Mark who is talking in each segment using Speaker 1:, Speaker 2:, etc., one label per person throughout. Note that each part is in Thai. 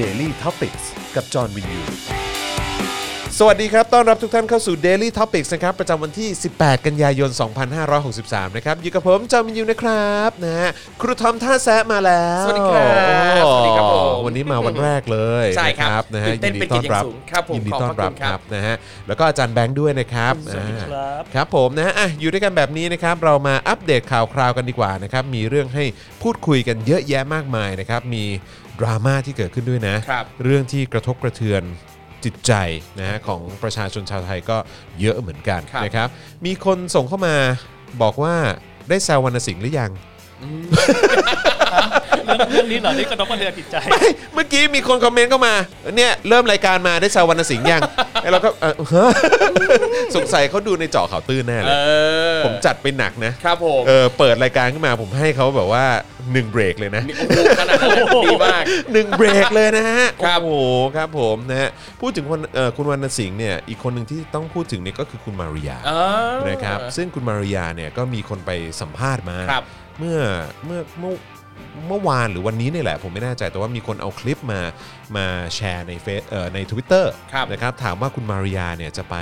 Speaker 1: Daily Topics กับจอห์นวินยู สวัสดีครับ ต้อนรับทุกท่านเข้าสู่ Daily Topics นะครับ ประจำวันที่ 18 กันยายน 2563 นะครับ อยู่กับผมจอมินยูนะครับนะฮะครูทอมท่าแซะมาแล้ว
Speaker 2: สวัสดีครับ
Speaker 1: โอ้
Speaker 2: สวัสดีครับผม
Speaker 1: วันนี้มาวันแรกเลย
Speaker 2: ใช่ครับ
Speaker 1: นะนะฮะ
Speaker 2: ตื่นเต้นเป็นเกียรติอย่างสูงครับผม
Speaker 1: ยินดีต้อนรับ
Speaker 2: ขอบพระคุณ
Speaker 1: ค
Speaker 2: ครั
Speaker 1: รับบ นะฮะแล้วก็อาจารย์แบงค์ด้วยนะครับ
Speaker 3: สวัสดี
Speaker 1: อ่า
Speaker 3: ครับ
Speaker 1: ครับผมนะฮะอ่ะอยู่ด้วยกันแบบนี้นะครับ เรามาอัปเดตข่าวคราวกันดีกว่านะครับ มีเรื่องให้พูดคุยกันเยอะแยะมากมายนะครับ มีดราม่าที่เกิดขึ้นด้วยนะ
Speaker 2: ครับ
Speaker 1: เรื่องที่กระทบกระเทือนจิตใจนะฮะของประชาชนชาวไทยก็เยอะเหมือนกัน
Speaker 2: ครับ
Speaker 1: นะครับ มีคนส่งเข้ามาบอกว่าได้แซววรรณสิงห์หรือยัง
Speaker 3: เรื่องเรื่องนี้เหรอนี่ก็ต้องมาเรือนจิตใจ
Speaker 1: เมื่อกี้มีคนคอมเมนต์เข้ามาเนี่ยเริ่มรายการมาได้แซววรรณสิงห์ ยังไอ้เราก็เออฮะ สงสัยเขาดูในเจาะข่าวตื้นแน่
Speaker 2: เอ
Speaker 1: เลย
Speaker 2: อ
Speaker 1: ผมจัดไปหนักนะ
Speaker 2: ครับผม
Speaker 1: เออเปิดรายการขึ้นมาผมให้เขาแบบว่าหนึ่งเบรกเลยนะ
Speaker 2: นี่โอ้โหขนาดนั้นดีมาก
Speaker 1: หนึ่งเบรกเลยนะฮะ
Speaker 2: ครับ
Speaker 1: โอ้โหครับผมนะฮะพูดถึงคนเอ่อคุณวรรณสิงห์เนี่ยอีกคนหนึ่งที่ต้องพูดถึงเนี่ยก็คือคุณมาริยา
Speaker 2: า
Speaker 1: นะครับซึ่งคุณมาริยาเนี่ยก็มีคนไปสัมภาษณ์มา
Speaker 2: ครับ
Speaker 1: เมื่อเมื่อเมื่อเมื่อวานหรือวันนี้เนี่ยแหละ ผมไม่แน่ใจแต่ว่ามีคนเอาคลิปมามาแชร์ในเฟซเอ่อในทวิตเตอร์
Speaker 2: ครับ
Speaker 1: นะครับถามว่าคุณมาริยาเนี่ยจะไป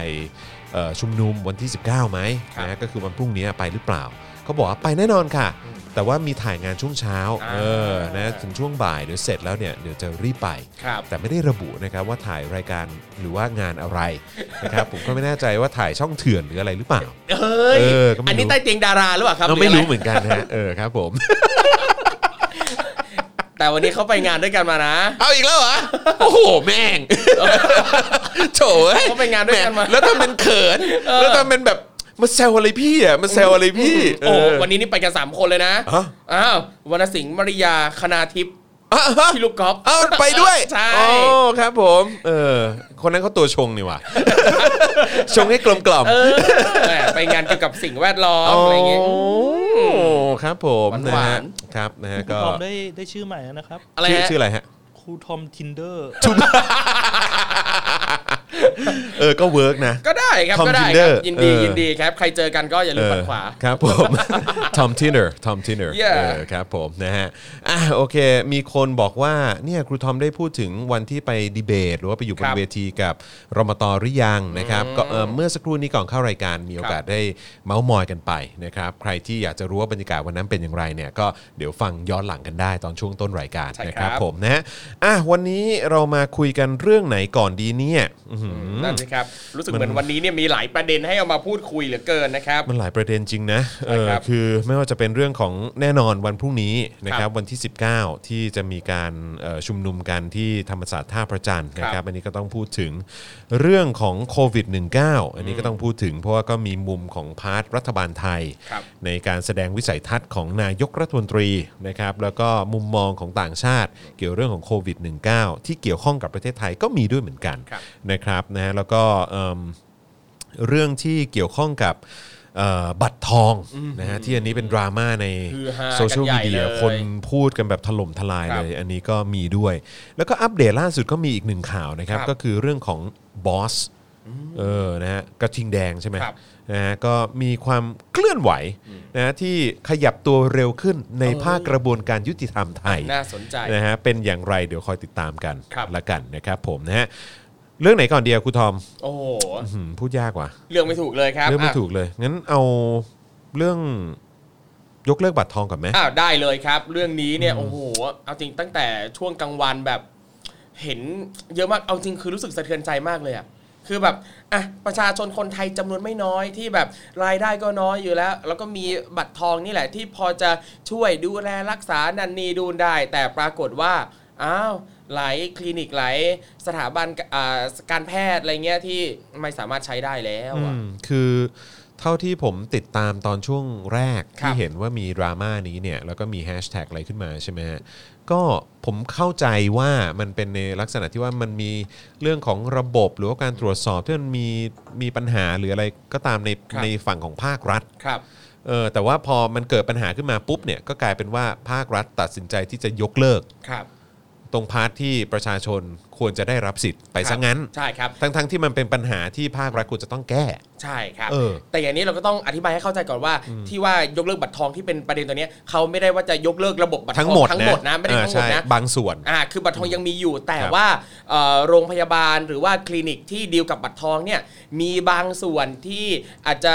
Speaker 1: เอ่อชุมนุมวันที่ 19ไหม
Speaker 2: ครับ
Speaker 1: นะก็คือวันพรุ่งนี้ไปหรือเปล่า เขาบอกว่าไปแน่นอนค่ะ แต่ว่ามีถ่ายงานช่วงเช้า
Speaker 2: อ่า
Speaker 1: เออนะถึงช่วงบ่ายเดี๋ยวเสร็จแล้วเนี่ยเดี๋ยวจะรีบไป
Speaker 2: ครับ
Speaker 1: แต่ไม่ได้ระบุนะครับว่าถ่ายรายการหรือว่างานอะไรนะครับ ผมก็ไม่แน่ใจว่าถ่ายช่องเถื่อนหรืออะไรหรือเปล่า
Speaker 2: เอ้ย
Speaker 1: เออก็ไม่รู้
Speaker 2: อันนี้ใต้เตียงดาราหรือเปล่าครับ
Speaker 1: เราไม่
Speaker 2: ห
Speaker 1: รู้
Speaker 2: อะ
Speaker 1: เหมือนกันนะฮะเออครับ ผม
Speaker 2: แต่วันนี้เขาไปงานด้วยกันมานะ
Speaker 1: เอาอีกแล้วเหรอ โอ้โห แม่ง โถเอ้ย
Speaker 2: เขาไปงานด้วยกันมา
Speaker 1: แหแล้วทำเป็นเขิน
Speaker 2: เออ
Speaker 1: แล้วทำเป็นแบบมาแซวอะไรพี่อ่ะมาแซวอะไรพี่
Speaker 2: โอ้
Speaker 1: เออ
Speaker 2: วันนี้นี่ไปกันสามคนเลยนะ
Speaker 1: ฮะ
Speaker 2: อ้าววรรณสิงห์มาริยาคณาทิพย์
Speaker 1: อ่ะฮะ
Speaker 2: พี่ลูกกอล์ฟ
Speaker 1: เอาไปด้วย
Speaker 2: ใช่
Speaker 1: โอ้ครับผม เออ คนนั้นเขาตัวชงนี่ว่ะ ชงให้กลมกล่อม
Speaker 2: เออแหมไปงานเกี่ยวกับสิ่งแวดล้อมอะไรอย่างเงี้ย
Speaker 1: โอ้ครับผม
Speaker 2: หวา
Speaker 1: ะ
Speaker 2: น
Speaker 1: ฮะครับนะฮะ
Speaker 3: ครู
Speaker 1: ก็
Speaker 3: ทอมได้ได้ชื่อใหม่แล้วนะครับ
Speaker 2: อะไร
Speaker 1: ชื่อ
Speaker 2: ฮะ
Speaker 1: ชื่ออะไร ฮะ
Speaker 3: ครูทอมทินเดอร์
Speaker 1: เออ ก็เวิร์กนะ
Speaker 2: ก็ได้ครับ
Speaker 1: Tom
Speaker 2: ก็ได้ครั
Speaker 1: Tinder
Speaker 2: บยินดี
Speaker 1: เออ
Speaker 2: ยินดีครับ ใครเจอกันก็อย่าลืมปัดขวา
Speaker 1: เออครับผม ทอมทินเนอร์ทอมทินเนอร์
Speaker 2: Yeah
Speaker 1: ครับผมนะฮะอ่ะโอเค มีคนบอกว่าเนี่ยครูทอมได้พูดถึงวันที่ไปดีเบต หรือว่าไปอยู่บ
Speaker 2: คน รับ
Speaker 1: เวทีกับรมตหรือยังนะครับก็เอ่อเมื่อสักครู่นี้ก่อนเข้ารายการมีโอกาสได้เมาส์มอยกันไปนะครับใครที่อยากจะรู้ว่าบรรยากาศวันนั้นเป็นอย่างไรเนี่ยก็เดี๋ยวฟังย้อนหลังกันได้ตอนช่วงต้นรายการ
Speaker 2: ใช่
Speaker 1: นะค
Speaker 2: ครั
Speaker 1: รับบ ผมนะฮะอ่ะวันนี้เรามาคุยกันเรื่องไหนก่อนดีเนี่ยอื้อหือ
Speaker 2: นั่นสิครับ รู้สึก
Speaker 1: มัน
Speaker 2: เหมือนวันนี้เนี่ยมีหลายประเด็นให้เอามาพูดคุยเหลือเกินนะครับ
Speaker 1: มันหลายประเด็นจริงนะเออ
Speaker 2: ครับ
Speaker 1: คือไม่ว่าจะเป็นเรื่องของแน่นอนวันพรุ่งนี้นะค
Speaker 2: ครั
Speaker 1: รับบ วันที่ 19 ที่จะมีการเอ่อชุมนุมกันที่ธรรมศาสตร์ท่าพระจันทร์นะค
Speaker 2: ครั
Speaker 1: รับบ อันนี้ก็ต้องพูดถึงเรื่องของโควิด -19 อันนี้ก็ต้องพูดถึง เพราะว่าก็มีมุมของพาร์ทรัฐบาลไทย
Speaker 2: ครับ
Speaker 1: ในการแสดงวิสัยทัศน์ของนายกรัฐมนตรีนะครับแล้วก็มุมมองของต่างชาติ เกี่ยวเรื่องของโควิด -19 ที่เกี่ยวข้องกับประเทศไทยก็มีด้วยเหมือนกัน
Speaker 2: ครับ
Speaker 1: นะครับนะฮะแล้วก็เอิ่ม เรื่องที่เกี่ยวข้องกับเอ่อบัตรทองนะฮะที่อันนี้เป็นดราม่าใน
Speaker 2: ฮือฮา
Speaker 1: โซเชียลมี
Speaker 2: กันใหญ่
Speaker 1: เดีย
Speaker 2: เลย
Speaker 1: คนพูดกันแบบถล่มทลาย
Speaker 2: ครั
Speaker 1: เล
Speaker 2: บ
Speaker 1: ย อันนี้ก็มีด้วย แล้วก็อัปเดตล่าสุดก็มีอีกหนึ่งข่าวนะครับ
Speaker 2: ครับ
Speaker 1: ก็คือเรื่องของบอสเออนะฮะกระทิงแดงใช่ไหม
Speaker 2: ครับ
Speaker 1: นะฮะก็มีความเคลื่อนไหวนะฮะที่ขยับตัวเร็วขึ้นใน
Speaker 2: เออ
Speaker 1: ภาคกระบวนการยุติธรรมไทย
Speaker 2: น่าสนใจ
Speaker 1: นะฮะเป็นอย่างไรเดี๋ยวคอยติดตามกัน
Speaker 2: ครับ
Speaker 1: ละกันนะครับผมนะฮะเรื่องไหนก่อนเดียวครูทอม
Speaker 2: โอ้โห
Speaker 1: อื้อหือพูดยากว่ะ
Speaker 2: เรื่องไม่ถูกเลยครับ
Speaker 1: เรื่องไม่
Speaker 2: ะ
Speaker 1: ถูกเลย งั้นเอาเรื่องยกเลิกบัตรทองก่อนไหม
Speaker 2: อ้าวได้เลยครับ เรื่องนี้เนี่ยโอ้โหเอาจริงตั้งแต่ช่วงกลางวันแบบ เห็นเยอะมากเอาจริงคือรู้สึกสะเทือนใจมากเลยอะคือแบบอ่ะประชาชนคนไทยจำนวนไม่น้อยที่แบบรายได้ก็น้อยอยู่แล้ว แล้วก็มีบัตรทองนี่แหละ ที่พอจะช่วยดูแลรักษานันนีดูนได้ แต่ปรากฏว่าอ้าวหลายคลินิกหลายสถาบันอ่าการแพทย์อะไรเงี้ยที่ไม่สามารถใช้ได้แล้วอะ
Speaker 1: อืมคือเท่าที่ผมติดตามตอนช่วงแรก
Speaker 2: ครั
Speaker 1: ที่
Speaker 2: บ
Speaker 1: เห็นว่ามีดราม่านี้เนี่ยแล้วก็มีแฮชแท็กอะไรขึ้นมาใช่ไหมฮะก็ผมเข้าใจว่ามันเป็นในลักษณะที่ว่ามันมีเรื่องของระบบหรือว่าการตรวจสอบที่มันมีมีปัญหาหรืออะไรก็ตามใน
Speaker 2: ครับ
Speaker 1: ในฝั่งของภาครัฐ
Speaker 2: ครับ
Speaker 1: เออแต่ว่าพอมันเกิดปัญหาขึ้นมาปุ๊บเนี่ยก็กลายเป็นว่าภาครัฐตัดสินใจที่จะยกเลิก
Speaker 2: ครับ
Speaker 1: ตรงพาร์ทที่ประชาชน ควรจะได้รับสิทธิ์ไปซะงั้น
Speaker 2: ใช่ครับ
Speaker 1: ทั้งๆที่มันเป็นปัญหาที่ภาครัฐควรจะต้องแก้
Speaker 2: ใช่ครับ
Speaker 1: เออ
Speaker 2: แต่อย่างนี้เราก็ต้องอธิบายให้เข้าใจก่อนว่า ที่ว่ายกเลิกบัตรทองที่เป็นประเด็นตัวเนี้ยเขาไม่ได้ว่าจะยกเลิกระบบบัตรทอง
Speaker 1: ทั้งหมด
Speaker 2: ทั้งหมดนะไม่ได้
Speaker 1: เออ
Speaker 2: ทั้งหมด
Speaker 1: ใช่
Speaker 2: นะ
Speaker 1: บางส่วน
Speaker 2: อ่าคือบัตรทองยังมีอยู่แต่
Speaker 1: ครับ
Speaker 2: ว่าเอ่อโรงพยาบาลหรือว่าคลินิกที่ดีลกับบัตรทองเนี่ยมีบางส่วนที่อาจจะ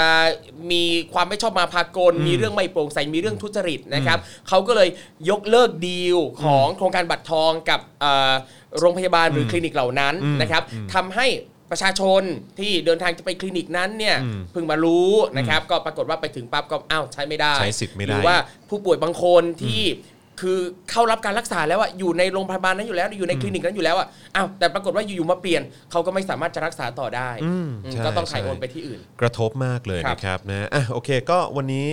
Speaker 2: มีความไม่ชอบมาพากล มีเรื่องไม่โปร่งใสมีเรื่องทุจริตนะครับเขาก็เลยยกเลิกดีลของโครงการบัตรทองกับเอ่อโรงพยาบาลหรืออคลินิกเหล่านั้น
Speaker 1: อืม
Speaker 2: นะครับ ทำให้ประชาชนที่เดินทางจะไปคลินิกนั้นเนี่ย
Speaker 1: อืม
Speaker 2: เพิ่งมารู้นะครับ ก็ปรากฏว่าไปถึงปั๊บก็อ้าวใช้ไม่ได้
Speaker 1: ใช้สิทธิ์ไม่ได้
Speaker 2: หรือว่าผู้ป่วยบางคนที่คือเข้ารับการรักษาแล้วอะอยู่ในโรงพยาบาลนั้นอยู่แล้วอยู่ในคลินิกนั้นอยู่แล้วอะอ้าวแต่ปรากฏว่าอยู่ๆมาเปลี่ยนเขาก็ไม่สามารถจะรักษาต่อได้
Speaker 1: อืม
Speaker 2: อืม
Speaker 1: ใช่
Speaker 2: ก็ต้องถ่าย
Speaker 1: ใช่
Speaker 2: โอนไปที่อื่น
Speaker 1: กระทบมากเลย
Speaker 2: ครับ
Speaker 1: นะครับนะอ่ะโอเคก็วันนี้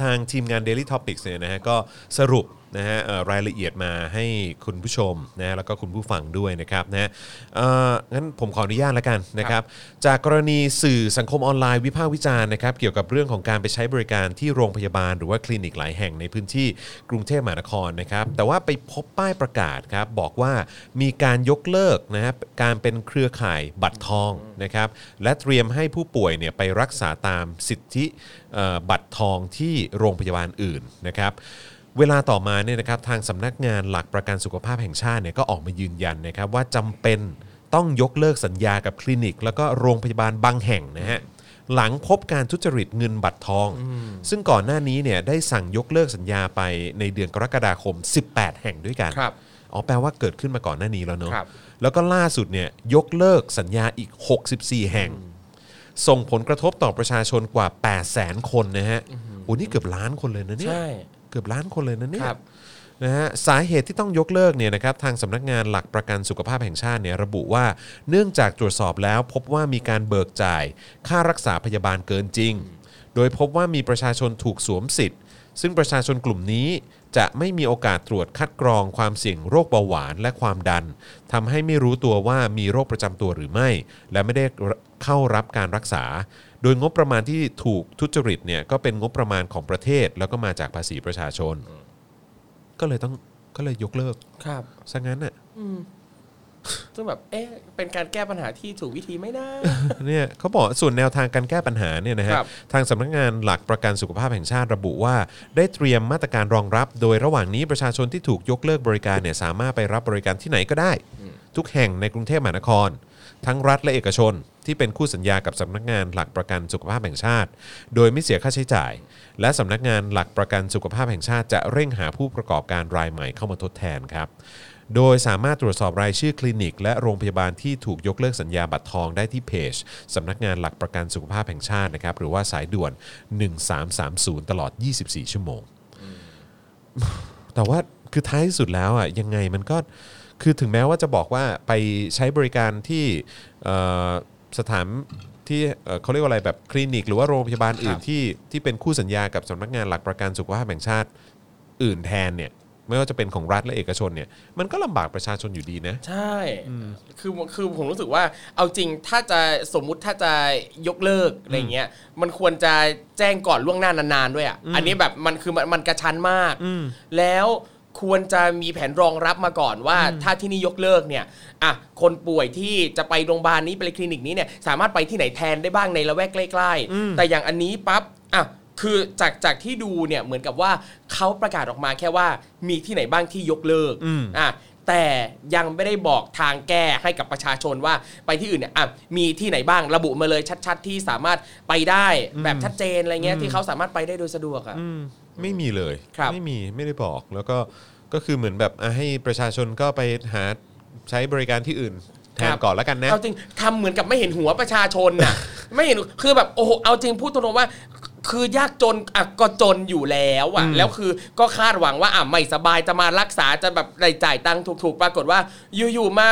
Speaker 1: ทางทีมงาน Daily Topics เนี่ยนะฮะก็สรุปนะฮะเอ่อรายละเอียดมาให้คุณผู้ชมนะแล้วก็คุณผู้ฟังด้วยนะครับนะเอ่องั้นผมขออนุญาตแล้วกันนะครับ จากกรณีสื่อสังคมออนไลน์วิพากษ์วิจารณ์นะครับเกี่ยวกับเรื่องของการไปใช้บริการที่โรงพยาบาล หรือว่าคลินิกหลายแห่งในพื้นที่กรุงเทพมหานครนะครับ แต่ว่าไปพบป้ายประกาศครับบอกว่ามีการยกเลิกนะครับการเป็นเครือข่ายบัตรทองนะครับ และเตรียมให้ผู้ป่วยเนี่ยไปรักษาตามสิทธิเอ่อบัตรทองที่โรงพยาบาลอื่นนะครับ เวลาต่อมาเนี่ยนะครับทางสำนักงานหลักประกันสุขภาพแห่งชาติเนี่ยก็ออกมายืนยันนะครับว่าจำเป็นต้องยกเลิกสัญญากับคลินิก แล้วก็โรงพยาบาลบางแห่งนะฮะหลังพบการทุจริตเงินบัตรทอง ซึ่งก่อนหน้านี้เนี่ยได้สั่งยกเลิกสัญญาไปในเดือนกรกฎาคม 18 แห่งด้วยกัน
Speaker 2: ครับ
Speaker 1: อ๋อแปลว่าเกิดขึ้นมาก่อนหน้านี้แล้วเนาะ
Speaker 2: ครับ
Speaker 1: แล้วก็ล่าสุดเนี่ยยกเลิกสัญญาอีก 64 แห่ง ส่งผลกระทบต่อประชาชนกว่า 8 0 0 0 0 0 คนนะฮะโอ้นี่เกือบล้านคนเลยนะเนี่ย เกือบล้านคนเลยนะเนี่ย
Speaker 2: ครับ
Speaker 1: นะฮะสาเหตุที่ต้องยกเลิกเนี่ยนะครับทางสำนักงานหลักประกันสุขภาพแห่งชาติเนี่ยระบุว่าเนื่องจากตรวจสอบแล้วพบว่ามีการเบิกจ่าย ค่ารักษาพยาบาลเกินจริง โดยพบว่ามีประชาชนถูกสวมสิทธิ์ ซึ่งประชาชนกลุ่มนี้จะไม่มีโอกาสตรวจคัดกรองความเสี่ยงโรคเบาหวานและความดันทำให้ไม่รู้ตัวว่ามีโรคประจำตัวหรือไม่ และไม่ได้เข้ารับการรักษา โดยงบประมาณที่ถูกทุจริตเนี่ยก็เป็นงบประมาณของประเทศ แล้วก็มาจากภาษีประชาชน ก็เลยต้องก็เลยยกเลิก
Speaker 2: ครับ
Speaker 1: ซะงั้นน่ะ
Speaker 2: ซึ่งแบบเอ๊ะเป็นการแก้ปัญหาที่ถูกวิธีไหมนะ
Speaker 1: เนี่ยเขาบอกส่วนแนวทางการแก้ปัญหาเนี่ยนะฮะ
Speaker 2: ครับ
Speaker 1: ทางสำนักงานหลักประกันสุขภาพแห่งชาติระบุว่า ได้เตรียมมาตรการรองรับ โดยระหว่างนี้ประชาชนที่ถูกยกเลิกบริการเนี่ยสามารถไปรับบริการที่ไหนก็ได้ ทุกแห่งในกรุงเทพมหานคร ทั้งรัฐและเอกชน ที่เป็นคู่สัญญากับสำนักงานหลักประกันสุขภาพแห่งชาติ โดยไม่เสียค่าใช้จ่าย และสำนักงานหลักประกันสุขภาพแห่งชาติจะเร่งหาผู้ประกอบการรายใหม่เข้ามาทดแทนครับ โดยสามารถตรวจสอบรายชื่อคลินิก และโรงพยาบาลที่ถูกยกเลิกสัญญาบัตรทองได้ที่เพจสำนักงานหลักประกันสุขภาพแห่งชาตินะครับ หรือว่าสายด่วน 1330 ตลอด 24 ชั่วโมง แต่ว่าคือท้ายที่สุดแล้วอ่ะยังไงมันก็คือถึงแม้ว่าจะบอกว่าไปใช้บริการที่เอ่อสถานที่เอ่อเขาเรียกว่าอะไรแบบคลินิก หรือว่าโรงพยาบาลอื่น
Speaker 2: ครับ
Speaker 1: ที่ที่เป็นคู่สัญญากับสำนักงานหลักประกันสุขภาพแห่งชาติอื่นแทนเนี่ยไม่ว่าจะเป็นของรัฐและเอกชนเนี่ยมันก็ลำบากประชาชนอยู่ดีนะ
Speaker 2: ใช่ คือคือผมรู้สึกว่า เอาจริง ถ้าจะสมมุติถ้าจะยกเลิกอะไรเงี้ย มันควรจะแจ้งก่อนล่วงหน้านานๆด้วยอ่ะ อันนี้แบบมันคือมันมันกระชั้นมาก แล้วควรจะมีแผนรองรับมาก่อนว่า ถ้าที่นี่ยกเลิกเนี่ย อ่ะ คนป่วยที่จะไปโรงพยาบาลนี้ไปคลินิกนี้เนี่ย สามารถไปที่ไหนแทนได้บ้างในละแวกใกล้ๆ แต่อย่างอันนี้ปั๊บ อ่ะ คือจากจากที่ดูเนี่ยเหมือนกับว่าเขาประกาศออกมาแค่ว่ามีที่ไหนบ้างที่ยกเลิก
Speaker 1: อืม
Speaker 2: อ่ะแต่ยังไม่ได้บอกทางแก้ให้กับประชาชนว่าไปที่อื่นเนี่ยอ่ะมีที่ไหนบ้างระบุมาเลยชัด ๆ ที่สามารถไปได้แบบชัดเจนอะไรเงี้ยที่เขาสามารถไปได้โดยสะดวกอ่ะ
Speaker 1: อืมไม่มีเลย
Speaker 2: ครับ
Speaker 1: ไม่มีไม่ได้บอกแล้วก็ก็คือเหมือนแบบอ่ะให้ประชาชนก็ไปหาใช้บริการที่อื่นแทน
Speaker 2: ครับ
Speaker 1: ก่อนแล้วกันนะ
Speaker 2: เอาจริงทำเหมือนกับไม่เห็นหัวประชาชน น่ะ ไม่เห็นคือแบบโอ้โหเอาจริงพูดตรงๆว่า คือยากจนอ่ะก็จนอยู่แล้วอ่ะแล้วคือก็คาดหวังว่าอ่ะไม่สบายจะมารักษาจะแบบรายจ่ายตังค์ถูกๆ ปรากฏว่า อยู่ๆมา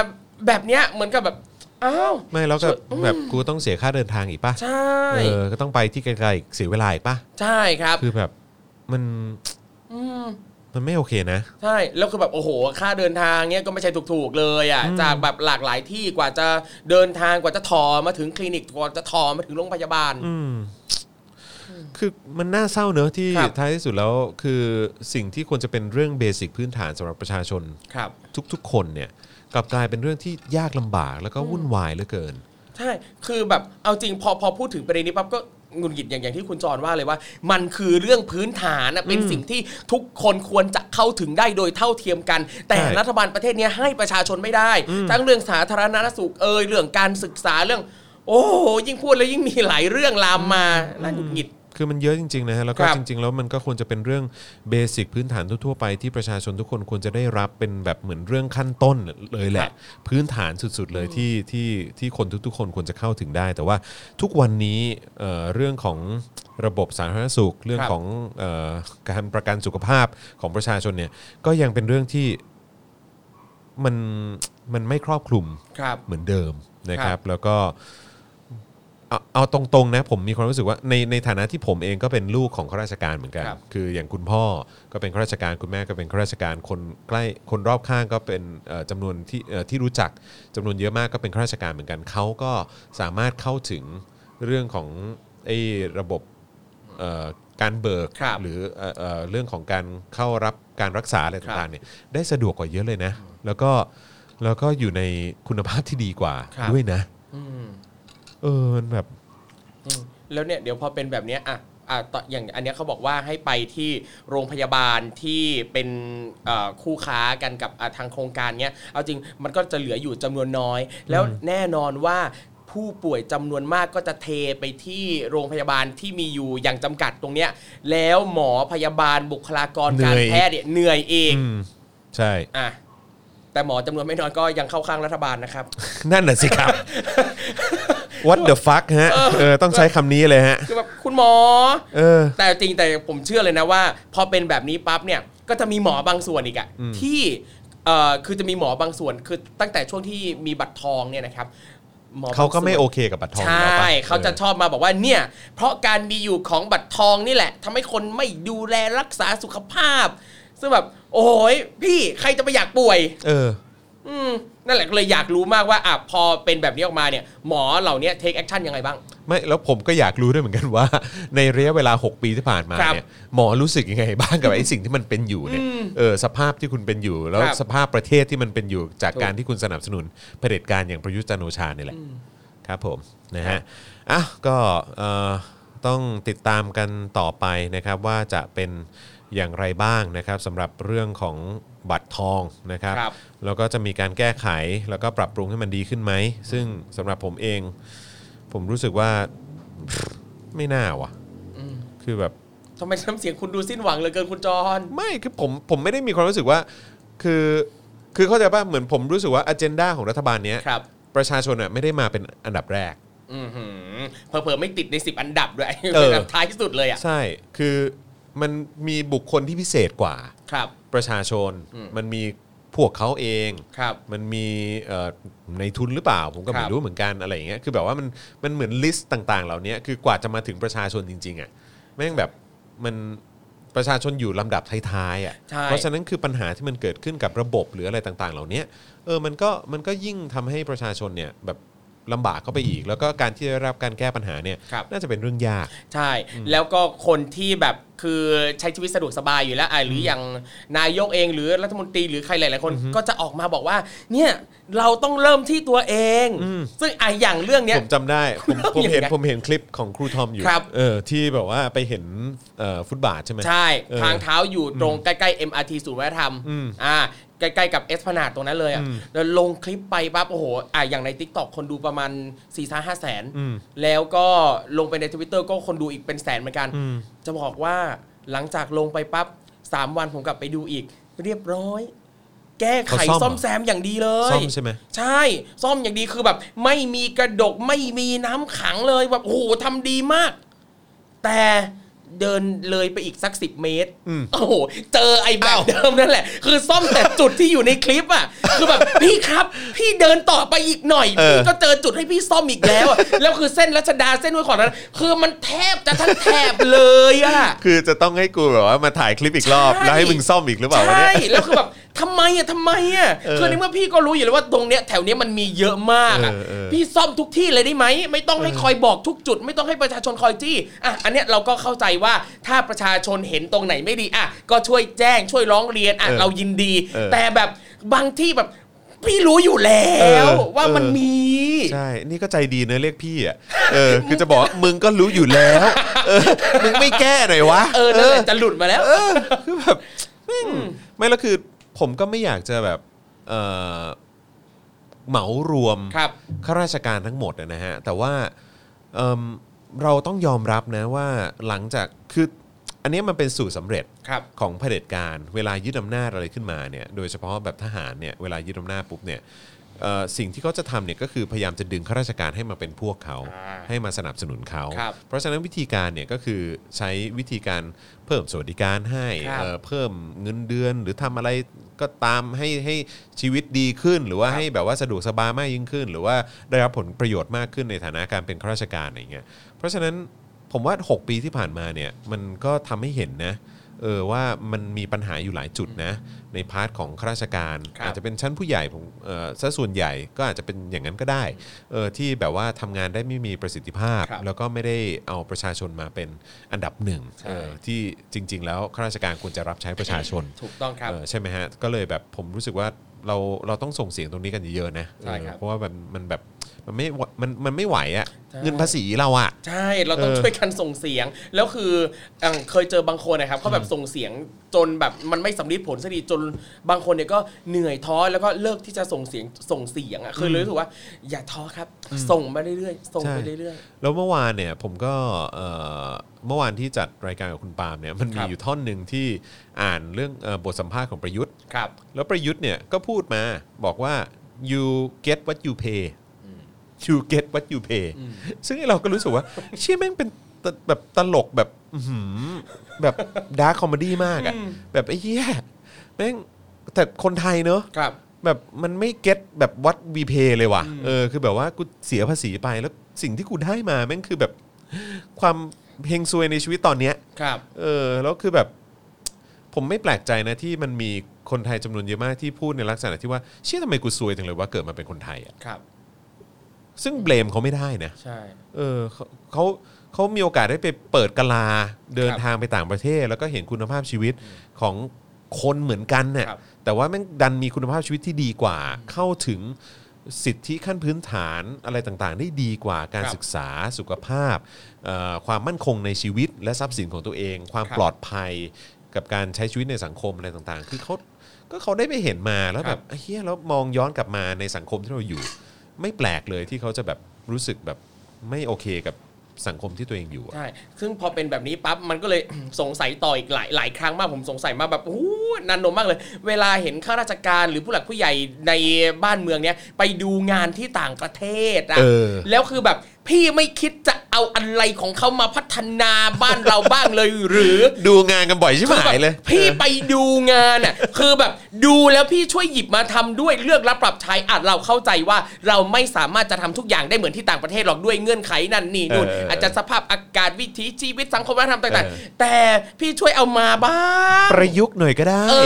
Speaker 2: แบบเนี้ยเหมือนกับแบบอ้าว
Speaker 1: ไม่แล้วก็แบบกูต้องเสียค่าเดินทางอีกปะ
Speaker 2: ใช่
Speaker 1: เออก็ต้องไปที่ไกลๆอีกเสียเวลาอีกปะ
Speaker 2: ใช่ครับ
Speaker 1: คือแบบมัน
Speaker 2: ม
Speaker 1: มันไม่โอเคนะ
Speaker 2: ใช่ แล้วคือแบบ โอ้โห ค่าเดินทางเนี้ยก็ไม่ใช่ถูกๆเลยอ่ะ จากแบบหลากหลายที่กว่าจะเดินทางกว่าจะถอมาถึงคลินิกกว่าจะถอมาถึงโรงพยาบาล
Speaker 1: อืม คือมันน่าเศร้าเนอะที่
Speaker 2: ครับ
Speaker 1: ท้ายที่สุดแล้วคือสิ่งที่ควรจะเป็นเรื่องเบสิกพื้นฐานสำหรับประชาชน
Speaker 2: ครับ
Speaker 1: ทุกๆ คนเนี่ยกลับกลายเป็นเรื่องที่ยากลำบากแล้วก็วุ่นวายเหลือเกิน
Speaker 2: ใช่ คือแบบเอาจริงพอพอพูดถึงประเด็นนี้ปั๊บก็หงุนหงิดอย่างอย่างที่คุณจรว่าเลยว่า มันคือเรื่องพื้นฐานนะเป็นสิ่งที่ทุกคนควรจะเข้าถึงได้โดยเท่าเทียมกัน แต่
Speaker 1: ใช่
Speaker 2: รัฐบาลประเทศเนี้ยให้ประชาชนไม่ได้ ทั้งเรื่องสาธารณสุขเอยเรื่องการศึกษาเรื่อง โอ้โหยิ่งพูดแล้วยิ่งมีหลายเรื่องลามมาน่าหงุดหงิด
Speaker 1: คือมันเยอะจริงๆนะฮะแล้วก็
Speaker 2: ครับ
Speaker 1: จริง ๆ แล้วมันก็ควรจะเป็นเรื่องเบสิกพื้นฐานทั่วๆไปที่ประชาชนทุกคนควรจะได้รับเป็นแบบเหมือนเรื่องขั้นต้นเลยแห
Speaker 2: ครั
Speaker 1: ละ
Speaker 2: บ
Speaker 1: พื้นฐานสุดๆเลยที่ที่ที่คนทุกๆ คนควรจะเข้าถึงได้ แต่ว่าทุกวันนี้เอ่อเรื่องของระบบสาธารณสุข เรื่อง
Speaker 2: ครับ
Speaker 1: ของเอ่อการประกันสุขภาพของประชาชนเนี่ยก็ยังเป็นเรื่องที่มันมันไม่ครอบคลุม
Speaker 2: ครับ
Speaker 1: เหมือนเดิมนะค
Speaker 2: ครั
Speaker 1: รับบ แล้วก็เอาเอาตรงๆนะผมมีความรู้สึกว่าในในฐานะที่ผมเองก็เป็นลูกของข้าราชการเหมือนกัน
Speaker 2: ครับ
Speaker 1: คืออย่างคุณพ่อก็เป็นข้าราชการคุณแม่ก็เป็นข้าราชการคนใกล้คนรอบข้างก็เป็นเอ่อจำนวนที่เอ่อที่รู้จักจำนวนเยอะมากก็เป็นข้าราชการเหมือนกันเขาก็สามารถเข้าถึงเรื่องของไอ้ระบบเอ่อการเบิก
Speaker 2: ครับ
Speaker 1: หรือเอ่อเอ่อเรื่องของการเข้ารับการรักษาอะไร
Speaker 2: ครั
Speaker 1: ต่างๆ
Speaker 2: บ
Speaker 1: เนี่ยได้สะดวกกว่าเยอะเลยนะ แล้วก็แล้วก็อยู่ในคุณภาพที่ดีกว่า
Speaker 2: ครับ
Speaker 1: ด้วยนะ
Speaker 2: อืม
Speaker 1: เออมันแบบ
Speaker 2: อืมแล้วเนี่ยเดี๋ยวพอเป็นแบบเนี้ยอ่ะอ่ะต่ออย่างอันเนี้ยเขาบอกว่าให้ไปที่โรงพยาบาลที่เป็นเอ่อคู่ค้ากันกับอ่ะทางโครงการเนี้ยเอาจริงมันก็จะเหลืออยู่จำนวนน้อย แล้วแน่นอนว่าผู้ป่วยจำนวนมากก็จะเทไปที่โรงพยาบาลที่มีอยู่อย่างจำกัดตรงเนี้ยแล้วหมอพยาบาลบุคลากรการ
Speaker 1: เหนื่อย
Speaker 2: แพทย์เนี่ยเหนื่อยเอง
Speaker 1: อืมใช่
Speaker 2: อ่ะแต่หมอจำนวนไม่น้อยก็ยังเข้าข้างรัฐบาลนะครับ
Speaker 1: นั่นน่ะสิค รับ what the fuck ฮะเออต้องใช้คำนี้เลยฮะ
Speaker 2: คือแบบคุณหมอ
Speaker 1: เออ
Speaker 2: แต่จริงแต่ผมเชื่อเลยนะว่า พอเป็นแบบนี้ปั๊บเนี่ยก็จะมีหมอบางส่วนอีกอะที่เอ่อคือจะมีหมอบางส่วนคือตั้งแต่ช่วงที่มีบัตรทองเนี่ยนะครับหมอบงส่วน
Speaker 1: เขาก็ไม่โอเคกับบัตรทอง
Speaker 2: ใช
Speaker 1: อยู่แล้ว
Speaker 2: ่
Speaker 1: ป
Speaker 2: เขาจะชอบมาบอกว่าเนี่ยเพราะการมีอยู่ของบัตรทองนี่แหละทำให้คนไม่ดูแลรักษาสุขภาพ ซึ่งแบบโอ้ยพี่ใครจะไปอยากป่วย
Speaker 1: เออ
Speaker 2: อืมนั่นแหละก็เลยอยากรู้มากว่าอ่ะพอเป็นแบบนี้ออกมาเนี่ยหมอเหล่านี้เทคแอคชั่นยังไงบ้าง
Speaker 1: ไม่แล้วผมก็อยากรู้ด้วยเหมือนกันว่า ในระยะเวลา 6 ปีที่ผ่านมา
Speaker 2: ครับ
Speaker 1: เนี่ยหมอรู้สึกยังไงบ้าง กับไอ้สิ่งที่มันเป็นอยู่เนี่ยเออสภาพที่คุณเป็นอยู่ แล้ว
Speaker 2: ครับ
Speaker 1: สภาพประเทศที่มันเป็นอยู่จาก
Speaker 2: ถูก
Speaker 1: การที่คุณสนับสนุนเผด็จการอย่างประยุทธ์จันทร์โอชาเนี่ยแหละครับผมนะฮะอ่ะก็เอ่อต้องติดตามกันต่อไปนะครับว่าจะเป็นอย่างไรบ้างนะครับสำหรับเรื่องของบัตรทองนะครับ
Speaker 2: ครับ
Speaker 1: แล้วก็จะมีการแก้ไขแล้วก็ปรับปรุงให้มันดีขึ้นไหม ซึ่งสำหรับผมเอง ผมรู้สึกว่า ไม่น่าว่ะคือแบบ
Speaker 2: ทำไมน้ำเสียงคุณดูสิ้นหวังเหลือเกินคุณจอห์น
Speaker 1: ไม่คือผมผมไม่ได้มีความรู้สึกว่า คือคือเข้าใจป่ะเหมือนผมรู้สึกว่าอ g e n d a ของรัฐบาลเนี้ย
Speaker 2: ครับ
Speaker 1: ประชาชนอ่ะไม่ได้มาเป็นอันดับแรก
Speaker 2: อือหือเผลอๆไม่ติดใน 10 อันดับด้วย
Speaker 1: เออ
Speaker 2: เป็นอันดับท้ายที่สุดเลยอ่ะ
Speaker 1: ใช่คือมันมีบุคคลที่พิเศษกว่า
Speaker 2: ครับ
Speaker 1: ประชาชน
Speaker 2: อืม
Speaker 1: มันมีพวกเขาเอง
Speaker 2: ครับ
Speaker 1: มันมีเอ่อในทุนหรือเปล่า ผมก็
Speaker 2: ค
Speaker 1: ไม่
Speaker 2: รับ
Speaker 1: รู้เหมือนกันอะไรอย่างเงี้ยคือแบบว่ามันมันเหมือนลิสต์ต่างๆ เหล่านี้คือกว่าจะมาถึงประชาชนจริง ๆอ่ะแม่งแบบมันประชาชนอยู่ลำดับท้ายๆอ่ะ
Speaker 2: ใช่
Speaker 1: เพราะฉะนั้นคือปัญหาที่มันเกิดขึ้นกับระบบหรืออะไรต่าง ๆ เหล่านี้เออมันก็มันก็ยิ่งทำให้ประชาชนเนี่ยแบบลำบากเข้าไปอีก แล้วก็การที่ได้รับการแก้ปัญหาเนี่ย
Speaker 2: ครับ
Speaker 1: น่าจะเป็นเรื่องยาก
Speaker 2: ใช่ แล้วก็คนที่แบบคือใช้ชีวิตสะดวกสบายอยู่แล้วอ่ะหรืออย่างนายกเองหรือรัฐมนตรีหรือใครหลาย ๆ คนก็จะออกมาบอกว่า เนี่ยเราต้องเริ่มที่ตัวเอง
Speaker 1: อืม
Speaker 2: ซึ่งอ่ะอย่างเรื่องเนี้ย
Speaker 1: ผมจำ ได้ผม
Speaker 2: เล่า
Speaker 1: ผมเห็น
Speaker 2: ยังไง
Speaker 1: ผมเห็นคลิปของครูทอมอยู่
Speaker 2: ครับ
Speaker 1: เออที่แบบว่าไปเห็นเอ่อฟุตบาทใช่ไหม
Speaker 2: ใช่
Speaker 1: เออ
Speaker 2: ทางเท้าอยู่ตรงใกล้ๆ MRT ศูนย์วัฒนธรรม
Speaker 1: อืม
Speaker 2: อ่าใกล้ๆกับเอสพนาดตรงนั้นเลยอ่ะ
Speaker 1: อืม
Speaker 2: แล้วลงคลิปไปปั๊บโอ้โหอ่ะอย่างใน t ิ k t o k คนดูประมาณ4ี่ห้าแสน
Speaker 1: อืม
Speaker 2: แล้วก็ลงไปในทวิตเตอร์ก็คนดูอีกเป็นแสนเหมือนกัน
Speaker 1: อืม
Speaker 2: จะบอกว่าหลังจากลงไปปั๊บสามวันผมกลับไปดูอีก เรียบร้อย แก้ไข
Speaker 1: เขาซ่อม
Speaker 2: ซ่อมแซมอย่างดีเลย
Speaker 1: ซ่อมใช่ไหม
Speaker 2: ใช่ ซ่อมอย่างดีคือแบบ ไม่มีกระดกไม่มีน้ำขังเลยแบบโอ้โหทำดีมาก แต่เดินเลยไปอีกสักสิบเมตร
Speaker 1: อืม
Speaker 2: โอ้โห เจอไอ้แบบ
Speaker 1: อ้าว
Speaker 2: เดิมนั่นแหละ คือซ่อมแต่จุดที่อยู่ในคลิปอ่ะ คือ แบบ พี่ครับ พี่เดินต่อไปอีกหน่อย
Speaker 1: เออ
Speaker 2: พี่ก็เจอจุดให้พี่ซ่อมอีกแล้วอะแล้วคือเส้นรัชดาเส้นห้วยขอนนั้นคือมันแทบจะทั้งแถบเลยอ่ะ
Speaker 1: คือจะต้องให้กูแบบว่ามาถ่ายคลิปอีกรอบ
Speaker 2: ใช่
Speaker 1: แล้วให้มึงซ่อมอีกหรือเปล่าวะ
Speaker 2: ใช่
Speaker 1: เนี่ย
Speaker 2: แล้วคือแบบ ทำไมอ่ะทำไมอ่ะ
Speaker 1: เออ
Speaker 2: คือในเมื่อพี่ก็รู้อยู่แล้วว่าตรงเนี้ยแถวเนี้ยมันมีเยอะมากอ่ะ
Speaker 1: เออเออ
Speaker 2: พี่ซ่อมทุกที่เลยได้ไหมไม่ต้องให้
Speaker 1: เออ
Speaker 2: คอยบอกทุกจุด ไม่ต้องให้ประชาชนคอยจี้อ่ะอันเนี้ยเราก็เข้าใจว่าถ้าประชาชนเห็นตรงไหนไม่ดีอ่ะก็ช่วยแจ้งช่วยร้องเรียนอ่ะ
Speaker 1: เออ
Speaker 2: เรายินดี
Speaker 1: เออ
Speaker 2: แต่แบบบางที่แบบพี่รู้อยู่แล้
Speaker 1: เออ
Speaker 2: ว ว่ามัน
Speaker 1: เออ
Speaker 2: มี
Speaker 1: ใช่ นี่ก็ใจดีเนอะเรียกพี่อ่ะ เออ คือจะบอกว่ามึงก็รู้อยู่แล้ว เออ มึงไม่แก้หน่อยวะ
Speaker 2: เออนั่นแหละจะหลุดมาแล้ว
Speaker 1: เออคือแบบแม่งไม่แล้วคือผมก็ไม่อยากจะแบบเอ่อเหมารวม
Speaker 2: ครับ
Speaker 1: ข้าราชการทั้งหมดอะนะฮะ แต่ว่าเอิ่มเราต้องยอมรับนะว่าหลังจากคืออันเนี้ยมันเป็นสูตรสำเร็จ
Speaker 2: ครับ
Speaker 1: ของเผด็จการเวลายึดอำนาจอะไรขึ้นมาเนี่ยโดยเฉพาะแบบทหารเนี่ยเวลายึดอำนาจปุ๊บเนี่ยเอ่อสิ่งที่เขาจะทำเนี่ยก็คือพยายามจะดึงข้าราชการให้มาเป็นพวกเขา
Speaker 2: อ่า
Speaker 1: ให้มาสนับสนุนเขา
Speaker 2: ครับ
Speaker 1: เพราะฉะนั้นวิธีการเนี่ยก็คือใช้วิธีการเพิ่มสวัสดิการให้
Speaker 2: ครับ
Speaker 1: เอ่อเพิ่มเงินเดือนหรือทำอะไรก็ตามให้ให้ชีวิตดีขึ้น หรือว่าให้แบบว่าสะดวกสบายมากยิ่งขึ้น หรือว่าได้รับผลประโยชน์มากขึ้นในฐานะการเป็นข้าราชการอะไรอย่างเงี้ย เพราะฉะนั้นผมว่า 6 ปีที่ผ่านมาเนี่ยมันก็ทำให้เห็นนะเออว่ามันมีปัญหาอยู่หลายจุดนะในพาร์ทของข้าราชการ
Speaker 2: ครับ
Speaker 1: อาจจะเป็นชั้นผู้ใหญ่ผมเออซะส่วนใหญ่ก็อาจจะเป็นอย่างนั้นก็ได้เออที่แบบว่าทำงานได้ไม่มีประสิทธิภาพ
Speaker 2: ครับ
Speaker 1: แล้วก็ไม่ได้เอาประชาชนมาเป็นอันดับหนึ่ง
Speaker 2: ใช่
Speaker 1: เออที่จริง ๆ แล้วข้าราชการควรจะรับใช้ประชาชน
Speaker 2: ถูกต้องครับ
Speaker 1: เออใช่ไหมฮะก็เลยแบบผมรู้สึกว่าเราเราต้องส่งเสียงตรงนี้กันเยอะๆนะ
Speaker 2: ใช่ครับ
Speaker 1: เออเพราะว่ามันมันแบบมันไม่ไหวมันมันไม่ไหวอะเงินภาษีเราอะ
Speaker 2: ใช่ เราต้อง
Speaker 1: เออ
Speaker 2: ช่วยกันส่งเสียง แล้วคืออ่ะเคยเจอบางคนนะครับเขาแบบส่งเสียงจนแบบมันไม่สำลีผลสักทีจนบางคนเนี่ยก็เหนื่อยท้อแล้วก็เลิกที่จะส่งเสียงส่งเสียงอ่ะคือเลยรู้สึกว่า อย่าท้อครับ ส่งมาเรื่อยๆ ส่ง
Speaker 1: ใช่
Speaker 2: ไปเรื่อย
Speaker 1: แล้วเมื่อวานเนี่ยผมก็เอ่อเมื่อวานที่จัดรายการกับคุณปาล์มเนี่ยมัน
Speaker 2: ค
Speaker 1: มี
Speaker 2: รับ
Speaker 1: อยู่ท่อนหนึ่งที่อ่านเรื่องเอ่อบทสัมภาษณ์ของประยุทธ์
Speaker 2: ๆ ครับ
Speaker 1: แล้วประยุทธ์เนี่ยก็พูดมาบอกว่า you get what you pay you get what you pay ซึ่งเราก็รู้สึกว่า เชี่ยแม่งเป็นตแบบตลกแบบอื้อหือแบบดาร์คคอมเมดี้มากอะแบบไอ้เหี้ยแม่งแต่คนไทยเนอะ
Speaker 2: ครับ
Speaker 1: แบบมันไม่เก็ตแบบวัดวีเพเลยว่ะเออคือแบบว่ากูเสียภาษีไปแล้วสิ่งที่กูได้มาแม่งคือแบบความเฮงซวยในชีวิตตอนเนี้ย
Speaker 2: ครับ
Speaker 1: เออแล้วคือแบบ ผมไม่แปลกใจนะที่มันมีคนไทยจำนวนเยอะมากที่พูดในลักษณะที่ว่าเชื่อทำไมกูซวยจังเลยว่าเกิดมาเป็นคนไทยอ่ะ
Speaker 2: ครับ
Speaker 1: ซึ่งเบลมเขาไม่ได้นะ
Speaker 2: ใช่
Speaker 1: เออเขาเขาเขามีโอกาสได้ไปเปิดกะลาเดิน
Speaker 2: ครับ
Speaker 1: ทางไปต่างประเทศ แล้วก็เห็นคุณภาพชีวิตของคนเหมือนกันเนี่ย
Speaker 2: ครับ
Speaker 1: แต่ว่าแม่งดันมีคุณภาพชีวิตที่ดีกว่า เข้าถึงสิทธิขั้นพื้นฐานอะไรต่างๆ ได้ดีกว่าการ
Speaker 2: ครับ
Speaker 1: ศึกษาสุขภาพเอ่อความมั่นคงในชีวิต และทรัพย์สินของตัวเอง ความ
Speaker 2: ครับ
Speaker 1: ปลอดภัยกับการใช้ชีวิตในสังคมอะไรต่างๆ คือเขาก็เขาได้ไปเห็นมาแล้ว
Speaker 2: ค
Speaker 1: แบ
Speaker 2: รั
Speaker 1: บบ เฮียแล้วมองย้อนกลับมาในสังคมที่เราอยู่ ไม่แปลกเลยที่เขาจะแบบรู้สึกแบบไม่โอเคกับสังคมที่ตัวเองอยู่อะ
Speaker 2: ใช่ ซึ่งพอเป็นแบบนี้ปั๊บ มันก็เลย สงสัยต่ออีกหลายหลายครั้งมาก ผมสงสัยมาแบบโอ้โหนานนมมากเลย เวลาเห็นข้าราชการหรือผู้หลักผู้ใหญ่ในบ้านเมืองเนี้ยไปดูงานที่ต่างประเทศอะ
Speaker 1: เออ
Speaker 2: แล้วคือแบบพี่ไม่คิดจะเอาอะไรของเขามาพัฒนาบ้านเราบ้างเลยหรือ
Speaker 1: ดูงานกันบ่อยชิบหายเลย
Speaker 2: พี่
Speaker 1: เออ
Speaker 2: ไปดูงานอ่ะ คือแบบดูแล้วพี่ช่วยหยิบมาทำด้วยเลือกรับปรับใช้อาจเราเข้าใจว่าเราไม่สามารถจะทำทุกอย่างได้เหมือนที่ต่างประเทศหรอกด้วยเงื่อนไขนั่นนี่นู่น
Speaker 1: เอออ
Speaker 2: อาจจะสภาพอากาศวิถีชีวิตสังคมวัฒนธรรมต่าง
Speaker 1: เออ
Speaker 2: ๆ แต่พี่ช่วยเอามาบ้าง
Speaker 1: ประยุกต์หน่อยก็ได้
Speaker 2: เอ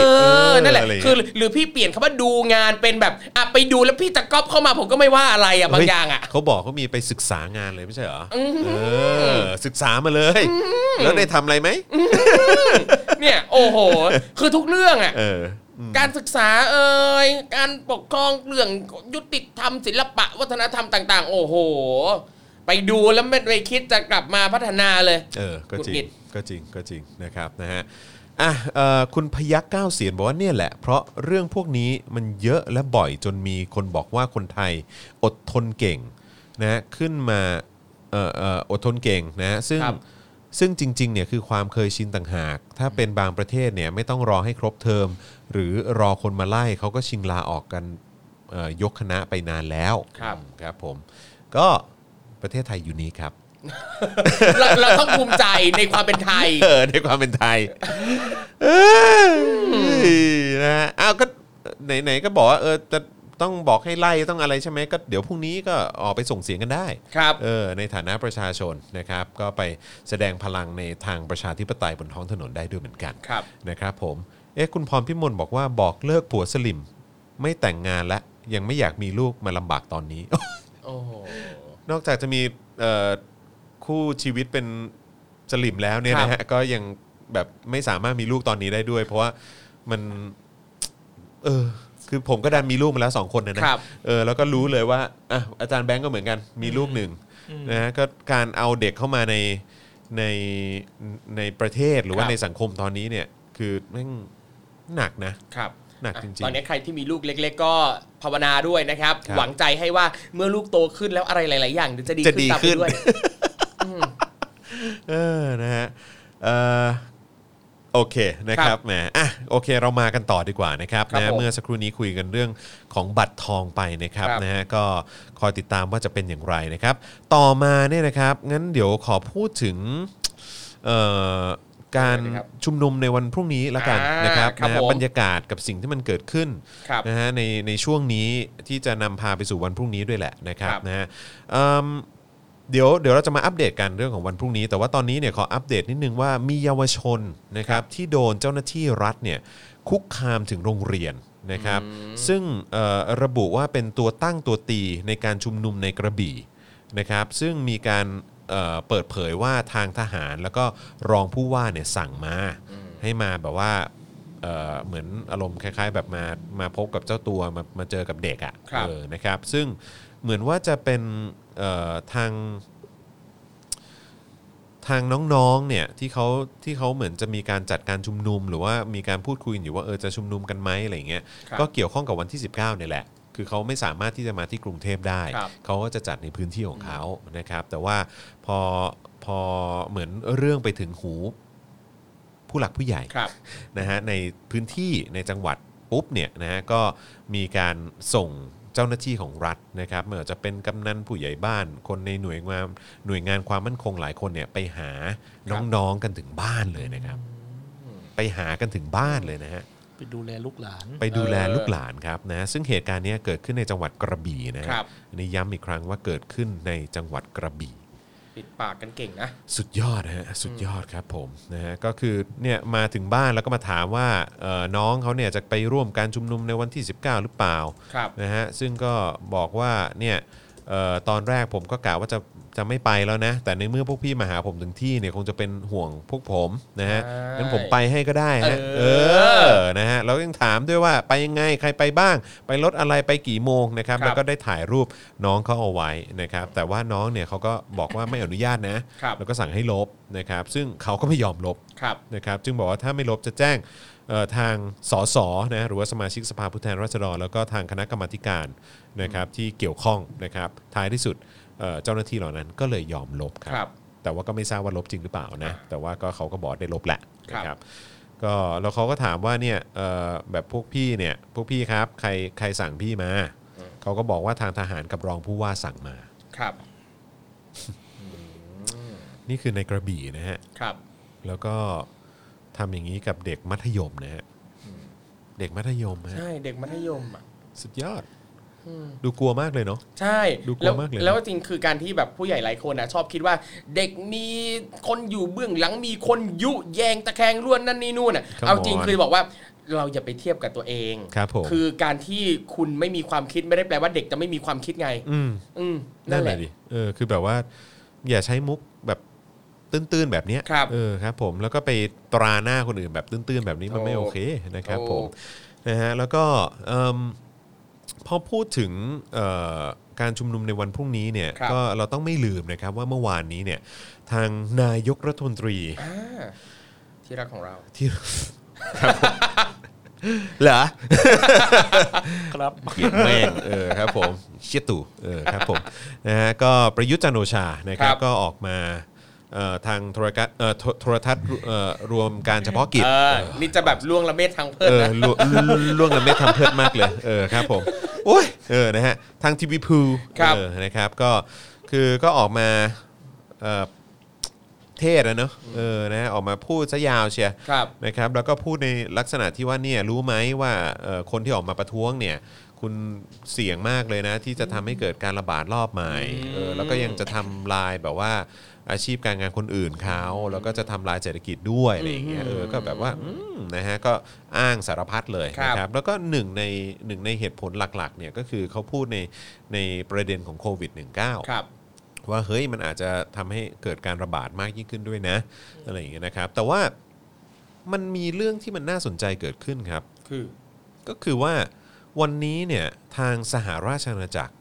Speaker 2: อนั่นแหละ
Speaker 1: ไรย่าง
Speaker 2: คือ
Speaker 1: เงี้ย
Speaker 2: หรือพี่เปลี่ยนคำว่าดูงานเป็นแบบอ่ะไปดูแล้วพี่จะก๊อปเข้ามาผมก็ไม่ว่าอะไรอ่ะบางอย่างอ่ะ
Speaker 1: เฮ้เขาบอกเขามีไปศึกษางานเลยไม่ใช่เหรออเออ ศึกษามาเลย แล้วได้ทำอะไรไหม
Speaker 2: เนี่ยโอ้โห คือทุกเรื่องอ่ะ
Speaker 1: เออ
Speaker 2: การศึกษาเอ่ยการปกครองเรื่องยุติธรรมศิลปะวัฒนธรรมต่าง ๆ โอ้โห ไปดูแล้วไม่ไปคิดจะกลับมาพัฒนาเลย
Speaker 1: เออ ก็จริ
Speaker 2: หงุดหงิ
Speaker 1: ง
Speaker 2: ด
Speaker 1: ก็จริง ก็จริงนะครับนะฮะ อ่ะเอ่อคุณพยักเก้าวเสียนบอกว่าเนี่ยแหละ เพราะเรื่องพวกนี้มันเยอะและบ่อยจนมีคนบอกว่าคนไทยอดทนเก่งนะขึ้นมาเอ่อเอ่ออดทนเก่งนะซึ่ง
Speaker 2: ครับ
Speaker 1: ซึ่งจริงๆเนี่ยคือความเคยชินต่างหาก ถ้าเป็นบางประเทศเนี่ยไม่ต้องรอให้ครบเทอม หรือรอคนมาไล่เขาก็ชิงลาออกกันเอ่อยกคณะไปนานแล้ว
Speaker 2: ครับ
Speaker 1: ครับผมก็ประเทศไทยอยู่นี้ครับ
Speaker 2: เราเราต้องภูมิใจในความเป็นไทย
Speaker 1: เออในความเป็นไทยเออนะฮะอ้าวก็ไหนๆก็บอกว่าเออจะต้องบอกให้ไล่ต้องอะไรใช่ไหมก็เดี๋ยวพรุ่งนี้ก็ออกไปส่งเสียงกันได้
Speaker 2: ครับ
Speaker 1: เออในฐานะประชาชนนะครับ ก็ไปแสดงพลังในทางประชาธิปไตยบนท้องถนนได้ด้วยเหมือนกัน
Speaker 2: ครับ
Speaker 1: นะครับผม เอ๊ะคุณพรพิมลบอกว่าบอกเลิกผัวสลิม ไม่แต่งงานและยังไม่อยากมีลูกมาลำบากตอนนี้
Speaker 2: โอ้โห
Speaker 1: นอกจากจะมีเอ่อคู่ชีวิตเป็นสลิมแล้วเนี่ยนะฮะก็ยังแบบไม่สามารถมีลูกตอนนี้ได้ด้วย เพราะว่ามัน เออ คือผมก็ดันมีลูกมาแล้วสองคนนะนะครับ เออแล้วก็รู้เลยว่าอ่ะอาจารย์แบงก์ก็เหมือนกันมีลูกหนึ่งนะฮะก็การเอาเด็กเข้ามาในในในประเทศหรือว่าในสังคมตอนนี้เนี่ย คือแม่งหนักนะ
Speaker 2: ครับ
Speaker 1: หนัก
Speaker 2: อ่ะ
Speaker 1: จริงๆ
Speaker 2: ตอนนี้ใครที่มีลูกเล็ก ๆ ก็ภาวนาด้วยนะครับ
Speaker 1: ครับ
Speaker 2: หวังใจให้ว่าเมื่อลูกโตขึ้นแล้วอะไรหลาย ๆ อย่างจะดี
Speaker 1: จะ
Speaker 2: ขึ้
Speaker 1: ดี
Speaker 2: นตาม
Speaker 1: ขึ้
Speaker 2: ไป
Speaker 1: น
Speaker 2: ด้วย
Speaker 1: เออ นะฮะ เออโอเค นะค
Speaker 2: ค
Speaker 1: รั
Speaker 2: รั
Speaker 1: บบ แหมอ่ะ โอเค เรามากันต่อดีกว่านะครับ
Speaker 2: ครับ
Speaker 1: นะ
Speaker 2: ผม
Speaker 1: เมื่อสักครู่นี้คุยกันเรื่องของบัตรทองไปนะครับ
Speaker 2: ครับ
Speaker 1: นะฮะ ก็คอยติดตามว่าจะเป็นอย่างไรนะครับ ต่อมาเนี่ยนะครับ งั้นเดี๋ยวขอพูดถึง เอ่อ การ
Speaker 2: อะไรนะครับ
Speaker 1: ชุมนุมในวันพรุ่งนี้ละกัน
Speaker 2: อ่าน
Speaker 1: นะครับ
Speaker 2: ครับ
Speaker 1: นะฮะ
Speaker 2: ผม
Speaker 1: บรรยากาศกับสิ่งที่มันเกิดขึ้น
Speaker 2: ครับ
Speaker 1: นะฮะในในช่วงนี้ที่จะนำพาไปสู่วันพรุ่งนี้ด้วยแหละนะครับ
Speaker 2: ครับ
Speaker 1: นะฮะเอิ่มเดี๋ยวเดี๋ยวเราจะมาอัปเดตกันเรื่องของวันพรุ่งนี้ แต่ว่าตอนนี้เนี่ยขออัปเดตนิดนึงว่ามีเยาวชนนะครับที่โดนเจ้าหน้าที่รัฐเนี่ยคุกคามถึงโรงเรียนนะครับ ซึ่งเอ่อระบุว่าเป็นตัวตั้งตัวตีในการชุมนุมในกระบี่นะครับ ซึ่งมีการเอ่อเปิดเผยว่าทางทหารแล้วก็รองผู้ว่าเนี่ยสั่งมา ให้มาแบบว่า เอ่อเหมือนอารมณ์คล้ายๆ แบบมามาพบกับเจ้าตัวมามาเจอกับเด็กอะ
Speaker 2: ครับ
Speaker 1: เออนะครับ ซึ่งเหมือนว่าจะเป็นเอ่อทางทางน้องๆเนี่ยที่เขาที่เขาเหมือนจะมีการจัดการชุมนุม หรือว่ามีการพูดคุยกันอยู่ว่าเออจะชุมนุมกันไหมอะไรอย่างเงี้ย
Speaker 2: ครับ
Speaker 1: ก็เกี่ยวข้องกับวันที่ 19เนี่ยแหละ คือเขาไม่สามารถที่จะมาที่กรุงเทพได้
Speaker 2: ครับ
Speaker 1: เขาก็จะจัดในพื้นที่ของเขานะครับ แต่ว่าพอพอเหมือนเรื่องไปถึงหูผู้หลักผู้ใหญ่
Speaker 2: ครับ
Speaker 1: นะฮะในพื้นที่ในจังหวัดปุ๊บเนี่ยนะฮะก็มีการส่งเจ้าหน้าที่ของรัฐนะครับไม่ว่าจะเป็นกำนันผู้ใหญ่บ้าน คนในหน่วยงานหน่วยงานความมั่นคงหลายคนเนี่ยไปหาน้องๆกันถึงบ้านเลยนะครับ ไปหากันถึงบ้านเลยนะฮะ
Speaker 3: ไปดูแลลูกหลาน
Speaker 1: ไปดูแลลูกหลานครับนะซึ่งเหตุการณ์เนี้ยเกิดขึ้นในจังหวัดกระบี่นะฮะ
Speaker 2: ครับ
Speaker 1: อันนี่ย้ำอีกครั้งว่าเกิดขึ้นในจังหวัดกระบี่
Speaker 2: ปิดปากกันเก่งนะ
Speaker 1: สุดยอดนะฮะสุดยอดครับผมนะฮะก็คือเนี่ยมาถึงบ้านแล้วก็มาถามว่าเอ่อน้องเขาเนี่ยจะไปร่วมการชุมนุมในวันที่ 19 หรือเปล่า
Speaker 2: ครับ
Speaker 1: นะฮะซึ่งก็บอกว่าเนี่ยเอ่อตอนแรกผมก็กะว่าจะจะไม่ไปแล้วนะ แต่ในเมื่อพวกพี่มาหาผมถึงที่เนี่ยคงจะเป็นห่วงพวกผมนะฮะ
Speaker 2: ใช่
Speaker 1: งั้นผมไปให้ก็ได้ฮะ
Speaker 2: เอ
Speaker 1: เอ
Speaker 2: อ
Speaker 1: อนะฮะแล้วยังถามด้วยว่าไปยังไงใครไปบ้าง ไปรถอะไรไปกี่โมงนะครับ
Speaker 2: ครับ
Speaker 1: แล้วก็ได้ถ่ายรูปน้องเขาเอาไว้นะครับแต่ว่าน้องเนี่ยเขาก็บอกว่าไม่อนุญาตนะ
Speaker 2: ครับ
Speaker 1: แล้วก็สั่งให้ลบนะครับ ซึ่งเขาก็ไม่ยอมลบ
Speaker 2: ครับ
Speaker 1: นะครับ จึงบอกว่าถ้าไม่ลบจะแจ้งเอ่อทางสสนะหรือว่าสมาชิกสภาผู้แทนราษฎร แล้วก็ทางคณะกรรมาธิการนะครับที่เกี่ยวข้องนะครับท้ายที่สุดเอ่อเจ้าหน้าที่เหล่านั้นก็เลยยอมลบค
Speaker 2: ครั
Speaker 1: รับ
Speaker 2: บ
Speaker 1: แต่ว่าก็ไม่ทราบว่าลบจริงหรือเปล่านะ แต่ว่าก็เขาก็บอกได้ลบแหละ
Speaker 2: ครับ
Speaker 1: นะครับก็แล้วเขาก็ถามว่าเนี่ยเอ่อแบบพวกพี่เนี่ยพวกพี่ครับใครใครสั่งพี่มาเขาก็บอกว่าทางทหารกับรองผู้ว่าสั่งมา
Speaker 2: ครับ
Speaker 1: นี่คือในกระบี่นะฮะ
Speaker 2: ครับ
Speaker 1: แล้วก็ทำอย่างนี้กับเด็กมัธยมนะฮะเด็กมัธยมฮะ
Speaker 2: ใช่เด็กมัธยมอ่ะ
Speaker 1: สุดยอด ดูกลัวมากเลยเนาะ
Speaker 2: ใช่
Speaker 1: ดูกลัว
Speaker 2: แล้ว
Speaker 1: มากเลยนะ
Speaker 2: แล้วจริงคือการที่แบบผู้ใหญ่หลายคนนะชอบคิดว่าเด็กมีคนอยู่เบื้องหลังมีคนยุแยงตะแคงร่วนนั่นนี่นู่นอ่ะ
Speaker 1: ครับ
Speaker 2: เอาจริง
Speaker 1: ผม
Speaker 2: คือบอกว่าเราอย่าไปเทียบกับตัวเอง
Speaker 1: ครับผม
Speaker 2: คือการที่คุณไม่มีความคิดไม่ได้แปลว่าเด็กจะไม่มีความคิดไง
Speaker 1: อืม
Speaker 2: อืมนั่
Speaker 1: นั่น
Speaker 2: น
Speaker 1: แห
Speaker 2: แห
Speaker 1: ละ
Speaker 2: ละ
Speaker 1: ดิเออคือแบบว่า อย่าใช้มุกแบบตื้นๆแบบเนี้ย
Speaker 2: ครับ
Speaker 1: เออครับ ผมแล้วก็ไปตราหน้าคนอื่นแบบตื้นๆแบบนี้มันไม่
Speaker 2: โอ้
Speaker 1: โอเคนะครับ ผม
Speaker 2: โอ้
Speaker 1: นะฮะแล้วก็เอิ่มพอพูดถึงเอ่อการชุมนุมในวันพรุ่งนี้เนี่ย
Speaker 2: ครับ
Speaker 1: ก็เราต้องไม่ลืมนะครับ ว่าเมื่อวานนี้เนี่ย ทางนายกรัฐมนตรี
Speaker 2: อ่าที่รักของเรา
Speaker 1: ที่ เหรอ
Speaker 3: ครับ
Speaker 1: เกลียดแม่ง เออครับผมเชี่ยตู่เออครับผมนะฮะก็ประยุทธ์จันทร์โอชานะครับ
Speaker 2: ครับ
Speaker 1: ก็ออกมาเอ่อทางโทรทัศน์เอ่อโทโทรทัศน์เอ่อรวมการเฉพาะกิจ
Speaker 2: เออนี่จะแบบล่วงละเมิดทางเพศ
Speaker 1: เออ
Speaker 2: นะ
Speaker 1: ล่วงล่วงละเมิดทำเพิดมากเลยเออครับผมโอ้ยเออนะฮะทางทีวีพู
Speaker 2: ครับ
Speaker 1: เออนะครับก็คือก็ออกมาเอ่อเทศนะเนอะเออนะฮะออกมาพูดซะยาวเชีย
Speaker 2: ครับ
Speaker 1: นะครับแล้วก็พูดในลักษณะที่ว่าเนี่ยรู้ไหมว่าเอ่อคนที่ออกมาประท้วงเนี่ย คุณเสี่ยงมากเลยนะ ที่จะทำให้เกิดการระบาดรอบใหม่เออแล้วก็ยังจะทำลายแบบว่าอาชีพการงานคนอื่นเขาแล้วก็จะทำลายเศรษฐกิจด้วยอะไรอย่างเงี้ยเออก็แบบว่าอืมนะฮะก็อ้างสารพัดเลย
Speaker 2: ครับ
Speaker 1: นะครับ แล้วก็หนึ่งในหนึ่งในเหตุผลหลักๆเนี่ยก็คือเขาพูดในในประเด็นของโควิด -19
Speaker 2: ครับ
Speaker 1: ว่าเฮ้ยมันอาจจะทำให้เกิดการระบาดมากยิ่งขึ้นด้วยนะอะไรอย่างเงี้ยนะครับ แต่ว่ามันมีเรื่องที่มันน่าสนใจเกิดขึ้นครับ
Speaker 2: คือ
Speaker 1: ก็คือว่าวันนี้เนี่ยทางสหราชอาณาจักร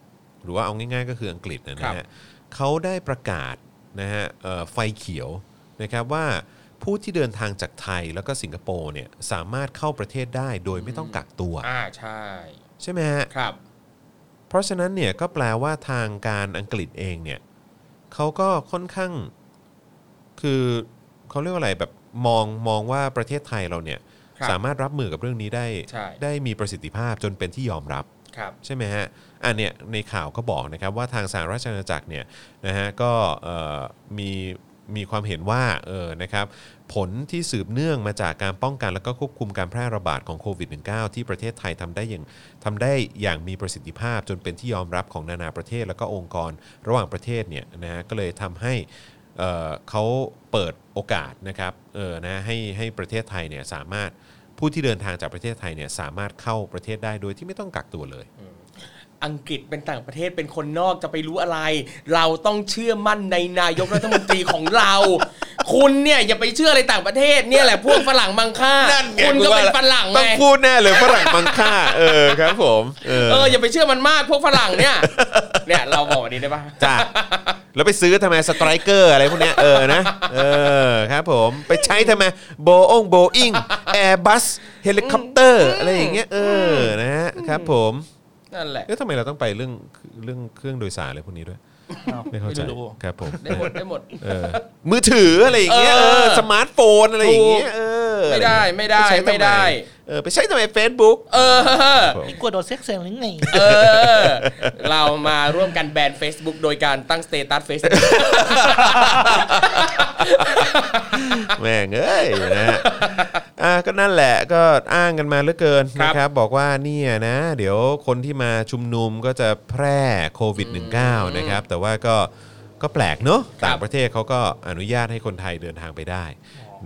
Speaker 1: หรือว่าเอาง่ายๆ ก็คืออังกฤษนะ
Speaker 2: ครับ
Speaker 1: นะฮะเขาได้ประกาศนะฮะเอ่อไฟเขียวนะครับว่าผู้ที่เดินทางจากไทยแล้วก็สิงคโปร์เนี่ยสามารถเข้าประเทศได้โดยไม่ต้องกักตัว
Speaker 2: อ่าใช่
Speaker 1: ใช่ไหมฮะ
Speaker 2: ครับ
Speaker 1: เพราะฉะนั้นเนี่ยก็แปลว่าทางการอังกฤษเองเนี่ยเขาก็ค่อนข้างคือเขาเรียกว่าอะไรแบบมองมองว่าประเทศไทยเราเนี่ย
Speaker 2: ครับ
Speaker 1: สามารถรับมือกับเรื่องนี้ได้
Speaker 2: ใช่
Speaker 1: ได้มีประสิทธิภาพจนเป็นที่ยอมรับ
Speaker 2: ครับ
Speaker 1: ใช่ไหมฮะ อันเนี้ยในข่าวก็บอกนะครับว่าทางสหราชอาณาจักรเนี่ยนะฮะก็เอ่อมีมีความเห็นว่าเออนะครับผลที่สืบเนื่องมาจากการป้องกันและก็ควบคุมการแพร่ระบาดของโควิด -19 ที่ประเทศไทยทำได้อย่างทำได้อย่างมีประสิทธิภาพจนเป็นที่ยอมรับของนานาประเทศ และก็องค์กรระหว่างประเทศเนี่ยนะฮะก็เลยทำให้ เอ่อเขาเปิดโอกาสนะครับเออนะให้ให้ประเทศไทยเนี่ยสามารถผู้ที่เดินทางจากประเทศไทยเนี่ยสามารถเข้าประเทศได้โดยที่ไม่ต้องกักตัวเลย
Speaker 2: อังกฤษเป็นต่างประเทศเป็นคนนอกจะไปรู้อะไร เราต้องเชื่อมั่นในนายกรัฐมนตรีของเรา คุณเนี่ยอย่าไปเชื่ออะไรต่างประเทศเนี่ยแหละพวกฝรั่งมังค่า
Speaker 1: นั่นไง
Speaker 2: คุณก็เป็นฝรั่ง
Speaker 1: ต้
Speaker 2: ไง
Speaker 1: องพูดแน่เลยฝรั่งมังค่า เออครับผมเออ
Speaker 2: เอออย่าไปเชื่อมันมากพวกฝรั่งเนี่ย เนี่ยเราบอกแบบนี้ได้ปะ
Speaker 1: จ้ะแล้วไปซื้อทำไมสไตรเกอร์อะไรพวกเนี้ยเออนะเออครับผมไปใช้ทำไมโบองโบอิงแอร์บัสเฮลิคอปเตอร์อะไรอย่างเงี้ยเออนะฮะครับผม
Speaker 2: นั่นแหละ
Speaker 1: แล้วทำไมเราต้องไปเรื่องเรื่องเครื่องโดยสารอะไรพวกนี้ด้วย
Speaker 3: อ้าว
Speaker 1: ไม่เข้าใจ
Speaker 3: รู้
Speaker 1: ครับผม
Speaker 2: ได้หมดได้หมด
Speaker 1: เออมือถืออะไรอย่างเงี้ย
Speaker 2: เอ
Speaker 1: เอ
Speaker 2: อ
Speaker 1: อสมาร์ทโฟนอะไรอย่างเงี้ยเออ
Speaker 2: ไม่ได้ไม่ได้
Speaker 1: ปใช้ทำ
Speaker 2: ไม่ได้
Speaker 1: เออไปใช้ทำไม Facebook
Speaker 2: เออ
Speaker 3: ไอ้กลัวโดนเซ็กเซนหรือไง
Speaker 2: เออ เรามาร่วมกันแบน Facebook โดยการตั้งสเตตัส Facebook
Speaker 1: แม่งเอ้ยนะฮะอ่ะก็นั่นแหละก็อ้างกันมาเหลือเกิน
Speaker 2: ครับ
Speaker 1: นะครับ บอกว่าเนี่ยนะ เดี๋ยวคนที่มาชุมนุมก็จะแพร่โควิด -19 นะครับ แต่ว่าก็ก็แปลกเนอะ
Speaker 2: ครับ
Speaker 1: ต่างประเทศเขาก็อนุญาตให้คนไทยเดินทางไปได้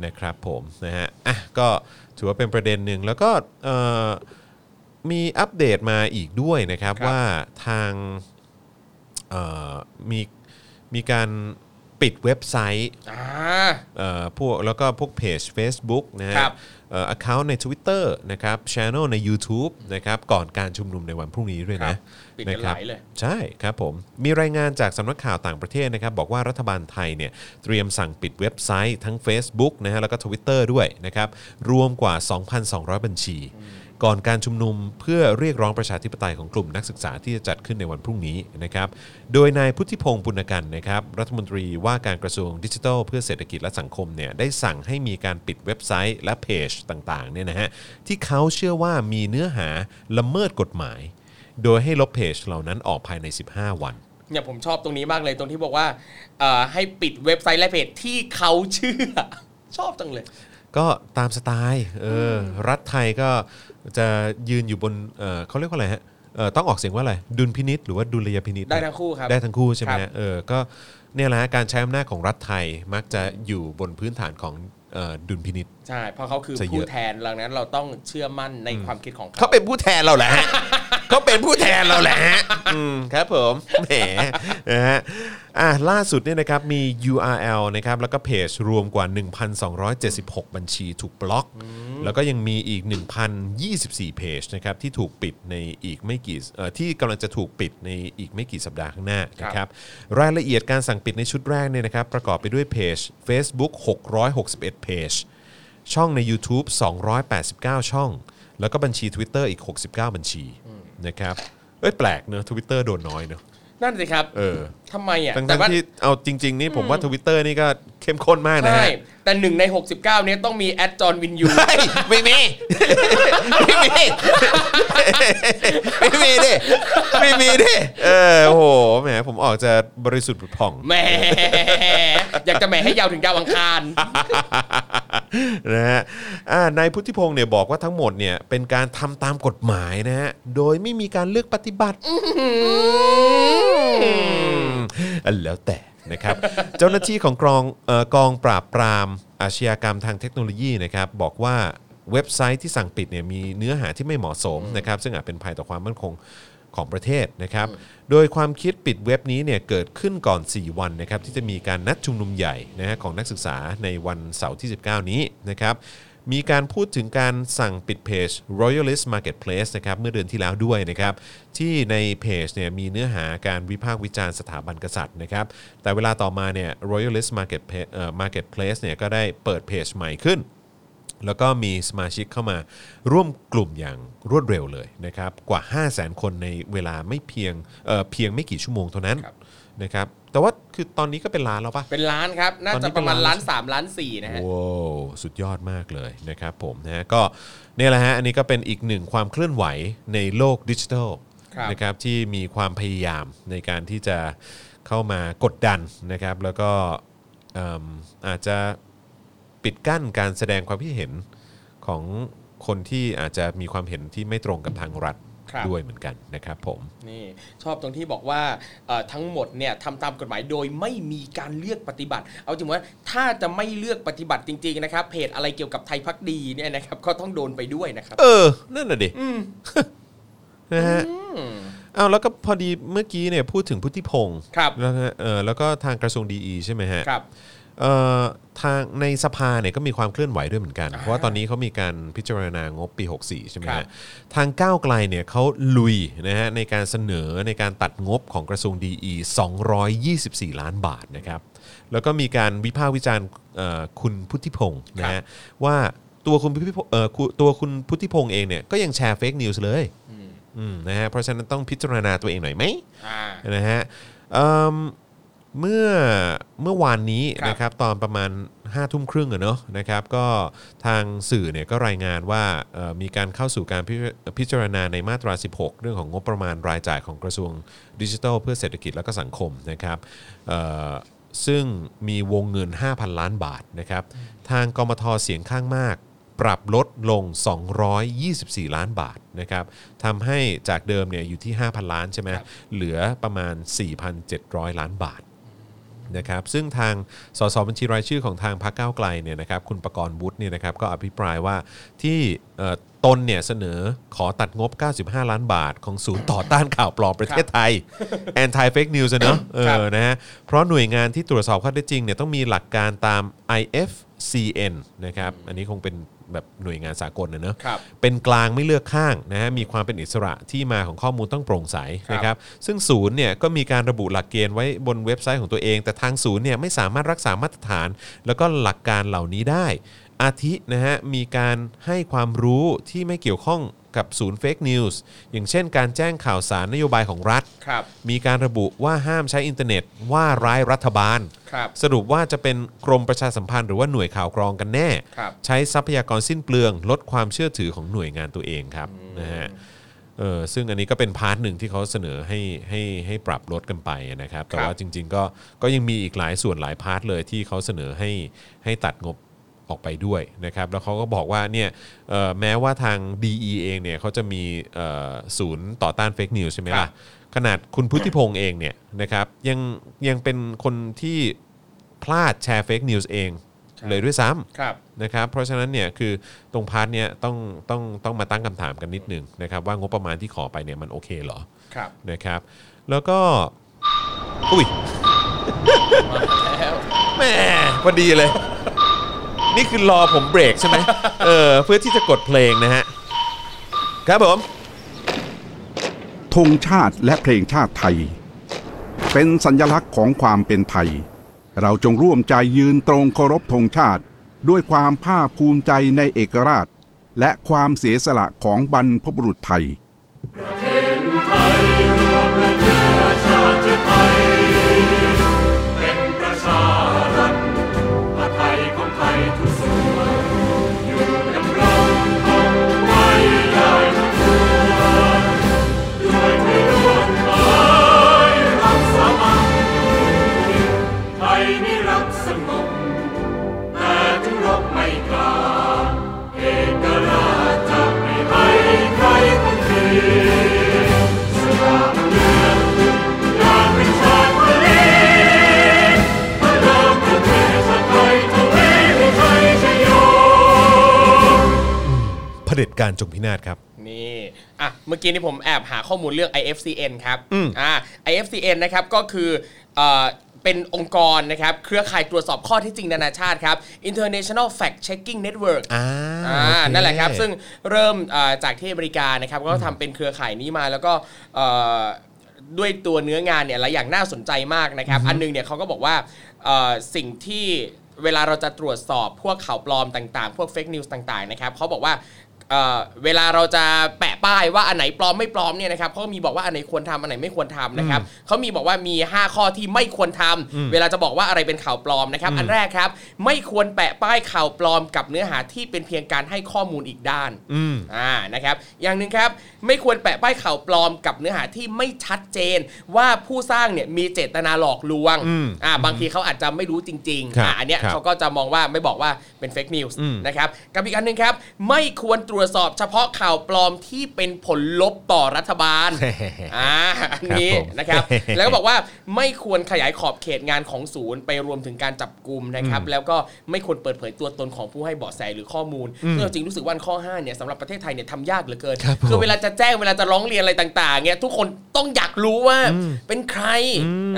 Speaker 1: นะครับผมนะฮะอ่ะก็ถือว่าเป็นประเด็นหนึ่งแล้วก็เอ่อ มีอัปเดตมาอีกด้วยนะครับ
Speaker 2: ครับ
Speaker 1: ว่าทางเอ่อมีมีการปิดเว็บไซต์
Speaker 2: อ่า
Speaker 1: เอ่อพวกแล้วก็พวกเพจ Facebook นะฮะ
Speaker 2: ครับ
Speaker 1: เอ่อ account ใน Twitter นะครับ channel ใน YouTube นะครับก่อนการชุมนุมในวันพรุ่งนี้ด้วย
Speaker 2: ครั
Speaker 1: นะ
Speaker 2: บปิดกัน
Speaker 1: ครั
Speaker 2: หลายเลย
Speaker 1: ใช่ครับผม มีรายงานจากสำนักข่าวต่างประเทศนะครับ บอกว่ารัฐบาลไทยเนี่ยเตรียมสั่งปิดเว็บไซต์ทั้ง Facebook นะฮะแล้วก็ Twitter ด้วยนะครับ รวมกว่า 2,200 บัญชี ก่อนการชุมนุมเพื่อเรียกร้องประชาธิปไตยของกลุ่มนักศึกษาที่จะจัดขึ้นในวันพรุ่งนี้นะครับ โดยนายพุทธิพงศ์ปุณกันนะครับ รัฐมนตรีว่าการกระทรวงดิจิทัล เพื่อเศรษฐกิจและสังคมเนี่ยได้สั่งให้มีการปิดเว็บไซต์และเพจต่างๆเนี่ยนะฮะที่เขาเชื่อว่ามีเนื้อหาละเมิดกฎหมาย โดยให้ลบเพจเหล่านั้นออกภายใน 15 วัน
Speaker 2: เนี่ยผมชอบตรงนี้มากเลยตรงที่บอกว่าเอ่อให้ปิดเว็บไซต์และเพจที่เขาเชื่อ ชอบจังเลย
Speaker 1: ก็ตามสไตล์เอออรัฐไทยก็จะยืนอยู่บนเออเขาเรียกว่าอะไรฮะเออต้องออกเสียงว่าอะไรดุลพินิษหรือว่าดุลยพินิษ
Speaker 2: ได้ทั้งคู่ครับ
Speaker 1: ได้ทั้งคู่ใช่ไหม
Speaker 2: ครั
Speaker 1: ฮะ
Speaker 2: บ
Speaker 1: เออก็เนี่ยแหละฮะการใช้อำนาจของรัฐไทยมักจะอยู่บนพื้นฐานของเอ่อดุลพินิษ
Speaker 2: ใช่เพราะเขาคือ
Speaker 1: ซะเยอะ
Speaker 2: ผู้แทนดังนั้นเราต้องเชื่อมั่นในความคิดของเขา
Speaker 1: เขาเป็นผู้แทนเราแหละฮะ เขาเป็นผู้แทนเราแหละฮะอืมครับผมแหมนะฮะอ่ะล่าสุดเนี่ยนะครับมี URL นะครับแล้วก็เพจรวมกว่า 1,276 บัญชีถูกบล็อก แล้วก็ยังมีอีก 1,024 เพจนะครับที่ถูกปิดในอีกไม่กี่เอ่อที่กำลังจะถูกปิดในอีกไม่กี่สัปดาห์ข้างหน้านะครับรายละเอียดการสั่งปิดในชุดแรกเนี่ยนะครับประกอบไปด้วยเพจ Facebook 661 เพจ ช่องใน YouTube 289 ช่อง แล้วก็บัญชี Twitter อีก 69 บัญชีนะครับเอ้ยแปลกเนอะทวิตเตอร์โดนน้อยเนอะ
Speaker 2: นั่นสิครับ
Speaker 1: เออ
Speaker 2: ทำไมอ่ะ
Speaker 1: ทั้ง
Speaker 2: แต่
Speaker 1: ทั้ง
Speaker 2: ว่า
Speaker 1: ที่เอาจริง ๆ นี่ผมว่าทวิตเตอร์นี่ก็เข้มข้นมากนะ
Speaker 2: ใช่
Speaker 1: ฮะ
Speaker 2: แต่หนึ่งใน 69 เนี้ยต้องมีแอดจอห์นวินยู
Speaker 1: ไม่มี ไม่มี ไม่มีดิ ไม่มีดิ เออโอ้โห แหม ผมออกจะบริสุทธิ์ผุดผ่อง
Speaker 2: แหมอยากจะแหมให้ยาวถึงดาวอังคาร
Speaker 1: นะฮะอ่านายพุทธิพงศ์เนี่ยบอกว่าทั้งหมดเนี่ยเป็นการทำตามกฎหมายนะฮะ โดยไม่มีการเลือกปฏิบัติ อันแล้วแต่นะครับ เจ้าหน้าที่ของกองเอ่อกองปราบปรามอาชญากรรมทางเทคโนโลยีนะครับ บอกว่าเว็บไซต์ที่สั่งปิดเนี่ยมีเนื้อหาที่ไม่เหมาะสมนะครับ ซึ่งอาจเป็นภัยต่อความมั่นคงของประเทศนะครับ โดยความคิดปิดเว็บนี้เนี่ยเกิดขึ้นก่อน 4 วันนะครับ ที่จะมีการนัดชุมนุมใหญ่นะฮะของนักศึกษาในวันเสาร์ที่ 19 นี้นะครับ มีการพูดถึงการสั่งปิดเพจ Royalist Marketplace นะครับเมื่อเดือนที่แล้วด้วยนะครับ ที่ในเพจเนี่ยมีเนื้อหาการวิพากษ์วิจารณ์สถาบันกษัตริย์นะครับ แต่เวลาต่อมาเนี่ย Royalist Market Pla- เอ่อ Marketplace เนี่ยก็ได้เปิดเพจใหม่ขึ้น แล้วก็มีสมาชิกเข้ามาร่วมกลุ่มอย่างรวดเร็วเลยนะครับ กว่า 5 0 0 0 0 0 คนในเวลาไม่เพียงเอ่อเพียงไม่กี่ชั่วโมงเท่านั้น
Speaker 2: ครับ
Speaker 1: นะครับ แต่ว่าคือตอนนี้ก็เป็นล้านแล้วปะ
Speaker 2: เป็นล้านครับ น่าจะประมาณล้านสามล้านสี่นะฮะ
Speaker 1: โว้าวสุดยอดมากเลยนะครับผมนะฮะก็เนี่ยแหละฮะอันนี้ก็เป็นอีกหนึ่งความเคลื่อนไหวในโลกดิจิทัล
Speaker 2: ครับ
Speaker 1: นะครับที่มีความพยายามในการที่จะเข้ามากดดันนะครับ แล้วก็เอิ่มอาจจะปิดกั้นการแสดงความคิดเห็นของคนที่อาจจะมีความเห็นที่ไม่ตรงกับทางรัฐ
Speaker 2: ครับ
Speaker 1: ด้วยเหมือนกันนะครับผม
Speaker 2: นี่ชอบตรงที่บอกว่าเอ่อทั้งหมดเนี่ยทำตามกฎหมายโดยไม่มีการเลือกปฏิบัติ เอาจริงว่าถ้าจะไม่เลือกปฏิบัติจริงๆนะครับเพจอะไรเกี่ยวกับไทยพักดีเนี่ยนะครับ ก็ต้องโดนไปด้วยนะครับ
Speaker 1: เออ นั่นน่ะดินะฮะเอาแล้วก็พอดีเมื่อกี้เนี่ยพูดถึงพุทธิพงศ์
Speaker 2: ครับ
Speaker 1: แล้วก็เออแล้วก็ทางกระทรวงดีใช่ไหมฮะ
Speaker 2: ครับ
Speaker 1: เอ่อทางในสภาเนี่ยก็มีความเคลื่อนไหวด้วยเหมือนกัน เพราะว่าตอนนี้เขามีการพิจารณางบปี 64 ใช่ไหม
Speaker 2: ครั
Speaker 1: ฮะ
Speaker 2: บ
Speaker 1: ทางก้าวไกลเนี่ยเขาลุยนะฮะในการเสนอในการตัดงบของกระทรวงดีอี224 ล้านบาทนะครับ แล้วก็มีการวิพากษ์วิจารณ์เอ่อคุณพุทธิพงศ์นะฮะว่าตัวคุณพุทธิพงศ์เอ่อคุณตัวคุณพุทธิพงศ์เองเนี่ยก็ยังแชร์เฟกนิวส์เลยอืมนะฮะเพราะฉะนั้นต้องพิจารณาตัวเองหน่อยไหม
Speaker 2: อ่า
Speaker 1: นะฮะเอิ่มเมื่อเมื่อวานนี้
Speaker 2: ครับ
Speaker 1: นะครับตอนประมาณ5้าทุ่มครึ่งอะเนาะนะครับก็ทางสื่อเนี่ยก็รายงานว่าเอ่อมีการเข้าสู่การพิพิจารณาในมาตรา 16 เรื่องของงบประมาณรายจ่ายของกระทรวงดิจิทัล เพื่อเศรษฐกิจและก็สังคมนะครับเอ่อซึ่งมีวงเงิน 5,000 ล้านบาทนะครับทางกมทเสียงข้างมาก ปรับลดลง 224 ล้านบาทนะครับทำให้จากเดิมเนี่ยอยู่ที่ 5,000 ล้านใช่ไหม
Speaker 2: ครับ
Speaker 1: เหลือประมาณ 4,700 ล้านบาทนะครับซึ่งทางสสบัญชีรายชื่อของทางพรรคก้าวไกลเนี่ยนะครับคุณประกรณ์วุฒิเนี่ยนะครับก็อภิปรายว่าที่เอ่อตนเนี่ยเสนอขอตัดงบ 95 ล้านบาท ของศูนย์ต่อต้านข่าวปลอมประเทศไทย anti fake news อะเนอะเอ
Speaker 2: ครับ
Speaker 1: อนะฮะเพราะหน่วยงานที่ตรวจสอบข้อเท็จจริงเนี่ยต้องมีหลักการตาม IFCN นะครับอันนี้คงเป็นแบบหน่วยงานสากลนะเนอะ
Speaker 2: ครับ
Speaker 1: เป็นกลางไม่เลือกข้างนะฮะมีความเป็นอิสระที่มาของข้อมูลต้องโปร่งใส
Speaker 2: ครับ
Speaker 1: นะครับซึ่งศูนย์เนี่ยก็มีการระบุหลักเกณฑ์ไว้บนเว็บไซต์ของตัวเอง แต่ทางศูนย์เนี่ยไม่สามารถรักษามาตรฐาน แล้วก็หลักการเหล่านี้ได้ อาทินะฮะมีการให้ความรู้ที่ไม่เกี่ยวข้องกับศูนย์เฟกนิวส์อย่างเช่นการแจ้งข่าวสารนโยบายของรัฐ
Speaker 2: ครับ
Speaker 1: มีการระบุว่าห้ามใช้อินเทอร์เน็ต ว่าร้ายรัฐบาล
Speaker 2: ครับ
Speaker 1: สรุปว่าจะเป็นกรมประชาสัมพันธ์หรือว่าหน่วยข่าวกรองกันแน่
Speaker 2: ครับ
Speaker 1: ใช้ทรัพยากรสิ้นเปลือง ลดความเชื่อถือของหน่วยงานตัวเองครับนะฮะเออซึ่งอันนี้ก็เป็นพาร์ทหนึ่งที่เขาเสนอให้ให้ให้ปรับลดกันไปนะครับ แต่
Speaker 2: ครับ
Speaker 1: ว่าจริง ๆ ก็ก็ยังมีอีกหลายส่วนหลายพาร์ทเลยที่เขาเสนอให้ให้ตัดงบออกไปด้วยนะครับ แล้วเขาก็บอกว่าเนี่ยเอ่อแม้ว่าทาง DE เองเนี่ยเขาจะมีเอ่อศูนย์ต่อต้านเฟกนิวใช่ไหม
Speaker 2: ครั
Speaker 1: ล่ะ
Speaker 2: บ
Speaker 1: ขนาดคุณพุทธิพงษ์เองเนี่ยนะครับยังยังเป็นคนที่พลาดแชร์เฟกนิวส์เอง
Speaker 2: ใช่
Speaker 1: เลยด้วยซ้ำ
Speaker 2: ครับ
Speaker 1: นะครับเพราะฉะนั้นเนี่ยคือตรงพาร์ทเนี่ยต้องต้องต้องมาตั้งคำถามกันนิดนึงนะครับว่างบประมาณที่ขอไปเนี่ยมันโอเคเหรอ
Speaker 2: ครับ
Speaker 1: นะครับแล้วก็อุ้ย
Speaker 2: มาแล้ว
Speaker 1: แหม่พอดีเลย นี่คือรอผมเบรกใช่ไหมเออเพื่อที่จะกดเพลงนะฮะครับผม
Speaker 4: ธงชาติและเพลงชาติไทย เป็นสัญลักษณ์ของความเป็นไทย เราจงร่วมใจยืนตรงเคารพธงชาติ ด้วยความภาคภูมิใจในเอกราช และความเสียสละของบรรพบุรุษไทย
Speaker 5: เป็นประชารัฐอาไทยของไทย
Speaker 1: การจงพินาศครับ
Speaker 2: นี่อ่ะเมื่อกี้นี่ผมแอบหาข้อมูลเรื่อง IFCN ครับอ่า IFCN นะครับก็คือเอ่อเป็นองค์กรนะครับเครือข่ายตรวจสอบข้อเที่จริงนานาชาติครับ International Fact Checking Network
Speaker 1: อ่า
Speaker 2: อ่า
Speaker 1: โอเค
Speaker 2: นั่นแหละครับ ซึ่งเริ่มอ่าจากที่อเมริกานะครับ ก็ทำเป็นเครือข่ายนี้มาแล้วก็เอ่อด้วยตัวเนื้องานเนี่ยหลายอย่างน่าสนใจมากนะครับ อันหนึงเนี่ยเขาก็บอกว่าเอ่อสิ่งที่เวลาเราจะตรวจสอบพวกข่าวปลอมต่างๆ พวกเฟกนิวส์ต่างๆนะครับเขาบอกว่าเอ่อเวลาเราจะแปะป้ายว่าอันไหนปลอมไม่ปลอมเนี่ยนะครับเขาก็มีบอกว่าอันไหนควรทำอันไหนไม่ควรทำนะครับเขามีบอกว่ามี 5 ข้อที่ไม่ควรทำเวลาจะบอกว่าอะไรเป็นข่าวปลอมนะครับ อันแรกครับ ไม่ควรแปะป้ายข่าวปลอมกับเนื้อหาที่เป็นเพียงการให้ข้อมูลอีกด้าน
Speaker 1: อืม
Speaker 2: อ่า นะครับ อย่างหนึ่งครับ ไม่ควรแปะป้ายข่าวปลอมกับเนื้อหาที่ไม่ชัดเจน ว่าผู้สร้างเนี่ยมีเจตนาหลอกลวง
Speaker 1: อืม
Speaker 2: อ่า บางทีเขาอาจจะไม่รู้จริง
Speaker 1: ครับ
Speaker 2: ๆอ่า อันเนี้ย
Speaker 1: ครับ
Speaker 2: เขาก็จะมองว่าไม่บอกว่าเป็นเฟกนิวส์
Speaker 1: อืม
Speaker 2: นะครับ กับอีกอันหนึ่งครับ ไม่ควรตรวจสอบเฉพาะข่าวปลอมที่เป็นผลลบต่อรัฐบาล อ่าอันนี้
Speaker 1: ครับผม
Speaker 2: นะครับ แล้วก็บอกว่าไม่ควรขยายขอบเขตงานของศูนย์ไปรวมถึงการจับกลุ่มนะครับ แล้วก็ไม่ควรเปิดเผยตัวตนของผู้ให้เบาะแสหรือข้อมูลซึ่งเราจริงรู้สึกว่าข้อ5เนี่ยสำหรับประเทศไทยเนี่ยทำยากเหลือเกิน
Speaker 1: ครับผม
Speaker 2: อเวลาจะแจ้งเวลาจะร้องเรียนอะไรต่างๆเนี่ยทุกคนต้องอยากรู้ว่าเป็นใคร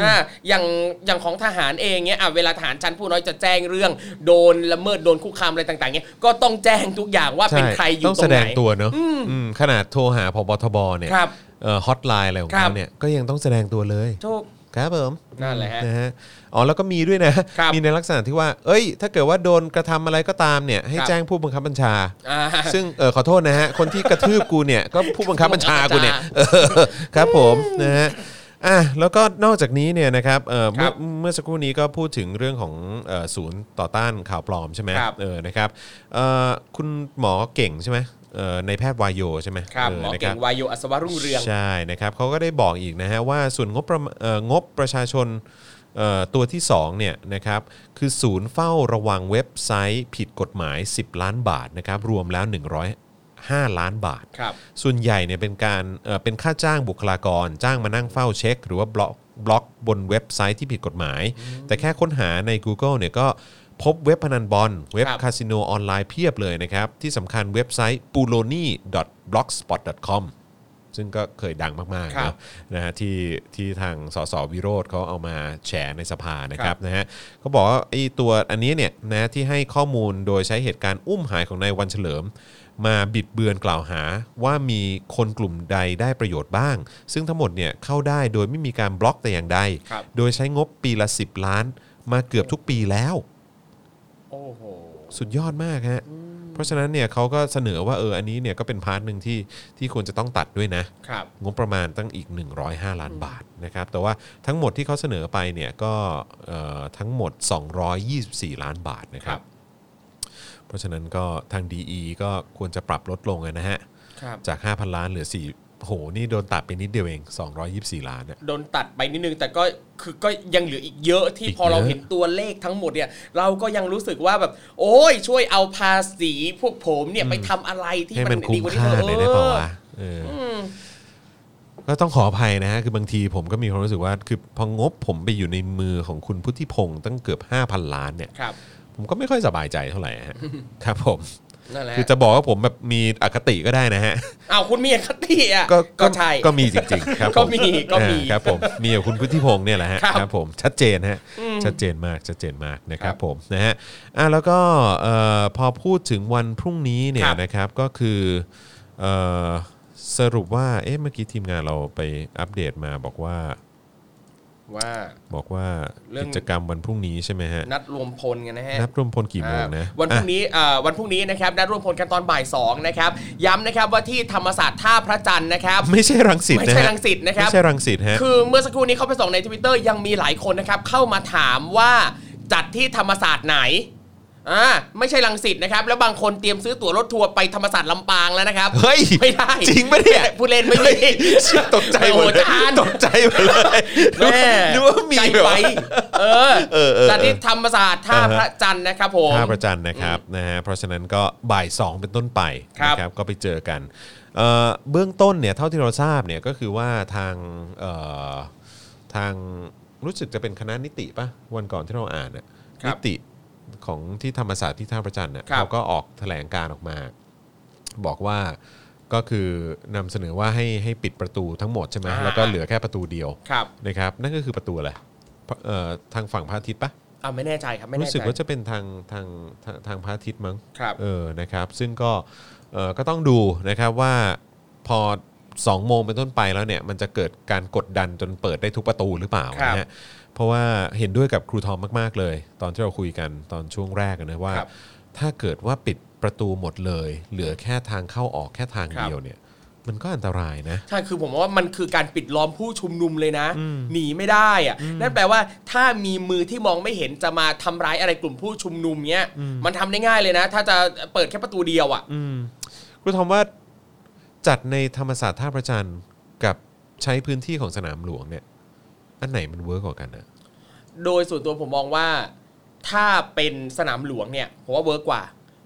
Speaker 2: อ่าอย่างอย่างของทหารเองเนี่ยอ่ะเวลาทหารชั้นผู้น้อยจะแจ้งเรื่องโดนละเมิดโดนคุกคามอะไรต่างๆเนี่ยก็ต้องแจ้งทุกอย่างว่าเป็นใครอยู่
Speaker 1: ต้อง
Speaker 2: ตร
Speaker 1: แส
Speaker 2: งไห
Speaker 1: ด
Speaker 2: น
Speaker 1: งตัวเนอะอืมขนาดโทรหาพบทบเนี่ย
Speaker 2: ครับ
Speaker 1: ฮอตไลน์อะไรของ
Speaker 2: ครั
Speaker 1: เขา
Speaker 2: บ
Speaker 1: เนี่ยก็ยังต้องแสดงตัวเลย
Speaker 2: ถูก
Speaker 1: ครับผม
Speaker 2: นั่นแหละฮะ
Speaker 1: นะฮะอ๋อแล้วก็มีด้วยนะ
Speaker 2: ครับ
Speaker 1: มีในลักษณะที่ว่า เอ้ย ถ้าเกิดว่าโดนกระทำอะไรก็ตามเนี่ยให้
Speaker 2: ครับ
Speaker 1: แจ้งผู้บังคับบัญชา
Speaker 2: อ่า
Speaker 1: ซึ่งเออขอโทษนะฮะ คนที่กระทืบกูเนี่ย ก็ผู้บังคับบัญชากู เนี่ยเออครับผมนะฮะอ่ะแล้วก็นอกจากนี้เนี่ยนะครับเออเมื่
Speaker 2: ครั
Speaker 1: อบ เมื่อสักครู่นี้ก็พูดถึงเรื่องของเอ่อศูนย์ต่อต้านข่าวปลอมใช่ไหม
Speaker 2: ครับ
Speaker 1: เออนะครับเอ่อคุณหมอเก่งใช่ไหมเออในแพทย์วายโยใช่ไหม
Speaker 2: ครับหมอ
Speaker 1: นะค
Speaker 2: เก่
Speaker 1: รับ
Speaker 2: งวายโยอัศวรุ่งเรือง
Speaker 1: ใช่นะครับเขาก็ได้บอกอีกนะฮะว่าส่วนงบประมาเอ่องบประชาชนเอ่อตัวที่2เนี่ยนะครับคือศูนย์เฝ้าระวังเว็บไซต์ผิดกฎหมาย 10 ล้านบาทนะครับรวมแล้ว 105 ล้านบาท
Speaker 2: ครับ
Speaker 1: ส่วนใหญ่เนี่ยเป็นการเอ่อเป็นค่าจ้างบุคลากร จ้างมานั่งเฝ้าเช็ค หรือว่าบล็อกบล็อกบนเว็บไซต์ที่ผิดกฎหมาย แต่แค่ค้นหาใน Google เนี่ยก็พบเว็บพนันบอลเว็บ
Speaker 2: ครับ
Speaker 1: คาสิโนออนไลน์เพียบเลยนะครับ ที่สำคัญเว็บไซต์ p u l o n i b l o g s p o t c o m ซึ่งก็เคยดังมากๆ
Speaker 2: ครั
Speaker 1: นะ
Speaker 2: บ
Speaker 1: นะฮะที่ที่ทางสสวิโรธเขาเอามาแฉในสภานะค
Speaker 2: ครั
Speaker 1: รับบ นะฮะเขาบอกว่าไอ้ตัวอันนี้เนี่ยนะที่ให้ข้อมูลโดยใช้เหตุการณ์อุ้มหายของนายวันเฉลิม มาบิดเบือนกล่าวหาว่ามีคนกลุ่มใดได้ประโยชน์บ้าง ซึ่งทั้งหมดเนี่ยเข้าได้โดยไม่มีการบล็อกแต่อย่างใด
Speaker 2: ครับ
Speaker 1: โดยใช้งบปีละ 10 ล้านมาเกือบทุกปีแล้ว
Speaker 2: โอ้โห
Speaker 1: สุดยอดมากฮะ เพราะฉะนั้นเนี่ยเขาก็เสนอว่าเอออันนี้เนี่ยก็เป็นพาร์ทหนึ่งที่ที่ควรจะต้องตัดด้วยนะ
Speaker 2: ครับ
Speaker 1: งบประมาณตั้งอีก 105 ล้านบาทนะครับ แต่ว่าทั้งหมดที่เขาเสนอไปเนี่ยก็เอ่อทั้งหมด 224 ล้านบาทนะครั
Speaker 2: ครับ บ
Speaker 1: เพราะฉะนั้นก็ทาง DE ก็ควรจะปรับลดลงอะนะฮะ
Speaker 2: ครับ
Speaker 1: จาก 5,000 ล้านเหลือ4โห นี่โดนตัดไปนิดเดียวเอง 224 ล้านเนี่ย
Speaker 2: โดนตัดไปนิดนึง แต่ก็คือก็ยังเหลืออีกเยอะที่
Speaker 1: อีก
Speaker 2: พอเรา
Speaker 1: เยอะ
Speaker 2: เห็นตัวเลขทั้งหมดเนี่ย เราก็ยังรู้สึกว่าแบบ โอ้ยช่วยเอาภาษีพวกผมเนี่ยไปทำอะไรที่
Speaker 1: ให้
Speaker 2: มั
Speaker 1: มันนคุ้
Speaker 2: ดี
Speaker 1: ม
Speaker 2: กว่านี้
Speaker 1: ค่า
Speaker 2: เถ
Speaker 1: หน่อยได้เปล่า
Speaker 2: อะ
Speaker 1: วะเอออก็ต้องขออภัยนะฮะ คือบางทีผมก็มีความรู้สึกว่า คือพองบผมไปอยู่ในมือของคุณพุทธิพงศ์ตั้งเกือบ 5,000 ล้านเนี่ย
Speaker 2: ครับ
Speaker 1: ผมก็ไม่ค่อยสบายใจเท่าไหร่ ฮะ ครับผม
Speaker 2: นั่นแหละ
Speaker 1: คือจะบอกว่าผมแบบมีอคติก็ได้นะ ฮะ
Speaker 2: อ้าวคุณมีอคติอ่ะ
Speaker 1: ก็
Speaker 2: ก็ใช่
Speaker 1: ก็มีจริงๆ ครับผ
Speaker 2: ก็มีก็มี
Speaker 1: อ่าครับผมมีกับคุณพุทธิพงศ์เนี่ยแหละฮะ
Speaker 2: ครับ
Speaker 1: ครับผมชัดเจนฮะชัดเจนมากชัดเจนมากนะครับผมนะฮะอ่ะแล้วก็เอ่อพอพูดถึงวันพรุ่งนี้เนี่ย
Speaker 2: ครับ
Speaker 1: นะครับก็คือเอ่อสรุปว่าเอ๊ะเมื่อกี้ทีมงานเราไปอัปเดตมาบอกว่า
Speaker 2: ว่า
Speaker 1: บอกว่า
Speaker 2: เรื่อง
Speaker 1: กิจกรรมวันพรุ่งนี้ใช่ไหมฮะ
Speaker 2: นัดรวมพลกันนะฮะ
Speaker 1: นับรวมพลกี่โมงนะ
Speaker 2: อ่าวันพรุ่ง
Speaker 1: อ่ะ
Speaker 2: นี้อ่าวันพรุ่งนี้นะครับนัดร่วมพลกันตอนบ่ายสองนะครับ ย้ำนะครับว่าที่ธรรมศาสตร์ท่าพระจันทร์นะครับ
Speaker 1: ไม่ใช่รังสิตนะฮะ
Speaker 2: ไม่ใช่รังสิตนะครับ
Speaker 1: ไม่ใช่รังสิตฮะ
Speaker 2: คือเมื่อสักครู่นี้เข้าไปส่องในทวิตเตอร์ยังมีหลายคนนะครับ เข้ามาถามว่าจัดที่ธรรมศาสตร์ไหนอ่าไม่ใช่รังสิตนะครับ แล้วบางคนเตรียมซื้อตั๋วรถทัวร์ไปธรรมศาสตร์ลำปางแล้วนะครับ
Speaker 1: เฮ้ย
Speaker 2: ไม่ได้
Speaker 1: จริงปะเนี่ย
Speaker 2: ผู้เล่นไม่มี
Speaker 1: ตกใจหมดเล
Speaker 2: โอ้
Speaker 1: ย
Speaker 2: จาน
Speaker 1: ตกใจหมดเลย
Speaker 2: แม่
Speaker 1: นึกว่ามี
Speaker 2: ใจ
Speaker 1: แบบ
Speaker 2: ไป
Speaker 1: ว่า
Speaker 2: เออ
Speaker 1: เออเออ
Speaker 2: จัดที่ธรรมศาสตร์ท่าพระจันทร์นะครับผม
Speaker 1: ท่าประจันทร์นะครับนะฮะเพราะฉะนั้นก็บ่าย 2 เป็นต้นไป
Speaker 2: ครับ
Speaker 1: นะครับก็ไปเจอกันเอ่อเบื้องต้นเนี่ยเท่าที่เราทราบเนี่ยก็คือว่าทางเอ่อทางรู้สึกจะเป็นคณะนิติปะวันก่อนที่เราอ่านน่ะ
Speaker 2: ครับ
Speaker 1: นิติของที่ธรรมศาสตร์ที่ท่าประจันทร์เนี่ย
Speaker 2: ครับ
Speaker 1: เขาก็ออกแถลงการออกมา บอกว่าก็คือนำเสนอว่าให้ให้ปิดประตูทั้งหมดใช่ไหม
Speaker 2: อ่า
Speaker 1: แล้วก็เหลือแค่ประตูเดียว
Speaker 2: ครับ
Speaker 1: นะครับ นั่นก็คือประตูอะไรพระเอ่อทางฝั่งพระอาทิตย์ปะ
Speaker 2: อ่าไม่แน่ใจครับไม่แน่
Speaker 1: รู้
Speaker 2: ใจ
Speaker 1: สึกว่าจะเป็นทางทางทางทางพระอาทิตย์มั้ง
Speaker 2: ครับ
Speaker 1: เออ นะครับ ซึ่งก็เออก็ต้องดูนะครับว่าพอ2โมงเป็นต้นไปแล้วเนี่ย มันจะเกิดการกดดันจนเปิดได้ทุกประตูหรือเปล่า
Speaker 2: ครับ
Speaker 1: นะฮะ เพราะว่าเห็นด้วยกับครูทอมมากๆเลย ตอนที่เราคุยกันตอนช่วงแรกอะนะว่า
Speaker 2: ครับ
Speaker 1: ถ้าเกิดว่าปิดประตูหมดเลย เหลือแค่ทางเข้าออกแค่ทาง
Speaker 2: ครับ
Speaker 1: เดียวเนี่ย มันก็อันตรายนะ
Speaker 2: ใช่คือผมว่ามันคือการปิดล้อมผู้ชุมนุมเลยนะ หนีไม่ได้อะนั่นแปลว่าถ้ามีมือที่มองไม่เห็นจะมาทำร้ายอะไรกลุ่มผู้ชุมนุมเนี้ยมันทำได้ง่ายเลยนะ ถ้าจะเปิดแค่ประตูเดียวอ่ะ
Speaker 1: ครูทอมว่าจัดในธรรมศาสตร์ท่าพระจันทร์กับใช้พื้นที่ของสนามหลวงเนี่ย อันไหนมันเวิร์กกว่ากันนะ
Speaker 2: โดยส่วนตัวผมมองว่าถ้าเป็นสนามหลวงเนี่ยผมว่าเวิร์กกว่า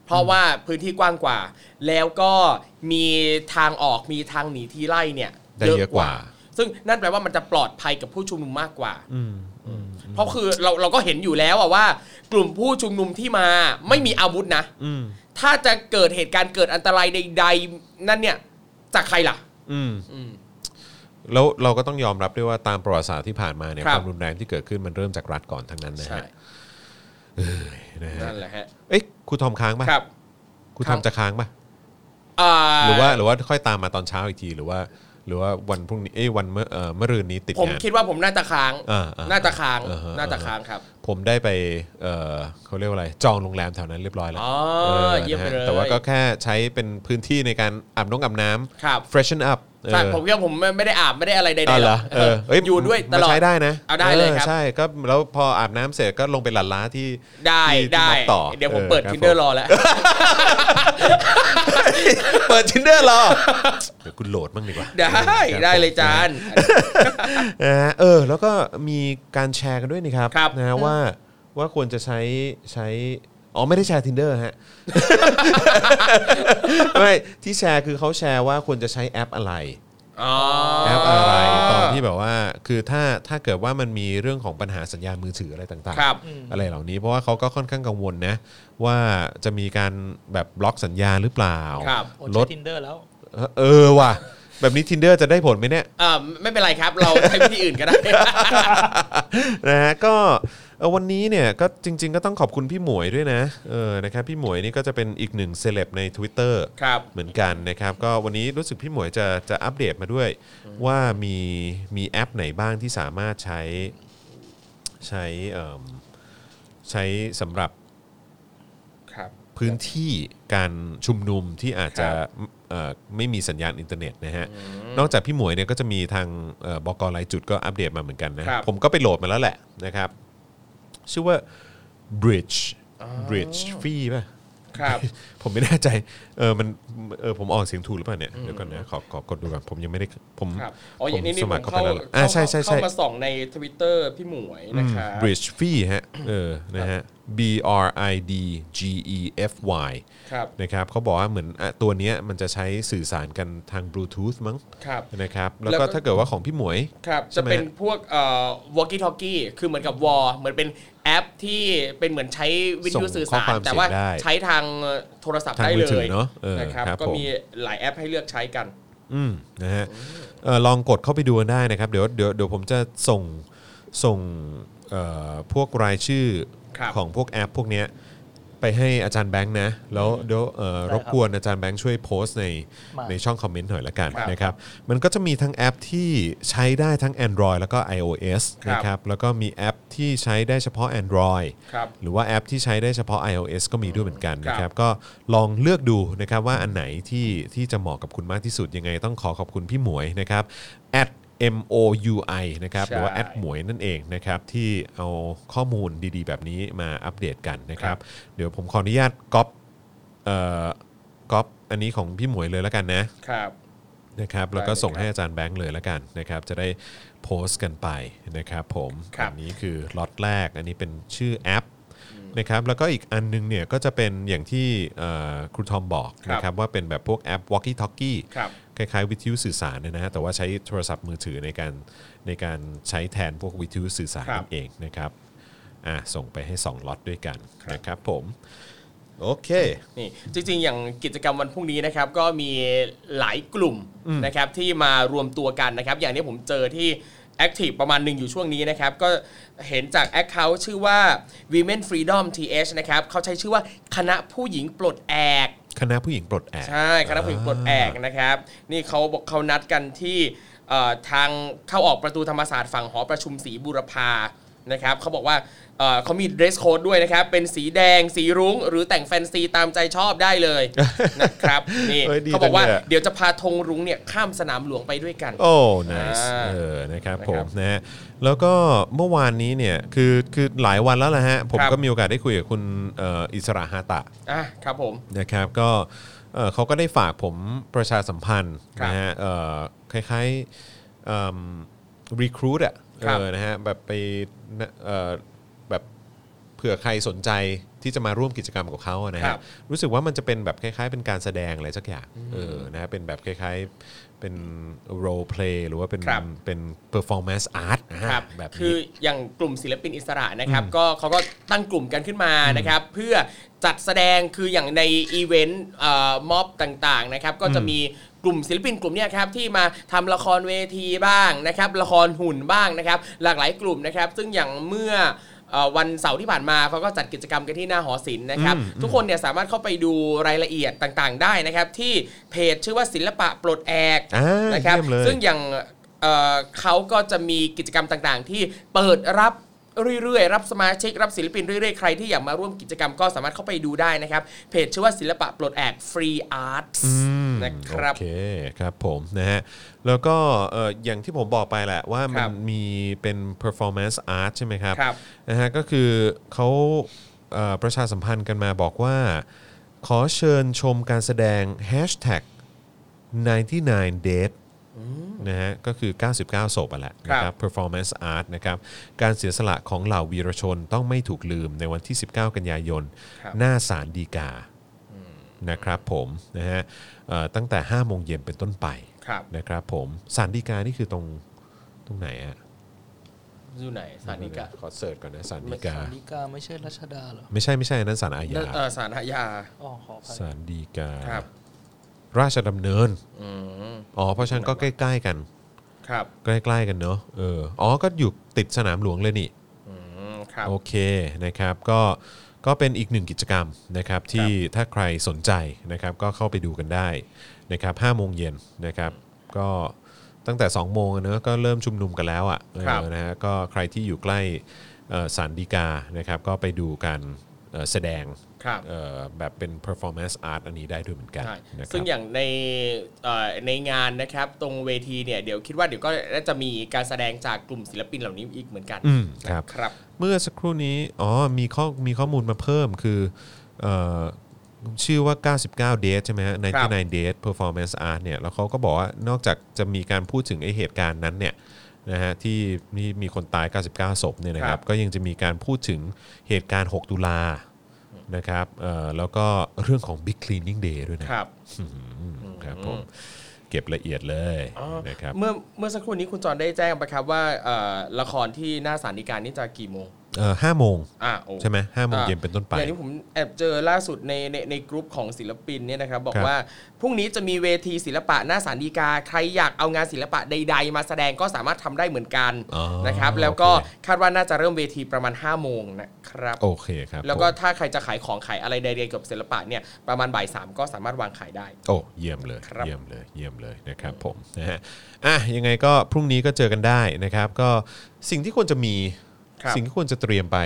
Speaker 2: เพราะว่าพื้นที่กว้างกว่า แล้วก็มีทางออกมีทางหนีที่ไล่เนี่ย
Speaker 1: ได้เยอะกว่า
Speaker 2: ซึ่งนั่นแปลว่ามันจะปลอดภัยกับผู้ชุมนุมมากกว่า
Speaker 1: อืมอืม
Speaker 2: เพราะคือเราเราก็เห็นอยู่แล้วอะว่า กลุ่มผู้ชุมนุมที่มาไม่มีอาวุธนะ
Speaker 1: อืม
Speaker 2: ถ้าจะเกิดเหตุการณ์เกิดอันตรายใด ๆ นั่นเนี่ยจากใครล่ะ
Speaker 1: อืม
Speaker 2: อืม
Speaker 1: แล้วเราก็ต้องยอมรับด้วยว่าตามประวัติศาสตร์ที่ผ่านมาเนี่ย
Speaker 2: ครั
Speaker 1: ค
Speaker 2: บ
Speaker 1: วามรุนแรงที่เกิดขึ้นมันเริ่มจากรัฐก่อนทั้งนั้นนะ
Speaker 2: ใช่
Speaker 1: ฮะนะฮะ
Speaker 2: นั่นแหละฮะ
Speaker 1: เอ้ยครูทอมค้างป่ะ
Speaker 2: ครับ
Speaker 1: ครูทอ
Speaker 2: ครั
Speaker 1: ม
Speaker 2: บ
Speaker 1: จะค้างป่ะ
Speaker 2: อ่
Speaker 1: หรือว่าหรือว่าค่อยตามมาตอนเช้าอีกทีหรือว่า หรือว่าวันพรุ่งนี้เอ้ยวันเมื่อเอ่อเมื่อรืนนี้ติด
Speaker 2: ผม
Speaker 1: งาน
Speaker 2: คิดว่าผมน่าจะค้าง
Speaker 1: อ่าอ่า
Speaker 2: น่าจะค้าง
Speaker 1: อ่าฮะ
Speaker 2: น่าจะค้างครับ
Speaker 1: ผมได้ไปเอ่อเขาเรียกว่าอะไรจองโรงแรมแถวนั้นเรียบร้อยแล้ว
Speaker 2: อ๋อ
Speaker 1: เออ
Speaker 2: เยี่ยมไปเลย
Speaker 1: นะฮะแต่ว่าก็แค่ใช้เป็นพื้นที่ในการอาบน้องอาบน้
Speaker 2: ครับ
Speaker 1: ำ freshen up เออ
Speaker 2: ใช่ผมคิดว่าผมไม่ไม่ได้อาบไม่ได้อะไรใด
Speaker 1: อ๋อ
Speaker 2: ๆ
Speaker 1: เหร
Speaker 2: หร
Speaker 1: อ
Speaker 2: อก
Speaker 1: เออเอ้
Speaker 2: อยู่ด้วยตลอ
Speaker 1: มั
Speaker 2: ด
Speaker 1: นใช้ได้นะ
Speaker 2: เอาได้เลยครับ
Speaker 1: ใช่ก็แล้วพออาบน้ำเสร็จก็ลงไปหลัดล้าที่
Speaker 2: ได้
Speaker 1: ที่ที่
Speaker 2: ได้
Speaker 1: นับต่อ
Speaker 2: เดี๋ยวผม
Speaker 1: เออ
Speaker 2: เปิด
Speaker 1: ครับ
Speaker 2: tinder รอแล้ว
Speaker 1: เปิดทินเดอร์รอ เดี๋ยวคุณโหลดบ้างดีกว่า
Speaker 2: ได้ได้เลยจาน
Speaker 1: นะฮะเออ แล้วก็มีการแชร์กันด้วยนี่ครับ
Speaker 2: ครับ
Speaker 1: นะฮะว่าว่าควรจะใช้ใช้ อ๋อ ไม่ได้แชร์ tinder ฮะ ไม่ที่แชร์คือเขาแชร์ว่าควรจะใช้แอปอะไร
Speaker 2: อ๋อ
Speaker 1: แอปอะไร ตอนที่แบบว่าคือถ้าถ้าเกิดว่ามันมีเรื่องของปัญหาสัญญาณมือถืออะไรต่าง
Speaker 2: ครับ
Speaker 1: ๆ อะไรเหล่านี้เพราะว่าเขาก็ค่อนข้างกังวลนะ ว่าจะมีการแบบบล็อกสัญญาณหรือเปล่า
Speaker 2: ครับ
Speaker 1: ล
Speaker 3: ล
Speaker 1: ด
Speaker 3: ดทินเดอร์แล้ว
Speaker 1: เออเออว่ะ แบบนี้ Tinder จะได้ผลไหมเนี่ย
Speaker 2: เอ่อไม่เป็นไรครับ เราใช้วิธีอื่นก็ได้
Speaker 1: นะฮะก็เอ่อวันนี้เนี่ยก็จริง ๆ ก็ต้องขอบคุณพี่หมวยด้วยนะเออนะครับพี่หมวยนี่ก็จะเป็นอีกหนึ่งเซเลบใน Twitter
Speaker 2: ครับ
Speaker 1: เหมือนกันนะครับ ก็วันนี้รู้สึกพี่หมวยจะจะอัปเดตมาด้วย ว่ามีมีแอปไหนบ้างที่สามารถใช้ใช้เอิ่มใช้สำหรับ
Speaker 2: ครับ
Speaker 1: พื้นที่การชุมนุมที่อาจจะ
Speaker 2: ครับ
Speaker 1: เอ่อไม่มีสัญญาณอินเทอร์เน็ตนะฮะ นอกจากพี่หมวยเนี่ยก็จะมีทางเอ่อบอกรายจุดก็อัปเดตมาเหมือนกันนะ
Speaker 2: ครับ
Speaker 1: ผมก็ไปโหลดมาแล้วแหละนะครับ ชื่อว่า bridge bridge free ป่ะ
Speaker 2: ครับ
Speaker 1: ผมไม่แน่ใจเออมันเออผมออกเสียงถูกหรือเปล่าเนี่ยเดี๋ยวก่อนนะขอขอกดดูก่อนผมยังไม่ได้ผม
Speaker 2: ครับอ๋ออย่างนี้
Speaker 1: ผม
Speaker 2: นี่
Speaker 1: ส
Speaker 2: ผ
Speaker 1: มัคร
Speaker 2: ม
Speaker 1: เข้าไป
Speaker 2: เข้า
Speaker 1: แล้วเหรออ่า
Speaker 2: เข้า
Speaker 1: ใช่ใช่
Speaker 2: เข้า
Speaker 1: ใช่
Speaker 2: มาส่องในทวิตเตอร์พี่หมวยนะครับ
Speaker 1: bridge free ฮะเออนะฮะ b r i d g e f y
Speaker 2: ครับ
Speaker 1: นะครับเขาบอกว่าเหมือนอ่ะตัวเนี้ยมันจะใช้สื่อสารกันทางบลูทูธมั้ง
Speaker 2: ครับ
Speaker 1: นะครับ แล้ว
Speaker 2: แล้ว
Speaker 1: ก็
Speaker 2: ก็
Speaker 1: ถ้าเกิดว่าของพี่หมวย
Speaker 2: ครับ
Speaker 1: ใช่
Speaker 2: จะ
Speaker 1: ไหม
Speaker 2: เป็นพวกเอ่อ walkie talkie คือเหมือนกับวอเหมือนเป็นแอปที่เป็นเหมือนใช้วิทยุ
Speaker 1: ส่ง
Speaker 2: สื่อ
Speaker 1: ข้อ
Speaker 2: สา
Speaker 1: ค
Speaker 2: ร
Speaker 1: วาม
Speaker 2: แต่ว่า
Speaker 1: เสียงได้
Speaker 2: ใช้ทางโทรศัพท์
Speaker 1: ทาง
Speaker 2: ได้
Speaker 1: มื
Speaker 2: เล
Speaker 1: อถือย เนอะเออ
Speaker 2: นะครับ
Speaker 1: ครับ
Speaker 2: ก็
Speaker 1: ผม
Speaker 2: มีหลายแอปให้เลือกใช้กัน
Speaker 1: อืมนะฮะเอ่อลองกดเข้าไปดูกันได้นะครับ เดี๋ยวเดี๋ยวเดี๋ยวผมจะส่งส่งเอ่อพวกรายชื่อ
Speaker 2: ครับ
Speaker 1: ของพวกแอปพวกเนี้ยไปให้อาจารย์แบงค์นะ แล้วเดี๋ยวเอ่อร
Speaker 3: ได้ครับ
Speaker 1: บกวนอาจารย์แบงค์ช่วยโพสต์ใน
Speaker 3: มา
Speaker 1: ในช่องคอมเมนต์หน่อยละกัน
Speaker 2: ครับ
Speaker 1: นะครับ มันก็จะมีทั้งแอปที่ใช้ได้ทั้ง Android แล้วก็ iOS นะครับแล้วก็มีแอปที่ใช้ได้เฉพาะ Android
Speaker 2: ครับ
Speaker 1: หรือว่าแอปที่ใช้ได้เฉพาะ iOS ก็มีด้วยเหมือนกันนะค
Speaker 2: ครั
Speaker 1: รับ
Speaker 2: บ
Speaker 1: ก็ลองเลือกดูนะครับว่าอันไหนที่ที่จะเหมาะกับคุณมากที่สุดยังไงต้องขอขอบคุณพี่หมวยนะครับ at m o u i นะครับ
Speaker 2: ใช่
Speaker 1: หรือว่า at หมวยนั่นเองนะครับที่เอาข้อมูลดีๆ แบบนี้มาอัปเดตกันนะครับ เดี๋ยวผมขออนุญาตก๊อปเอ่อก๊อปอันนี้ของพี่หมวยเลยแล้วกันนะ
Speaker 2: ครับ
Speaker 1: นะครับ
Speaker 2: ได้
Speaker 1: แล้วก็ส่ง
Speaker 2: เลยครับ
Speaker 1: ให้อาจารย์แบงค์เลยละกันนะครับจะได้โพสต์กันไปนะครับผม
Speaker 2: ครับ
Speaker 1: อันนี้คือล็อตแรกอันนี้เป็นชื่อแอปนะครับแล้วก็อีกอันนึงเนี่ยก็จะเป็นอย่างที่เอ่อครูทอมบอกนะครับว่าเป็นแบบพวกแอป walkie talkie
Speaker 2: ครับ
Speaker 1: คล้ายๆวิทยุสื่อสารเนี่ยนะฮะแต่ว่าใช้โทรศัพท์มือถือในการในการใช้แทนพวกวิทยุสื่อสาร
Speaker 2: ครับ
Speaker 1: นั่นเองนะครับอ่ะส่งไปให้ 2 ล็อตด้วยกัน
Speaker 2: ครับ
Speaker 1: นะครับผม โอเค
Speaker 2: นี่จริงๆ อย่างกิจกรรมวันพรุ่งนี้นะครับก็มีหลายกลุ่มนะครับที่มารวมตัวกันนะครับอย่างนี้ผมเจอที่แอคทีฟประมาณหนึ่งอยู่ช่วงนี้นะครับก็เห็นจากแอคเคาท์ชื่อว่า Women Freedom TH นะครับเขาใช้ชื่อว่าคณะผู้หญิงปลดแอก
Speaker 1: คณะผู้หญิงปลดแอก
Speaker 2: ใช่คณะผู้หญิงปลดแอกนะครับ นี่เขาบอกเขานัดกันที่เอ่อทางเข้าออกประตูธรรมศาสตร์ฝั่งหอประชุมศรีบูรพานะครับเขาบอกว่าเอ่อเขามีเดรสโค้ดด้วยนะครับ เป็นสีแดงสีรุ้ง หรือแต่งแฟนซีตามใจชอบได้เลย นะครับนี่
Speaker 1: ฮ้ยดี
Speaker 2: เขาบอกว่า
Speaker 1: จังลยะ
Speaker 2: เดี๋ยวจะพาธงรุ้งเนี่ยข้ามสนามหลวงไปด้วยกัน
Speaker 1: โอ้ nice
Speaker 2: อ่า
Speaker 1: เออ นะครับ
Speaker 2: นะครับ
Speaker 1: ผมนะฮะ แล้วก็เมื่อวานนี้เนี่ย คือ คือหลายวันแล้วนะฮะ ผม
Speaker 2: ครับ
Speaker 1: ก็มีโอกาสได้คุยกับคุณเอ่ออิสระฮาตะ
Speaker 2: อ่ะครับผม
Speaker 1: นะครับ ก็เอ่อเขาก็ได้ฝากผมประชาสัมพันธ์
Speaker 2: ครับ
Speaker 1: นะฮะเอ่อคล้ายๆรีครูดอะ
Speaker 2: ครับ
Speaker 1: เออนะฮะ แบบไปนะเอ่อแบบเผื่อใครสนใจที่จะมาร่วมกิจกรรมกับเขาอะนะฮะ รู้สึกว่ามันจะเป็นแบบคล้ายๆ เป็นการแสดงอะไรสักอย่างเออนะฮะเป็นแบบคล้ายๆ เป็น role play หรือว่าเป็น
Speaker 2: ครับ
Speaker 1: เป็น performance art อ่า
Speaker 2: ครับ
Speaker 1: แบบนี้
Speaker 2: คืออย่างกลุ่มศิลปินอิสระนะครับก็เขาก็ตั้งกลุ่มกันขึ้นมานะครับเพื่อจัดแสดงคืออย่างในอีเวนต์ม็อบต่างๆนะครับก็จะมีกลุ่มศิลปินกลุ่มเนี้ยครับที่มาทำละครเวทีบ้างนะครับละครหุ่นบ้างนะครับหลากหลายกลุ่มนะครับซึ่งอย่างเมื่อเอ่อวันเสาร์ที่ผ่านมาเขาก็จัดกิจกรรมกันที่หน้าหอศิลป์นะครับ
Speaker 1: อืม
Speaker 2: ทุกคนเนี่ยสามารถเข้าไปดูรายละเอียดต่างๆ ได้นะครับที่เพจชื่อว่าศิลปะปลดแอก
Speaker 1: อ่า
Speaker 2: นะครับ
Speaker 1: เยี่ยมเลย
Speaker 2: ซึ่งอย่างเอ่อเขาก็จะมีกิจกรรมต่างๆ ที่เปิดรับเรื่อยๆ รับสมาชิก รับศิลปินเรื่อยๆ ใครที่อยากมาร่วมกิจกรรมก็สามารถเข้าไปดูได้นะครับ เพจชื่อว่าศิลปะปลดแอก Free Arts
Speaker 1: ม
Speaker 2: นะครับ
Speaker 1: โอเคครับผมนะฮะ แล้วก็เอ่ออย่างที่ผมบอกไปแหละว่า
Speaker 2: ค
Speaker 1: มั
Speaker 2: รั
Speaker 1: น
Speaker 2: บ
Speaker 1: มีเป็น performance art ใช่ไหมครับ
Speaker 2: ครับ
Speaker 1: นะฮะก็คือเขาเอ่อประชาสัมพันธ์กันมาบอกว่า ขอเชิญชมการแสดง hashtag 99 date นะฮะก็คือ 99ศพอ่ะแหละนะค
Speaker 2: ครั
Speaker 1: รับ
Speaker 2: บ
Speaker 1: performance art นะครับการเสียสละของเหล่าวีรชนต้องไม่ถูกลืมในวันที่ 19 กันยายน
Speaker 2: ครับ
Speaker 1: หน้าศาลฎีกา นะครับผมนะฮะเอ่อตั้งแต่5โมงเย็นเป็นต้นไป
Speaker 2: ครับ
Speaker 1: นะครับผมสารดีกานี่คือตรงตรงไหนฮะ
Speaker 2: อยู่ไหนสถานีกลาง
Speaker 1: ขอเสิร์ชก่อนนะสารดี
Speaker 3: ส
Speaker 1: กา
Speaker 3: นนิกาไม่ใช่รัชดาเหรอ
Speaker 1: ไม่ใช่ไม่ใช่อันนั้นสารอาญา
Speaker 2: เอ่อสารอาญา
Speaker 3: อ๋อขออภัย
Speaker 1: สารดีกา
Speaker 2: ครับ
Speaker 1: ราชดำเนิน
Speaker 2: อืม
Speaker 1: อ๋อ เพราะฉะนันก็ใกล้ ๆ กัน
Speaker 2: ครับ
Speaker 1: ใกล้ ๆ กันเนอะเอออ๋อ ก็อยู่ติดสนามหลวงเลยนี่
Speaker 2: อืมครับ
Speaker 1: โอเคนะครับก็ก็เป็นอีกหนึ่งกิจกรรมนะครับที่ถ้าใครสนใจนะครับก็เข้าไปดูกันได้นะครับห้าโมงเย็นนะครับก็ตั้งแต่ 2 โมงอะเนอะก็เริ่มชุมนุมกันแล้วอ่ะ
Speaker 2: ครับ
Speaker 1: เออนะฮะก็ใครที่อยู่ใกล้เอ่อศาลฎีกานะครับก็ไปดูการเอ่อแสดง
Speaker 2: ครับ
Speaker 1: เอ่อแบบเป็น performance art อันนี้ได้ด้วยเหมือนกัน
Speaker 2: ใช่
Speaker 1: นะครับ
Speaker 2: ซึ่งอย่างในเอ่อในงานนะครับตรงเวทีเนี่ยเดี๋ยวคิดว่าเดี๋ยวก็น่าจะมีการแสดงจากกลุ่มศิลปินเหล่านี้อีกเหมือนกัน
Speaker 1: อืมครับ
Speaker 2: นะครับ
Speaker 1: เมื่อสักครู่นี้ อ๋อ มีข้อ มีข้อมูลมาเพิ่มคือเออชื่อว่า 99 days ใช่ไหมฮะ99 days performance art เนี่ย แล้วเขาก็บอกว่านอกจากจะมีการพูดถึงไอเหตุการณ์นั้นเนี่ยนะฮะที่มีมีคนตาย 99 ศพเนี่ยนะค
Speaker 2: ครั
Speaker 1: รับ
Speaker 2: บ
Speaker 1: ก็ยังจะมีการพูดถึงเหตุการณ์ 6 ตุลานะครับเอ่อแล้วก็เรื่องของ Big Cleaning Day ด้วยนะครับ อืมครับผม เก็บละเอียดเลย
Speaker 2: อ๋อ
Speaker 1: นะครับ
Speaker 2: เมื่อเมื่อสักครู่นี้คุณจรได้แจ้งไปครับว่าเอ่อละครที่หน้าสารดีการนี่จะกี่โมง
Speaker 1: เอ่อห้าโมง
Speaker 2: อ่ะโอ้
Speaker 1: ใช่ไหมห้าโมงเย็นเป็นต้นไป
Speaker 2: อย่างที่ผมแอบเจอล่าสุดในในในกลุ่มของศิลปินเนี่ยนะครับบอ
Speaker 1: ค
Speaker 2: ก
Speaker 1: รับ
Speaker 2: ว่าพรุ่งนี้จะมีเวทีศิลปะหน้าสารดีกา ใครอยากเอางานศิลปะใด ๆ มาแสดงก็สามารถทำได้เหมือนกัน
Speaker 1: อ๋อ
Speaker 2: นะครับ แล้วก็คาดว่าน่าจะเริ่มเวทีประมาณ5้าโมงนะครับ
Speaker 1: โอเคครับ
Speaker 2: แล้วก็
Speaker 1: ผม
Speaker 2: ถ้าใครจะขายของขายอะไรใดๆเกี่ยวกับศิลปะเนี่ยประมาณบ่ายสามก็สามารถวางขายได้
Speaker 1: โอ้เยี่ยมเลย
Speaker 2: ครับ
Speaker 1: เยี่ยมเลยเยี่ยมเลยนะครับผมนะฮะอ่ะยังไงก็พรุ่งนี้ก็เจอกันได้นะครับ ก็สิ่งที่ควรจะมี
Speaker 2: ครับ
Speaker 1: สิ่งที่ควรจะเตรียมไป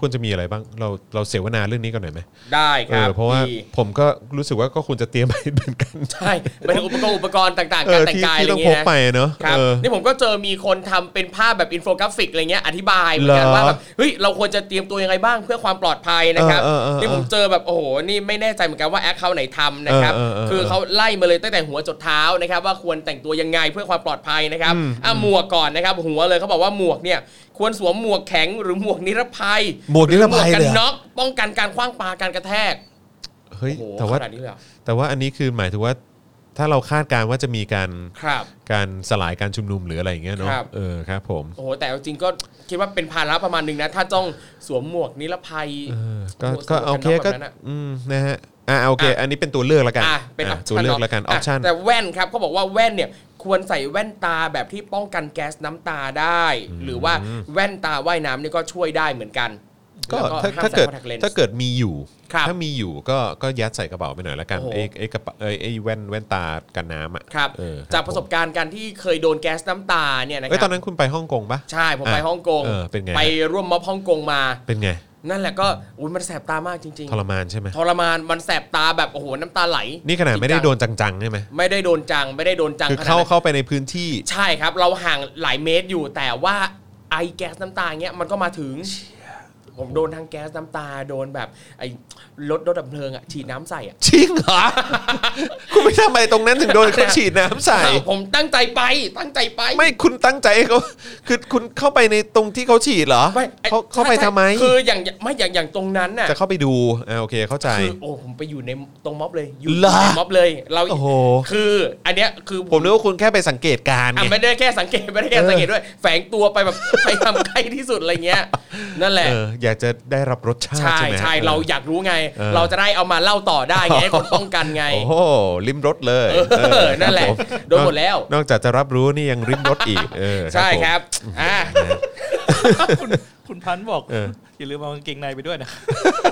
Speaker 1: ควรจะมีอะไรบ้างเราเราเสวนาเรื่องนี้กันหน่อยไหม
Speaker 2: ได้ค
Speaker 1: เอ
Speaker 2: รับ
Speaker 1: อเพราะว่า
Speaker 2: ดี
Speaker 1: ผมก็รู้สึกว่าก็ควรจะเตรียมไปเหมือน กัน
Speaker 2: ใช่เป็นอุปกรณ์อุปกรณ์ต่างๆ
Speaker 1: เอ
Speaker 2: การ
Speaker 1: อ
Speaker 2: แต่ง
Speaker 1: ที่
Speaker 2: กาย
Speaker 1: ที่
Speaker 2: อะไร
Speaker 1: ต้องพ
Speaker 2: เงี้
Speaker 1: ก
Speaker 2: ยนะ
Speaker 1: ไปเนอะ
Speaker 2: ครับ
Speaker 1: เออ
Speaker 2: นี่ผมก็เจอมีคนทำเป็นภาพแบบอินโฟกราฟิกอะไรเงี้ยอธิบายเหมือนกัน
Speaker 1: เหรอ
Speaker 2: ว่าแบบเฮ้ยเราควรจะเตรียมตัวยังไงบ้างเพื่อความปลอดภัยนะครับ
Speaker 1: เออเออเออ
Speaker 2: นี่ผมเจอแบบโอ้โหนี่ไม่แน่ใจเหมือนกันว่าแอคเคาท์ไหนทำนะครับ
Speaker 1: เออเออเออ
Speaker 2: คือเขาไล่มาเลยตั้งแต่หัวจดเท้านะครับว่าควรแต่งตัวยังไงเพื่อความปลอดภัยนะครับอ่ะหมวกก่อนนะครับหัวเลยเขาบอกว่าหมวกเนี่ยควรสวมหมวกแข็งหรือหมวกนิรภัย
Speaker 1: หมวกนิรภัย
Speaker 2: หรือหมวกกั
Speaker 1: เลยเหรอ
Speaker 2: น็อกป้องกันการคว้างปาการกระแทก
Speaker 1: เฮ้ย
Speaker 2: โอ้โห
Speaker 1: แต่ว่า
Speaker 2: ขนาดนี้เลยเหรอ
Speaker 1: แต่ว่าอันนี้คือหมายถึงว่า ถ้าเราคาดการณ์ว่าจะมีการ
Speaker 2: ครับ
Speaker 1: การสลายการชุมนุมหรืออะไรอย่างเงี้ยเนาะ
Speaker 2: ครับ
Speaker 1: เออครับผม
Speaker 2: โอ้โหแต่เอาจริงก็คิดว่าเป็นภาระประมาณหนึ่งนะ ถ้าต้องสวมหมวกนิรภัย
Speaker 1: เออก็
Speaker 2: หมว
Speaker 1: ก็
Speaker 2: สวมหมว
Speaker 1: โอเค
Speaker 2: น็
Speaker 1: ก็
Speaker 2: แบบนั้นอะ
Speaker 1: อืมนะฮะอ่าโอเค
Speaker 2: อ่ะ
Speaker 1: อันนี้เป็นตัวเลือกละกัน
Speaker 2: อ่ะเป็น
Speaker 1: อ่ะ
Speaker 2: option
Speaker 1: ตัวเลือกละกันออปชั่น
Speaker 2: ะแต่แว่นครับเขาบอกว่าแว่นเนี่ยควรใส่แว่นตาแบบที่ป้องกันแก๊สน้ำตาได้ หรือว่าแว่นตาว่ายน้ำเนี่ยก็ช่วยได้เหมือนกัน
Speaker 1: ก็
Speaker 2: แล้ว
Speaker 1: ถ้า
Speaker 2: ห้ม
Speaker 1: ถ้า
Speaker 2: ใส่
Speaker 1: เกิด
Speaker 2: คอนแทคเลนส์
Speaker 1: ถ้าเกิดมีอยู่
Speaker 2: ครับ
Speaker 1: ถ้ามีอยู่ก็ก็ยัดใส่กระเป๋าไปหน่อยละกัน
Speaker 2: โอ้โห
Speaker 1: ไอ้ไอ้กระเป๋าไอ้ไอ้แว่นแว่นตากันน้ำอ่ะ
Speaker 2: ครับ
Speaker 1: เออ
Speaker 2: จากประสบการณ์การที่เคยโดนแก๊สน้ำตาเนี่ยนะค
Speaker 1: เอ้ยต
Speaker 2: รั
Speaker 1: อนนั้นคุณไปฮ่องกงปะ
Speaker 2: ใช่ผมไป
Speaker 1: อ่ะ
Speaker 2: ฮ่องกง
Speaker 1: เออเป็นไง
Speaker 2: ไปร่วมม็อบฮ่องกงมา
Speaker 1: เป็นไง
Speaker 2: นั่นแหละก็อุ้ยมันแสบตามากจริง
Speaker 1: ทรมานใช่ไหม
Speaker 2: ทรมานมันแสบตาแบบโอ้โหน้ำตาไหล
Speaker 1: นี่ขนาดไม่ได้โดนจังๆใช่ไหม
Speaker 2: ไม่ได้โดนจังไม่ได้โดนจัง
Speaker 1: คือ
Speaker 2: ขนด
Speaker 1: เข้า
Speaker 2: นั้น
Speaker 1: เข้าไปในพื้นที่
Speaker 2: ใช่ครับเราห่างหลายเมตรอยู่แต่ว่าไอแก๊สน้ำตาเงี้ยมันก็มาถึง ผมโดนทางแก๊สน้ำตาโดนแบบไอรถรถดับเพลิงอะฉีดน้ำใส่อะ
Speaker 1: จริงเหรอ คุณไปทำอะไรตรงนั้นถึงโดนเขาฉีดน้ำใส่
Speaker 2: ผมตั้งใจไปตั้งใจไป
Speaker 1: ไม่คุณตั้งใจให้เขาคือคุณเข้าไปในตรงที่เขาฉีดเหรอ
Speaker 2: ไม่อ้
Speaker 1: เขาเข้าไปทำไม
Speaker 2: คืออย่างไม่อย่างอย่างตรงนั้นน่ะ
Speaker 1: จะเข้าไปดูอ่าโอเคเข้าใจ
Speaker 2: คือโอ้ผมไปอยู่ในตรงม็อบเลยอยู่
Speaker 1: เหรอ
Speaker 2: ในม็อบเลยเรา
Speaker 1: โอ้โห
Speaker 2: คืออันเนี้ยคือ
Speaker 1: ผมนึกว่าคุณแค่ไปสังเกตการณ์
Speaker 2: อ่ะ
Speaker 1: ไง
Speaker 2: ไม่ได้แค่สังเกต ไม่ได้แค่
Speaker 1: เออ
Speaker 2: สังเกตด้วย แฝงตัวไปแบบ ไปทำใกล้ที่สุดอะไรเงี้ย นั่นแหละ
Speaker 1: เอออยากจะได้รับรสชาติ
Speaker 2: ใช่
Speaker 1: ใช่ไหม
Speaker 2: ใช่
Speaker 1: ออ
Speaker 2: เราอยากรู้ไง
Speaker 1: เออ
Speaker 2: เราจะได้เอามาเล่าต่อได้ ไงให้คนป้องกันไง
Speaker 1: โอ้โหริมรถเลย
Speaker 2: เออ
Speaker 1: เออ
Speaker 2: นั่นแหละ
Speaker 1: ครับผ
Speaker 2: โดนหมดแล้ว
Speaker 1: นอกจากจะรับรู้นี่ยังริมรถอีกเออ
Speaker 2: ใช่
Speaker 1: ผม
Speaker 2: ครับ อ่ะ
Speaker 3: คุณคุณพันธ์บอก
Speaker 1: เออ
Speaker 3: อย่าลืมเอากางเกงในไปด้วยนะ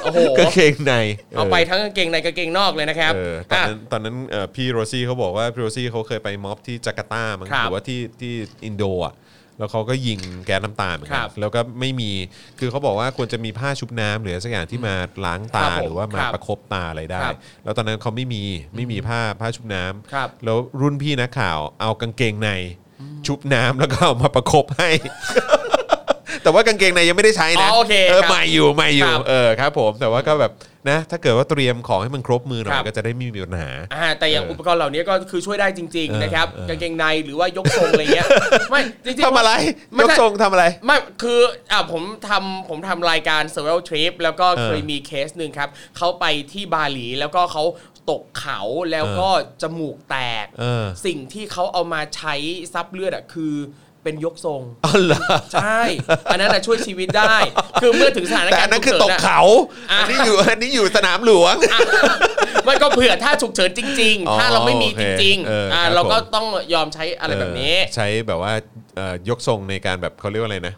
Speaker 2: โอ้โห
Speaker 1: กางเกงใน
Speaker 2: เอาไปทั้งกางเกงในกางเกงนอกเลยนะครับ
Speaker 1: เออตอน
Speaker 2: อ่ะ
Speaker 1: นั้นตอนนั้นเอ่อพี่โรซี่เขาบอกว่าพี่โรซี่เขาเคยไปม็อบที่จาการ์ตามั้ง
Speaker 2: ครั
Speaker 1: ห
Speaker 2: บ
Speaker 1: รือว่าที่ที่อินโดอ่ะแล้วเขาก็ยิงแก๊สน้ำตาเหมือน
Speaker 2: ค
Speaker 1: กั
Speaker 2: รั
Speaker 1: น
Speaker 2: บ
Speaker 1: แล้วก็ไม่มีคือเขาบอกว่าควรจะมีผ้าชุบน้ำหรืออะไรสักอย่างที่มาล้าง
Speaker 2: ครั
Speaker 1: ตา
Speaker 2: บผม
Speaker 1: หรือว่ามา
Speaker 2: ครับ
Speaker 1: ประคบตาอะไรได้
Speaker 2: ครับ
Speaker 1: แล้วตอนนั้นเขาไม่มีไม่มีผ้าผ้าชุบน้ำ
Speaker 2: ครับ
Speaker 1: แล้วรุ่นพี่นักข่าวเอากางเกงในชุบน้ำแล้วก็เอามาประคบให้ แต่ว่ากางเกงในยังไม่ได้ใช้นะ
Speaker 2: อ๋อโอเค
Speaker 1: เออ
Speaker 2: ครับ
Speaker 1: ใหม่อยู่ใหม่อยู่
Speaker 2: ครับ
Speaker 1: เออครับผมแต่ว่าก็แบบนะ ถ้าเกิดว่าเตรียมของให้มันครบมือหน่อ
Speaker 2: ค
Speaker 1: ย
Speaker 2: รับ
Speaker 1: ก็จะได้ไม่มีปัญหา
Speaker 2: อ่ะแต่อย่าง
Speaker 1: เอออุ
Speaker 2: อุปกรณ์เหล่านี้ก็คือช่วยได้จริง
Speaker 1: เออ
Speaker 2: ๆ นะครับ
Speaker 1: เออ
Speaker 2: กางเกงในหรือว่ายกทรงอะไรเงี้ยไม่จริงๆ
Speaker 1: ทำอะไร
Speaker 2: ไม่
Speaker 1: ย
Speaker 2: ใช่
Speaker 1: กทรงทำอะไร
Speaker 2: ไม่คืออ่ะผมทำผมทำรายการ Survival Trip แล้วก็
Speaker 1: เออ
Speaker 2: เคยมีเคสหนึ่งครับเขาไปที่บาหลีแล้วก็เขาตกเขาแล้วก็จมูกแตก
Speaker 1: เออ
Speaker 2: สิ่งที่เขาเอามาใช้ซับเลือดอ่ะคือเป็นยกทรง
Speaker 1: อ๋อเหรอ
Speaker 2: ใช่ อันนั้นน่ะช่วยชีวิตได้ คือเมื่อถึงสถาน
Speaker 1: แต่
Speaker 2: กา
Speaker 1: อั
Speaker 2: รณ์
Speaker 1: นนั้นคือต
Speaker 2: ฉุ
Speaker 1: ก
Speaker 2: กเฉินน่ะ
Speaker 1: เขา
Speaker 2: อ่ะ
Speaker 1: อันนี้อยู่อันนี้อยู่สนามหลวง
Speaker 2: มันก็เผื่อถ้าฉุกเฉินจริง
Speaker 1: อ๋อ
Speaker 2: ๆ ถ้าเราไม่มี
Speaker 1: โอเค
Speaker 2: จริง
Speaker 1: เออ
Speaker 2: ๆอ่า
Speaker 1: ครับ
Speaker 2: เราก็
Speaker 1: ผม
Speaker 2: ต้องยอมใช้อะไรแบบนี้
Speaker 1: เออใช้แบบว่าเอ่อยกทรงในการแบบเขาเรียกว่าอะไรนะ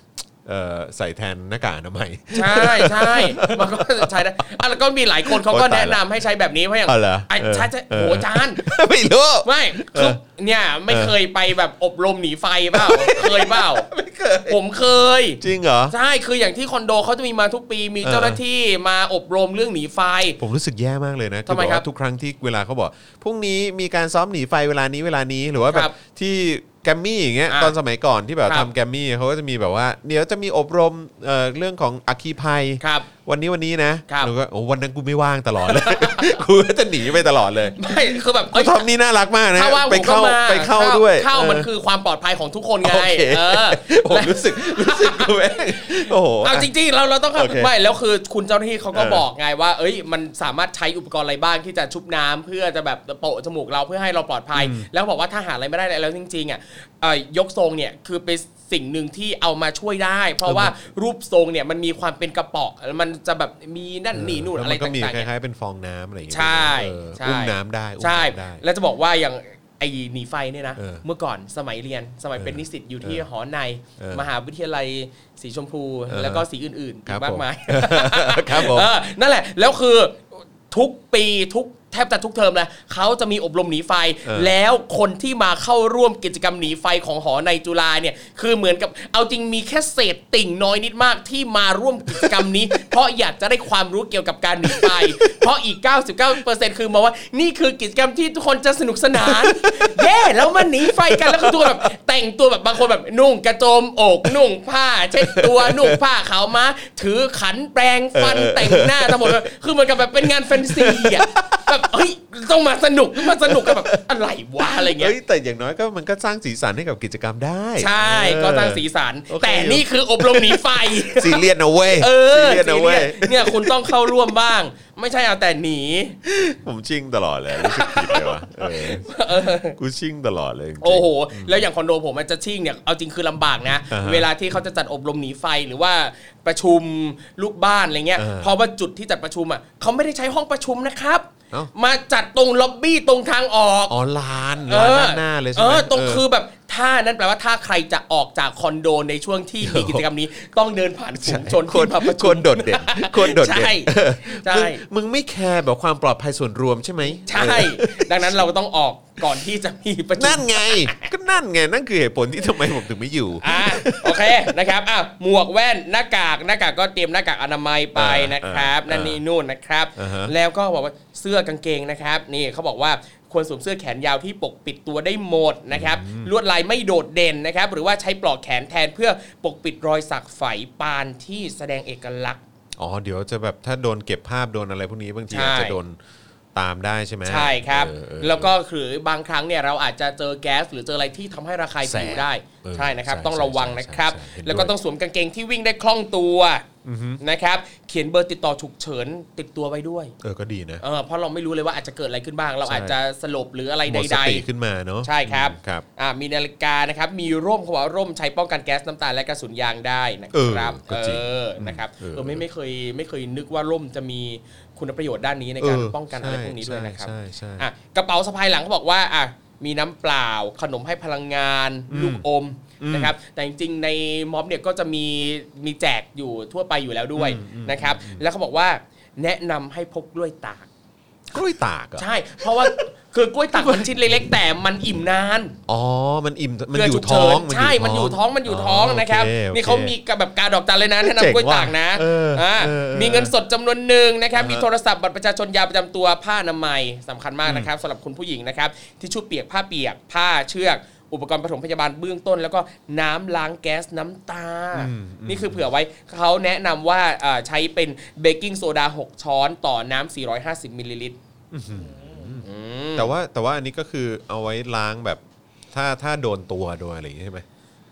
Speaker 1: เอ่อใส่แทนหน้ากากอนามัย
Speaker 2: ใช่ใช่มันก็ใช้ได้อ่ะแล้วก็มีหลายคนเขาก็
Speaker 1: โอ้ตายละ
Speaker 2: แนะนำให้ใช้แบบนี้เพราะอย่าง
Speaker 1: อ๋อเหรอ
Speaker 2: ไอ้
Speaker 1: เออ
Speaker 2: ใช่ใช่
Speaker 1: เอ
Speaker 2: โห
Speaker 1: อ
Speaker 2: อาจาน
Speaker 1: ไม่รู้
Speaker 2: ไม่คือ
Speaker 1: เออ
Speaker 2: เนี่ยไม่เคยไปแบบอบรมหนีไฟเปล่าเคยเปล่า
Speaker 1: ไม่เคย
Speaker 2: ผมเคย
Speaker 1: จริงเหรอ
Speaker 2: ใช่คืออย่างที่คอนโดเขาจะมีมาทุกปีมีเจ้าหน้าที่มาอบรมเรื่องหนีไฟ
Speaker 1: ผมรู้สึกแย่มากเลยนะ
Speaker 2: ทำไม
Speaker 1: อแว่า
Speaker 2: ครับ
Speaker 1: ทุกครั้งที่เวลาเขาบอกพรุ่งนี้มีการซ้อมหนีไฟเวลานี้เวลานี้หรือว่าแบ
Speaker 2: ครับ บ
Speaker 1: ที่แกรมมี่อย่างเงี้ย
Speaker 2: อ่ะ
Speaker 1: ตอนสมัยก่อนที่แบบ
Speaker 2: ครับ
Speaker 1: ทำแกรมมี่เขาก็จะมีแบบว่าเดี๋ยวจะมีอบรมเอ่อเรื่องของอัคคีภัย
Speaker 2: ครับ
Speaker 1: วันนี้วันนี้นะครับ หนูก็โอ้วันนั้นกูไม่ว่างตลอดเลย กูก็จะหนีไปตลอดเลย
Speaker 2: ไม่คือแบบ
Speaker 1: ไอ้
Speaker 2: เอ้ย
Speaker 1: ทอมนี่น่ารักมากนะ
Speaker 2: ถ้าว่าง
Speaker 1: ไป
Speaker 2: ผมก็
Speaker 1: เข้า
Speaker 2: มา
Speaker 1: ไปเข้าด้วย
Speaker 2: เข้ามัน
Speaker 1: เออ
Speaker 2: คือความปลอดภัยของทุกคนไง
Speaker 1: โอเค
Speaker 2: เออ
Speaker 1: ผมรู้สึกรู้สึกกูแม่งโอ้โห
Speaker 2: เอาจริงๆเราเราต้อง
Speaker 1: โอเค
Speaker 2: ไม่แล้วคือคุณเจ้าหน้าที่เขาก็
Speaker 1: เออ
Speaker 2: บอกไงว่า เอ้ยมันสามารถใช้อุปกรณ์อะไรบ้างที่จะชุบน้ำเพื่อจะแบบโปะจมูกเราเพื่อให้เราปลอดภัย แล้วบอกว่าถ้าหาอะไรไม่ได้แล้วจริงๆอ่ะเอ่อยกทรงเนี่ยคือเป็นสิ่งหนึ่งที่เอามาช่วยได้ เพราะว่ารูปทรงเนี่ยมันมีความเป็นกระเป๋อมันจะแบบมีนั่นนี่นู่นอะไร
Speaker 1: แล้วมัก็มี
Speaker 2: ต่างๆ
Speaker 1: ค
Speaker 2: เนี่ย
Speaker 1: ล้ายๆเป็นฟองน้ำอะไรอย่างเงี้ย
Speaker 2: ใช่
Speaker 1: เออ
Speaker 2: ใช่
Speaker 1: อุ้มน้ำได้อุ้ม
Speaker 2: ใช่
Speaker 1: น้ำได้
Speaker 2: แล้วจะบอกว่าอย่างไอ้หนีไฟเนี่ยนะ
Speaker 1: เออ
Speaker 2: เมื่อก่อนสมัยเรียนสมัยเป็นนิสิตอยู่ที่หอใน
Speaker 1: เออ
Speaker 2: มหาวิทยาลัยสีชมพู
Speaker 1: เออ
Speaker 2: แล้วก็สีอื่นๆอี
Speaker 1: ครับ
Speaker 2: กมา
Speaker 1: ผม
Speaker 2: กมาย
Speaker 1: ครับผม
Speaker 2: เออนั่นแหละ แล้วคือทุกปีทุกแทบจะทุกเทอมเลยเขาจะมีอบรมหนีไฟ
Speaker 1: เออ
Speaker 2: แล้วคนที่มาเข้าร่วมกิจกรรมหนีไฟของหอในจุฬาเนี่ย คือเหมือนกับเอาจริงมีแค่เศษติ่งน้อยนิดมากที่มาร่วมกิจกรรมนี้ เพราะอยากจะได้ความรู้เกี่ยวกับการหนีไฟ เพราะอีก 99%คือมองว่านี่คือกิจกรรมที่ทุกคนจะสนุกสนาน เย้แล้วมันหนีไฟกันแล้วก็ตัวแบบแต่งตัวแบบบางคนแบบนุ่งกระโจมอกนุ่งผ้าเช็ดตัวนุ่งผ้าขาวม้าถือขันแปรงฟันแต่งหน้าทั้งหมดเลยคือเหมือนกับแบบเป็นงานแฟนซีอะ แบบเฮ้ยต้องมาสนุกต้องมาสนุกกันแบบอะไรวะอะไรเงี้ย
Speaker 1: เอ้ยแต่อย่างน้อยก็มันก็สร้างสีสันให้กับกิจกรรมได้
Speaker 2: ใช่
Speaker 1: เออ
Speaker 2: ก็สร้างสีสัน
Speaker 1: โอเค
Speaker 2: แต่นี่คืออบรมหนีไฟ
Speaker 1: ซีเรียสนะเว้ย
Speaker 2: เออ
Speaker 1: ซีเรียสนะเว้ย
Speaker 2: ซีเรียสเนี่ยคุณต้องเข้าร่วมบ้าง ไม่ใช่เอาแต่หนี
Speaker 1: ผมชิ่งตลอดเลยรู้สึกผิดเลยวะเออกูชิ่งตลอดเลยจริงๆ
Speaker 2: โอ้โห แล้วอย่างคอนโดผมมันจะชิ่งเนี่ย เอาจริงคือลำบากนะ
Speaker 1: อ่าฮะ
Speaker 2: เวลาที่เขาจะจัดอบรมหนีไฟหรือว่าประชุมลูกบ้านอะไรเงี้ย
Speaker 1: อ่า
Speaker 2: เพราะว่าจุดที่จัดประชุมอ่ะเขาไม่ได้ใช้ห้องประชุมนะครับ
Speaker 1: เอ้า
Speaker 2: มาจัดตรงล็อบบี้ตรงทางออก
Speaker 1: อ๋อลานลานด้านหน้าเลยใช่ไหม
Speaker 2: ออตรงคือแบบถ้านั้นแปลว่าถ้าใครจะออกจากคอนโดในช่วงที่มีกิจกรรมนี้ต้องเดินผ่านฝูงชน
Speaker 1: คน
Speaker 2: ที่มาประ
Speaker 1: ค
Speaker 2: ชุม
Speaker 1: นโดดเด่นคนโดดเด่น
Speaker 2: ใช่ใช่
Speaker 1: มึงมึงไม่แคร์แบบความปลอดภัยส่วนรวมใช่ไหม
Speaker 2: ใช่ ดังนั้นเราก็ต้องออกก่อนที่จะมีประชุม
Speaker 1: นั่นไง ก็นั่นไง นั่นคือเหตุผลที่ทำไมผมถึงไม่อยู่
Speaker 2: อ่ะโอเคนะครับอ่ะหมวกแว่นหน้ากากหน้ากากก็เตรียมหน้ากากอนามัยไปนะครับ
Speaker 1: อ่า
Speaker 2: นั่นนี่นู่นนะครับ
Speaker 1: อ่าฮะ
Speaker 2: แล้วก็บอกว่าเสื้อกางเกงนะครับ นี่เขาบอกว่าควรสวมเสื้อแขนยาวที่ปกปิดตัวได้หมดนะครับลวดลายไม่โดดเด่นนะครับ หรือว่าใช้ปลอกแขนแทนเพื่อปกปิดรอยสักไฝปานที่แสดงเอกลักษณ์
Speaker 1: อ๋อ เดี๋ยวจะแบบถ้าโดนเก็บภาพโดนอะไรพวกนี้บางที
Speaker 2: ใช่
Speaker 1: อาจจะโดนตามได้ใช่ไหม
Speaker 2: ใช่ครับ
Speaker 1: เออเออ
Speaker 2: แล้วก็คือบางครั้งเนี่ยเราอาจจะเจอแก๊ส หรือเจออะไรที่ทำให้ระคายผิว
Speaker 1: แสบ
Speaker 2: ได้
Speaker 1: เออ
Speaker 2: ใช่นะครับ
Speaker 1: ใช่
Speaker 2: ต้องระวัง
Speaker 1: ใช่
Speaker 2: นะครับ
Speaker 1: ใช่ใช่เห็นด้วย
Speaker 2: แล้วก็ต้องสวมกางเกงที่วิ่งได้คล่องตัวนะครับ เขียนเบอร์ติดต่อฉุกเฉินติดตัวไว้ด้วย
Speaker 1: เออก็ดีนะ
Speaker 2: เออเพราะเราไม่รู้เลยว่าอาจจะเกิดอะไรขึ้นบ้าง เรา
Speaker 1: ใช่
Speaker 2: อาจจะสลบหรืออะไร
Speaker 1: หมดส
Speaker 2: ใด
Speaker 1: ติขึ้นมาเนาะ
Speaker 2: ใช่ครับ
Speaker 1: ครับ
Speaker 2: ๆอ่ามีนาฬิกานะครับมีร่มเขาบอกว่าร่มใช้ป้องกันแก๊สน้ำตาลและกระสุนยางได้นะ
Speaker 1: เออ
Speaker 2: ครับ
Speaker 1: ก็จริง
Speaker 2: เออนะครับ
Speaker 1: เออ
Speaker 2: เออไม่ไม่เคยไม่เคยนึกว่าร่มจะมีคุณประโยชน์ด้านนี้ในการ
Speaker 1: เ
Speaker 2: ป้องกันอะไรพวกนี้ด้วยนะครับ
Speaker 1: ใช่ใช่
Speaker 2: อ่ะกระเป๋าสะพายหลังเขาบอกว่าอ่ะมีน้ำเปล่า ขนมให้พลังงาน
Speaker 1: อืม
Speaker 2: ลูกอม
Speaker 1: อืม
Speaker 2: นะครับแต่จริงๆในม็อบเนี่ยก็จะมีมีแจกอยู่ทั่วไปอยู่แล้วด้วย
Speaker 1: อืมอืม
Speaker 2: นะครับแล้วเขาบอกว่าแนะนำให้พกกล้วยตาก
Speaker 1: กล้วยตากเหรอ
Speaker 2: ใช่ เพราะว่า คือกล้วยตากมันชิ้นเล็กๆแต่มันอิ่มนาน
Speaker 1: อ๋อ มันอิ่มมัน
Speaker 2: เกลื
Speaker 1: อยู่
Speaker 2: ฉุก
Speaker 1: ท้
Speaker 2: เฉิ
Speaker 1: อง
Speaker 2: ใช่มันอยู่ท้องมันอยู่ท้องนะครับ
Speaker 1: โอเโอ
Speaker 2: นี่เขามีกับแบบกาดอกจันเลยนะแนะ
Speaker 1: เจ๋
Speaker 2: นำ
Speaker 1: ง
Speaker 2: กล้วยตาก
Speaker 1: ว่ะ
Speaker 2: นะ
Speaker 1: เอออ่
Speaker 2: ่า
Speaker 1: เออเออ
Speaker 2: มีเงินสดจำนวนหนึ่งนะครับ
Speaker 1: อ่าฮะ
Speaker 2: มีโทรศัพท์บัตรประชาชนยาประจำตัวผ้าอนามัยสำคัญมากนะครับสำหรับคุณผู้หญิงนะครับทิชชู่เปียกผ้าเปียก ผ้าเชือก อุปกรณ์ปฐมพยาบาลเบื้องต้น แล้วก็น้ำล้างแก๊สน้ำตา นี่คือเผื่อไว้เขาแนะนำว่าเอ่อใช้เป็นเบกกิ้งโซดา6ช้อนต่อน้ำ450มิลลิลิตรอืม
Speaker 1: แต่ว่าแต่ว่าอันนี้ก็คือเอาไว้ล้างแบบถ้าถ้าโดนตัวโดนอะไรอย่างงี้ใช่ไหม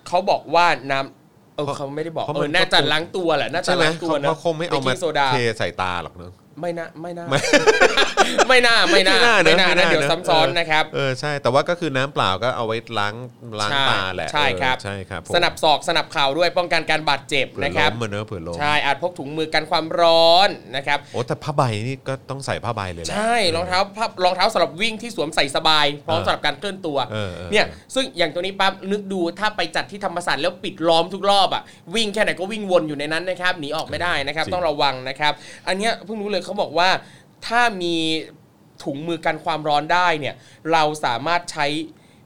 Speaker 2: เขาบอกว่าน้ำเออ
Speaker 1: เพราะ
Speaker 2: เขาไม่ได้บอก
Speaker 1: เพราะ
Speaker 2: เอ
Speaker 1: มั
Speaker 2: อน น่าจะล้างตัวแหละน่าจะ
Speaker 1: ใช่ไหม
Speaker 2: ล้างตัว
Speaker 1: เขา
Speaker 2: นะ
Speaker 1: เขาคงไม่เอามา
Speaker 2: บกกิ้งโซดา
Speaker 1: เทใส่ตาหรอกเนอะ
Speaker 2: ไม่น่าไม่น่า
Speaker 1: ไม่
Speaker 2: ไม่น่าไม่น่าไม่น่านะเดี๋ยว
Speaker 1: อะ
Speaker 2: ซ้ำซ้อนนะครับ
Speaker 1: เออใช่แต่ว่าก็คือน้ำเปล่าก็เอาไว้ล้างล้าง
Speaker 2: ใช่
Speaker 1: ตาแหละ
Speaker 2: ใช่
Speaker 1: เออ
Speaker 2: ครับ
Speaker 1: ใช่ครับผม
Speaker 2: สนับศอกสนับเข่าด้วยป้องกันการบาดเจ็บ
Speaker 1: เผื่อ
Speaker 2: นะครับ
Speaker 1: ล้มมาเนอะเผื่อล้ม
Speaker 2: ใช่อาจพกถุงมือกันความร้อนนะครับ
Speaker 1: โอ้แต่ผ้าใบนี่ก็ต้องใส่ผ้าใบเลยแหละ
Speaker 2: ใช่รองเท้าพับรองเท้าสำหรับวิ่งที่สวมใส่สบาย พร้อม
Speaker 1: เออ
Speaker 2: สำหรับการเคลื่อนตัว
Speaker 1: เออเออ
Speaker 2: เนี่ยซึ่งอย่างตัวนี้ปั๊บนึกดูถ้าไปจัดที่ธรรมศาสตร์แล้วปิดล้อมทุกรอบอ่ะวิ่งแค่ไหนก็วิ่งวนอยู่ในนั้นนะครับหนีออกไม่ได้นะครับ ต้องระวังนะครับ อันเนี้ยเพิ่งรู้เลยเขาบอกว่าถ้ามีถุงมือกันความร้อนได้เนี่ย เราสามารถใช้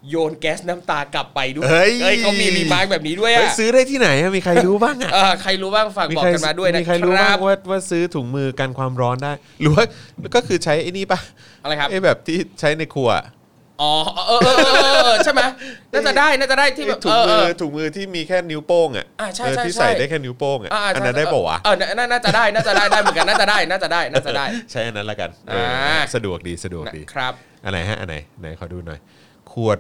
Speaker 2: โยนแก๊สน้ำตากลับไปด้วยอ้เขามีรีมาร์กแบบนี้ด้วย
Speaker 1: เฮ้ย
Speaker 2: อ่ะ
Speaker 1: ซื้อได้ที่ไหนอะมีใครรู้บ้างอะ
Speaker 2: เออใครรู้บ้างฝากบอกกันมาด้วยนะ
Speaker 1: มีใครรู้
Speaker 2: ค
Speaker 1: บ้า
Speaker 2: รั
Speaker 1: งว่าว่าซื้อถุงมือกันความร้อนได้ หรือว่าก็คือใช้ไอ้นี่ปะ
Speaker 2: อะไรครับ
Speaker 1: ไอ้แบบที่ใช้ในครัว
Speaker 2: อ๋อเออเออเออเออเออใช่ไหมน่าจะได้น่าจะได้ที่แบบ
Speaker 1: ถุ
Speaker 2: เอง อ
Speaker 1: มื
Speaker 2: เอ
Speaker 1: อ
Speaker 2: อ
Speaker 1: ถุงมือที่มีแค่นิ้วโป้งอ่ะ
Speaker 2: อ่าใช่
Speaker 1: เออ
Speaker 2: ใช่
Speaker 1: ที่
Speaker 2: ใช่
Speaker 1: ใส่ได้แค่นิ้วโป้งอ่ะ
Speaker 2: อ่า
Speaker 1: อันนั้นได้ปะวะ
Speaker 2: เออน่าน่าน่าจะได้น่าจะได้ได้เหมือนกันน่าจะได้น่าจะได้น่าจะได้
Speaker 1: ใช้อันนั้นละกันเออ
Speaker 2: อ่า
Speaker 1: สะดวกดีสะดวกดี
Speaker 2: นะครับ
Speaker 1: อันไหนฮะอันไหนไหนขอดูหน่อย ขวด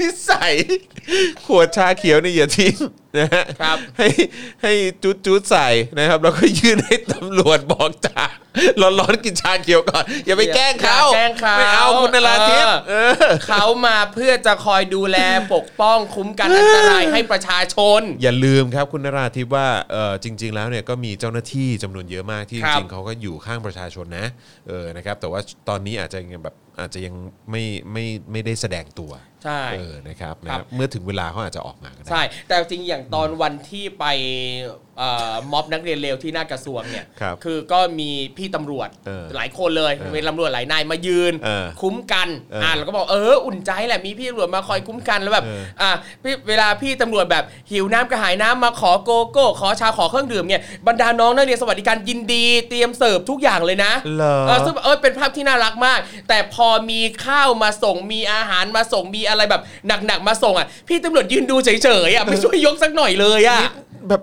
Speaker 1: นิสัยขวดชาเขียวเนี่ยอย่าทิ้งนะฮะ
Speaker 2: ครับ
Speaker 1: ให้ให้จุดจุดๆใส่นะครับ แล้วก็ยื่นให้ตำรวจบอกจ่า ร้อนๆกินชาเขียวก่อน อย่าไปแกล้งเขา
Speaker 2: แกล้งเขา
Speaker 1: ไม่เอาคุณนราทิพย์
Speaker 2: เอ
Speaker 1: เอ
Speaker 2: อ
Speaker 1: อ
Speaker 2: เขามาเพื่อจะคอยดูแลปกป้องคุ้มกันอันตรายให้ประชาชน
Speaker 1: อย่าลืมครับคุณนราธิปว่าเอ่อจริง ๆ แล้วเนี่ยก็มีเจ้าหน้าที่จำนวนเยอะมากที่
Speaker 2: ครั
Speaker 1: จ
Speaker 2: บ
Speaker 1: ริงๆเขาก็อยู่ข้างประชาชนนะเออนะครับแต่ว่าตอนนี้อาจจะยังแบบอาจจะยังไม่ไม่ไม่ได้แสดงตัว
Speaker 2: ใช่
Speaker 1: เออนะครับนะครับ เมื่อถึงเวลาเขาอาจจะออกมาก็ได้
Speaker 2: ใช่ แต่จริงอย่างตอนวันที่ไปเอ่อม็อบนักเรียนเลวที่หน้ากระทรวงเนี่ย
Speaker 1: ครับ
Speaker 2: อก็มีพี่ตำรวจ
Speaker 1: เออ
Speaker 2: หลายคนเลย
Speaker 1: เออ
Speaker 2: เป็นตำรวจหลายนายมายืน
Speaker 1: เออ
Speaker 2: คุ้มกัน
Speaker 1: เอออ่
Speaker 2: อ่าเราก็บอกเอออุ่นใจแหละมีพี่ตำรวจมาคอยคุ้มกันแล้วแบบ
Speaker 1: เออ
Speaker 2: อ่าพี่เวลาพี่ตำรวจแบบหิวน้ำกระหายน้ำมาขอโกโก้ขอชาขอเครื่องดื่มเนี่ยบรรดาน้องนักเรียนสวัสดิการยินดีเตรียมเสิร์ฟทุกอย่างเลยนะ
Speaker 1: เหรอ
Speaker 2: เออซึ่ง เออเป็นภาพที่น่ารักมาก แต่พอมีข้าวมาส่งมีอาหารมาส่งมีอะไรแบบหนักๆมาส่งอ่ะพี่ตำรวจยืนดูเฉยๆอ่ะไม่ช่วยยกสักหน่อยเลยอ่ะ
Speaker 1: แบบ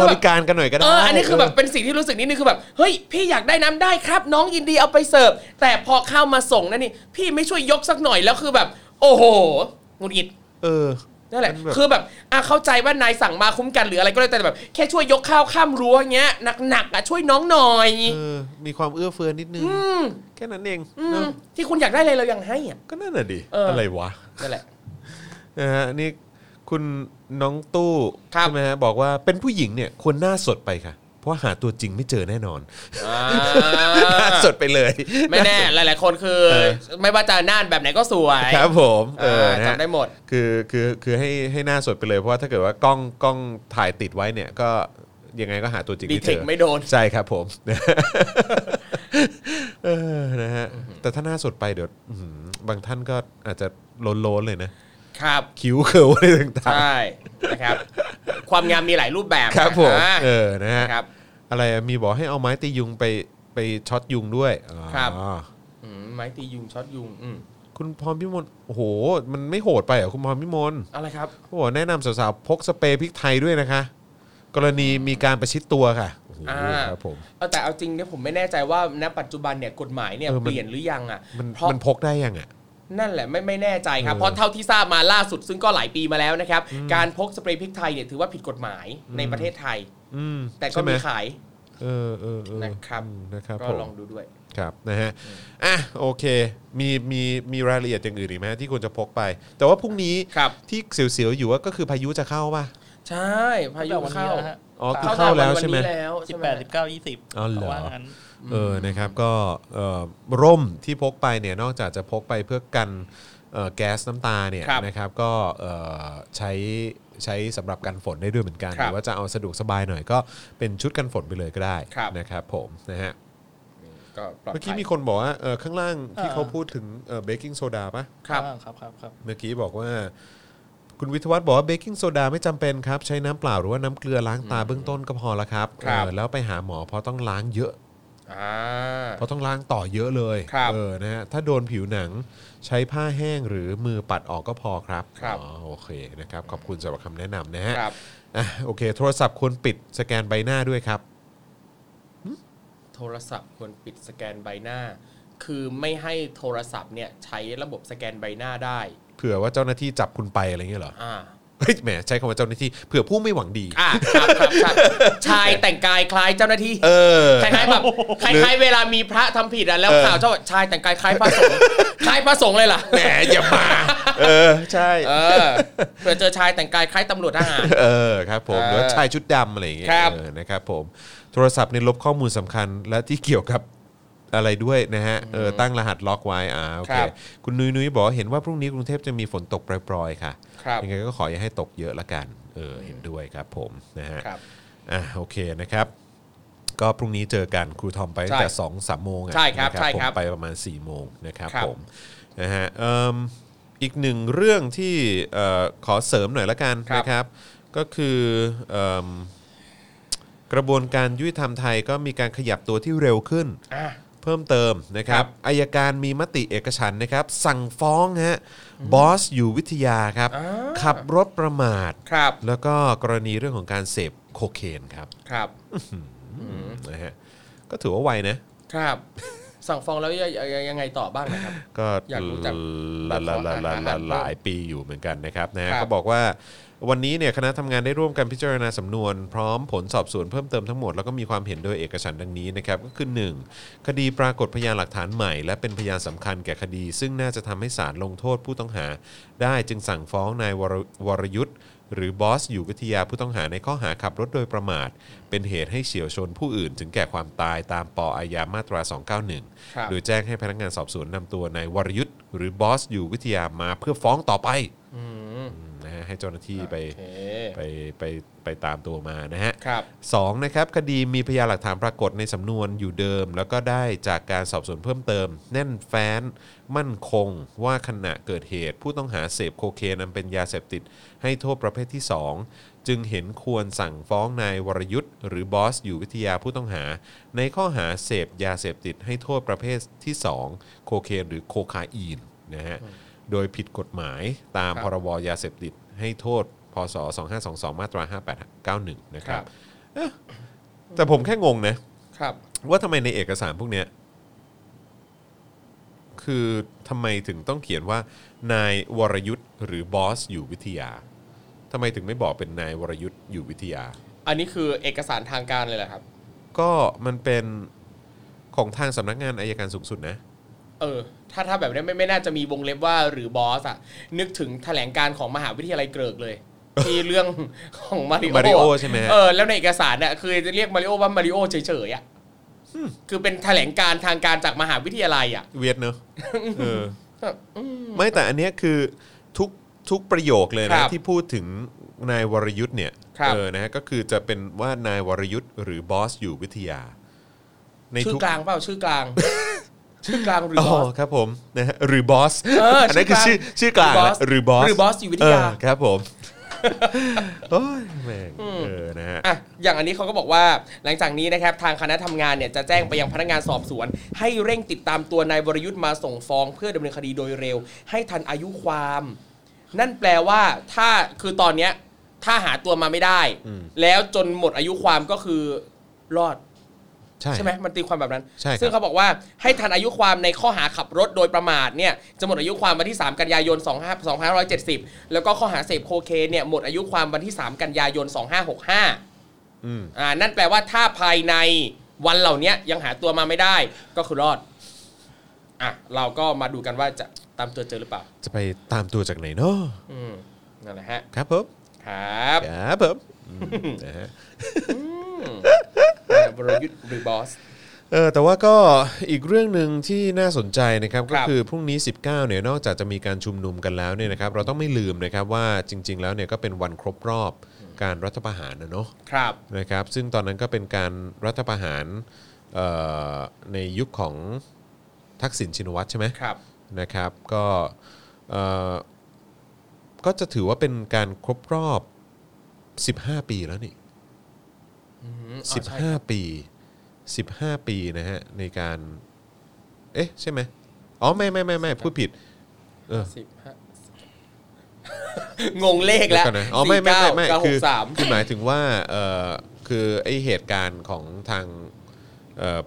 Speaker 1: บริการกันหน่อยก็ได้
Speaker 2: เอออันนี้คือแบบเป็นสิ่งที่รู้สึกนิดนึงคือแบบเฮ้ยพี่อยากได้น้ำได้ครับ น้องยินดีเอาไปเสิร์ฟแต่พอข้าวมาส่งนั่นนี่พี่ไม่ช่วยยกสักหน่อยแล้วคือแบบ โอ้โหหงุดหงิด
Speaker 1: เออ
Speaker 2: นั่นแหละ
Speaker 1: มันแบบ
Speaker 2: คือแบบอ่ะเข้าใจว่านายสั่งมาคุ้มกันหรืออะไรก็ได้แต่แบบ แค่ช่วยยกข้าวข้ามรั้วเงี้ยหนักๆอ่ะช่วยน้องหน่อย
Speaker 1: เออมีความเอื้อเฟื้อนิดนึง
Speaker 2: อืม
Speaker 1: แค่นั้นเอง
Speaker 2: อื
Speaker 1: เน
Speaker 2: ม
Speaker 1: อะ
Speaker 2: ที่คุณอยากได้อะไรเรายังให้อ่ะ
Speaker 1: ก็นั่นน่ะดิ
Speaker 2: เอออ
Speaker 1: อะไรวะ
Speaker 2: นั่นแหละ
Speaker 1: นะฮะนี่คุณน้องตู้
Speaker 2: ครับ
Speaker 1: ใช่ไหมฮะบอกว่าเป็นผู้หญิงเนี่ยควรหน้าสดไปค่ะ เพราะหาตัวจริงไม่เจอแน่นอน
Speaker 2: อ่า
Speaker 1: หน้าสดไปเลย
Speaker 2: ไม่แน่หลายๆคนคือ
Speaker 1: เออ
Speaker 2: ไม่ว่าจะหน่านแบบไหนก็สวย
Speaker 1: ครับผมเออนะ
Speaker 2: า
Speaker 1: ฮะ
Speaker 2: จำได้หมด
Speaker 1: คือคือคือให้ให้หน้าสดไปเลยเพราะว่าถ้าเกิดว่ากล้องกล้องถ่ายติดไว้เนี่ยก็ยังไงก็หาตัวจริงไม่เจอ
Speaker 2: Detect ไม่โดน
Speaker 1: ใช่ครับ ผม เออนะฮะแต่ถ้าหน้าสดไปเดี๋ยวอื้อหือบางท่านก็อาจจะโลนๆเลยนะ
Speaker 2: ครับ
Speaker 1: คิ้วเคิร์ลอะไรต่าง
Speaker 2: ใช่นะครับ ความงามมีหลายรูปแบบ
Speaker 1: ๆ ครับผม
Speaker 2: อ่า
Speaker 1: เออนะฮะ
Speaker 2: ครับ
Speaker 1: อะไรอะมีบอกให้เอาไม้ตียุงไปไปช็อตยุงด้วยอ๋อ
Speaker 2: ครับ อืมไม้ตียุงช็อตยุงอืม
Speaker 1: คุณพรพิมลโอ้โห มันไม่โหดไปเหรอคุณพรพิมล
Speaker 2: อะไรครับ
Speaker 1: เขาบอกแนะนำสาวๆพกสเปรย์พริกไทยด้วยนะคะ กรณีมีการประชิดตัวค่ะโอ้โห
Speaker 2: อ่า
Speaker 1: ครับผม
Speaker 2: เอาแต่เอาจริงเนี่ยผมไม่แน่ใจว่าณปัจจุบันเนี่ยกฎหมายเนี่ย
Speaker 1: เออมัน
Speaker 2: เปลี่ยนหรือยังอ่ะ
Speaker 1: มัน
Speaker 2: เพราะ
Speaker 1: มันพกได้ยังอ่ะ
Speaker 2: นั่นแหละไม่ไม่แน่ใจครับ
Speaker 1: เออ
Speaker 2: เพราะเท่าที่ทราบมาล่าสุดซึ่งก็หลายปีมาแล้วนะครับ การพกสเปรย์พริกไทยเนี่ยถือว่าผิดกฎหมายในประเทศไทย
Speaker 1: อืม
Speaker 2: แต่ก็
Speaker 1: ใช่ไห
Speaker 2: มีขาย
Speaker 1: เออเออเออ
Speaker 2: นะครับ
Speaker 1: อืมนะครับ
Speaker 2: ก็
Speaker 1: ผม
Speaker 2: ลองดูด้วย
Speaker 1: ครับนะฮะอ่ะโอเค มีมีมีรายละเอียดอย่างอื่นอีกไหมที่ควรจะพกไป แต่ว่าพรุ่งนี้
Speaker 2: ครับ
Speaker 1: ที่เสียวๆอยู่ว่าก็คือพายุจะเข้าป่ะ
Speaker 2: ใช่พายุ
Speaker 3: ตั้งแต่วันนี้
Speaker 2: เข้า
Speaker 3: แล้วฮะ
Speaker 1: อ๋อคือ
Speaker 3: เข้า
Speaker 1: เข้าแล้วใช่ไหม
Speaker 2: วันนี้แล้ว
Speaker 3: สิ
Speaker 2: ใช่
Speaker 3: บ
Speaker 2: ไหม
Speaker 3: แปดสิบเก้ายี่สิบ
Speaker 1: อ๋อเหรอ
Speaker 3: ว่างั้น
Speaker 1: เออนะครับก็เอ่อร่มที่พกไปเนี่ยนอกจากจะพกไปเพื่อกันเอ่อแก๊สน้ำตาเนี่ย
Speaker 2: ครับ
Speaker 1: นะครับก็เอ่อใช้ใช้สำหรับกันฝนได้ด้วยเหมือนกัน
Speaker 2: ค
Speaker 1: ห
Speaker 2: รับ
Speaker 1: รือว่าจะเอาสะดวกสบายหน่อยก็เป็นชุดกันฝนไปเลยก็ได้
Speaker 2: ครับ
Speaker 1: นะครับผมนะฮะ
Speaker 2: ก็ปลอด
Speaker 1: เมื่อกี้
Speaker 2: ภัย
Speaker 1: มีคนบอกว่าเอ่อข้างล่างที่
Speaker 3: อ่า
Speaker 1: เขาพูดถึงเบกกิ้งโซดาปะ
Speaker 2: ครับ
Speaker 3: อ่าครับครับครับ
Speaker 1: เมื่อกี้บอกว่า คุณวิทยวัฒน์บอกว่าเบกกิ้งโซดาไม่จำเป็นครับ ใช้น้ำเปล่าหรือว่าน้ำเกลือล้างตาเบื้องต้นก็พอละครับ
Speaker 2: ครับ
Speaker 1: เออแล้วไปหาหมอเพราะต้องล้างเยอะ
Speaker 2: อ่า
Speaker 1: เพราะต้องล้างต่อเยอะเลย
Speaker 2: ครับ
Speaker 1: เออ นะฮะ ถ้าโดนผิวหนังใช้ผ้าแห้งหรือมือปัดออกก็พอครับอ๋อ โอเค นะครับ ขอบคุณสำหรับคำแนะนำนะฮะ
Speaker 2: ครับ
Speaker 1: อ่ะโอเค โทรศัพท์ควรปิดสแกนใบหน้าด้วยครับ
Speaker 2: โทรศัพท์ควรปิดสแกนใบหน้า คือไม่ให้โทรศัพท์เนี่ยใช้ระบบสแกนใบหน้าได้
Speaker 1: เผื่อว่าเจ้าหน้าที่จับคุณไปอะไรเงี้ยเหรอ
Speaker 2: อ่า
Speaker 1: เฮ้ย แหม ใช้คำว่าเจ้าหน้าที่ เผื่อผู้ไม่หวังดี
Speaker 2: อ่าครับครับครับชายแต่งกายคล้ายเจ้าหน้าที่
Speaker 1: เออ
Speaker 2: คล้ายๆแบบคล้ายๆเวลามีพระทำผิดอ่ะ แล้ว
Speaker 1: เออ
Speaker 2: ข่าวเจ้าว่าชายแต่งกายคล้ายพระสงฆ์ คล้ายพระสงฆ์เลยล่ะ
Speaker 1: แหม อย่ามา เออ ใช่
Speaker 2: เออเผื่อเจอชายแต่งกายคล้ายตำรวจทหาร
Speaker 1: เออครับผม
Speaker 2: เออ
Speaker 1: หรือว่าชายชุดดำอะไรอย่างเงี้ย
Speaker 2: ครับ
Speaker 1: เออนะครับผมโทรศัพท์ในยลบข้อมูลสำคัญและที่เกี่ยวกับ อะไรด้วยนะฮะเออตั้งรหัสล็อกไว้อ่าโอเค
Speaker 2: ครับ
Speaker 1: คุณนุ้ยนุ้ยบอกว่าเห็นว่าพรุ่งนี้กรุงเทพจะมีฝนตกปล่อยๆค่ะ
Speaker 2: ครับ
Speaker 1: ยังไงก็ขออย่าให้ตกเยอะละกันเออเห็นด้วยครับผมนะฮะ
Speaker 2: ครับ
Speaker 1: อ่าโอเคนะครับ ก็พรุ่งนี้เจอกันครูทอมไปตั้งแต่
Speaker 2: ใช่
Speaker 1: สองสามโมงอะ
Speaker 2: ใช่ครับ
Speaker 1: นะ
Speaker 2: ใช่ครับ
Speaker 1: ผมไปประมาณ4ี่โมงนะครับ
Speaker 2: ครับ
Speaker 1: ผมนะฮะเอิ่มอีกหนึ่งเรื่องที่เอ่อขอเสริมหน่อยละกัน
Speaker 2: ครับ
Speaker 1: นะครับก็คือเอิ่มกระบวนการยุติธรรมไทยก็มีการขยับตัวที่เร็วขึ้น
Speaker 2: อ่ะ
Speaker 1: เพิ่มเติมนะครับอายการมีมติเอกฉันท์นะครับ สั่งฟ้องฮะบอสอยู่วิทยาครับ
Speaker 2: อ่า
Speaker 1: ขับรถประมาท
Speaker 2: ครับ
Speaker 1: แล้วก็กรณีเรื่องของการเสพโคเคนครับ
Speaker 2: ครับ
Speaker 1: นะฮะก็ถือว่าไวนะครับ
Speaker 2: สั่งฟ้องแล้วยังยังไงต่อบ้างนะครับ
Speaker 1: ก็
Speaker 2: อยากรู้จัง
Speaker 1: ละละละละละ
Speaker 2: ขออ่านอ่าน
Speaker 1: หลายปีอยู่เหมือนกันนะครับนะฮะ
Speaker 2: ครับ
Speaker 1: เขาบอกว่าวันนี้เนี่ยคณะทำงานได้ร่วมกันพิจารณาสำนวน พร้อมผลสอบสวนเพิ่มเติมทั้งหมด แล้วก็มีความเห็นโดยเอกฉันท์ดังนี้นะครับ ก็คือ 1. คดีปรากฏพยานหลักฐานใหม่ และเป็นพยานสำคัญแก่คดี ซึ่งน่าจะทำให้ศาลลงโทษผู้ต้องหา ได้จึงสั่งฟ้องนายวรวรยุทธ์ หรือบอสอยู่วิทยาผู้ต้องหาในข้อหาขับรถโดยประมาท เป็นเหตุให้เฉียวชนผู้อื่น ถึงแก่ความตายตามปออาญามาตรา
Speaker 2: ครับ
Speaker 1: 291 โดยแจ้งให้พนักงานสอบสวนนำตัวนายวรยุทธ์หรือบอสอยู่วิทยามาเพื่อฟ้องต่อไป
Speaker 2: อืม
Speaker 1: นะฮะให้เจ้าหน้าที่ไป
Speaker 2: โอเค
Speaker 1: ไปไปไปตามตัวมานะฮะ
Speaker 2: ครับ
Speaker 1: สองนะครับคดีมีพยานหลักฐานปรากฏในสำนวนอยู่เดิม แล้วก็ได้จากการสอบสวนเพิ่มเติม แน่นแฟ้น มั่นคงว่าขณะเกิดเหตุ ผู้ต้องหาเสพโคเคนอันเป็นยาเสพติด ให้โทษประเภทที่ 2 จึงเห็นควรสั่งฟ้องนายวรยุทธ์หรือบอสอยู่วิทยาผู้ต้องหา ในข้อหาเสพยาเสพติด ให้โทษประเภทที่ 2 โคเคนหรือโคคาอีนนะฮะโดยผิดกฎหมายตาม
Speaker 2: ครับ
Speaker 1: พรบยาเสพติด ให้โทษพศ 2522 มาตรา 5891 นะค
Speaker 2: ค
Speaker 1: รั
Speaker 2: รับ บ
Speaker 1: แต่ผมแค่งงนะ
Speaker 2: ครับ
Speaker 1: ว่าทำไมในเอกสารพวกเนี้ยคือทำไมถึงต้องเขียนว่า นายวรยุทธ์หรือบอสอยู่วิทยา ทำไมถึงไม่บอกเป็นนายวรยุทธ์อยู่วิทยา
Speaker 2: อันนี้คือเอกสารทางการเลยเหรอครับ
Speaker 1: ก็มันเป็นของทางสำนักงานอายการสูงสุดนะ
Speaker 2: เออ ถ้าถ้าแบบนี้ไม่ไม่น่าจะมีวงเล็บว่าหรือบอสอะนึกถึงแถลงการของมหาวิทยาลัยเกริกเลย ที่เรื่องของมาริโอ
Speaker 1: Mario ใช่ไหมฮะ
Speaker 2: เออแล้วในเอกสารเนี่ยคือจะเรียกมาริโอว่ามาริโอเฉยๆอะคือเป็นแถลงการทางการจากมหาวิทยาลัยอะ
Speaker 1: เวียด เนอะเออ
Speaker 2: แบบอืม
Speaker 1: ไม่แต่อันเนี้ยคือทุกทุกประโยคเลย
Speaker 2: ค
Speaker 1: นะ
Speaker 2: รับ
Speaker 1: ที่พูดถึงนายวรยุทธ์เนี่ย
Speaker 2: ครับ
Speaker 1: เออนะฮะก็คือจะเป็นว่านายวรยุทธ์หรือบอสอยู่วิทยา ใน
Speaker 2: ชื่อ
Speaker 1: ทุก
Speaker 2: กลางเปล่าชื่อกลาง ชื่อกลางหรือ
Speaker 1: อ๋
Speaker 2: บอ
Speaker 1: อ
Speaker 2: ส
Speaker 1: ครับผมนะฮะหรือบอส
Speaker 2: เอออั
Speaker 1: อันนั้นคือชื่อชื่อกลางนะหรือบอส
Speaker 2: หรือบอสอยู่วิทยา
Speaker 1: เออครับ ผมโอ้ยแม่งเออนะฮะ
Speaker 2: อ่ะอย่างอันนี้เขาก็บอกว่าหลังจากนี้นะครับทางคณะทำงานเนี่ยจะแจ้งไปยังพนักงานสอบสวน ให้เร่งติดตามตัวนายวรยุทธ์มาส่งฟ้องเพื่อดำเนินคดีโดยเร็ว ให้ทันอายุความ นั่นแปลว่าถ้าคือตอนเนี้ยถ้าหาตัวมาไม่ได้
Speaker 1: อืม
Speaker 2: แล้วจนหมดอายุความก็คือรอด
Speaker 1: ใช่
Speaker 2: ใช่ไหมมันตีความแบบนั้น
Speaker 1: ใช่ครับ
Speaker 2: ซึ่งเขาบอกว่าให้ทันอายุความในข้อหาขับรถโดยประมาทเนี่ยจะหมดอายุความวันที่ 3 กันยายน 25 2570 แล้วก็ข้อหาเสพโคเคนเนี่ยหมดอายุความวันที่ 3 กันยายน 2565
Speaker 1: อืม
Speaker 2: อ่านั่นแปลว่าถ้าภายในวันเหล่านี้ยังหาตัวมาไม่ได้ก็คือรอดอ่ะเราก็มาดูกันว่าจะตามตัวเจอหรือเปล่า
Speaker 1: จะไปตามตัวจากไหนเนาะ
Speaker 2: อืมนั่นแหละฮะ
Speaker 1: ครับผม
Speaker 2: ครับ
Speaker 1: ครับผมอืมนะฮะ
Speaker 2: บรยุทธ์หรือบอส
Speaker 1: เออแต่ว่าก็อีกเรื่องหนึ่งที่น่าสนใจนะครับ
Speaker 2: ค
Speaker 1: ก็
Speaker 2: รับ
Speaker 1: คือพรุ่งนี้ 19เนี่ยนอกจากจะมีการชุมนุมกันแล้วเนี่ยนะครับเราต้องไม่ลืมนะครับว่าจริง ๆ แล้วเนี่ยก็เป็นวันครบรอบการรัฐประหารนะเนาะ
Speaker 2: ครับ
Speaker 1: นะครับซึ่งตอนนั้นก็เป็นการรัฐประหารเอ่อในยุคของทักษิณชินวัตรใช่ไหม
Speaker 2: ครับ
Speaker 1: นะครับก็เอ่อก็จะถือว่าเป็นการครบรอบ 15 ปีแล้วนี่
Speaker 2: อืมอ๋อใช่ครับ
Speaker 1: 15 ปี 15 ปีนะฮะ ในการ เอ๊ะ ใช่ไหมอ๋อ ไม่ไม่ไม่ไม่พูดผิด เออ
Speaker 2: สิบห้างงเลขแล้ว
Speaker 1: เดี๋ยก่อนนะอ๋อไม่ไม่ไม่ไม่
Speaker 2: 49
Speaker 1: คือ
Speaker 2: 963
Speaker 1: คือหมายถึงว่าเออคือไอเหตุการณ์ของทางเอ่อ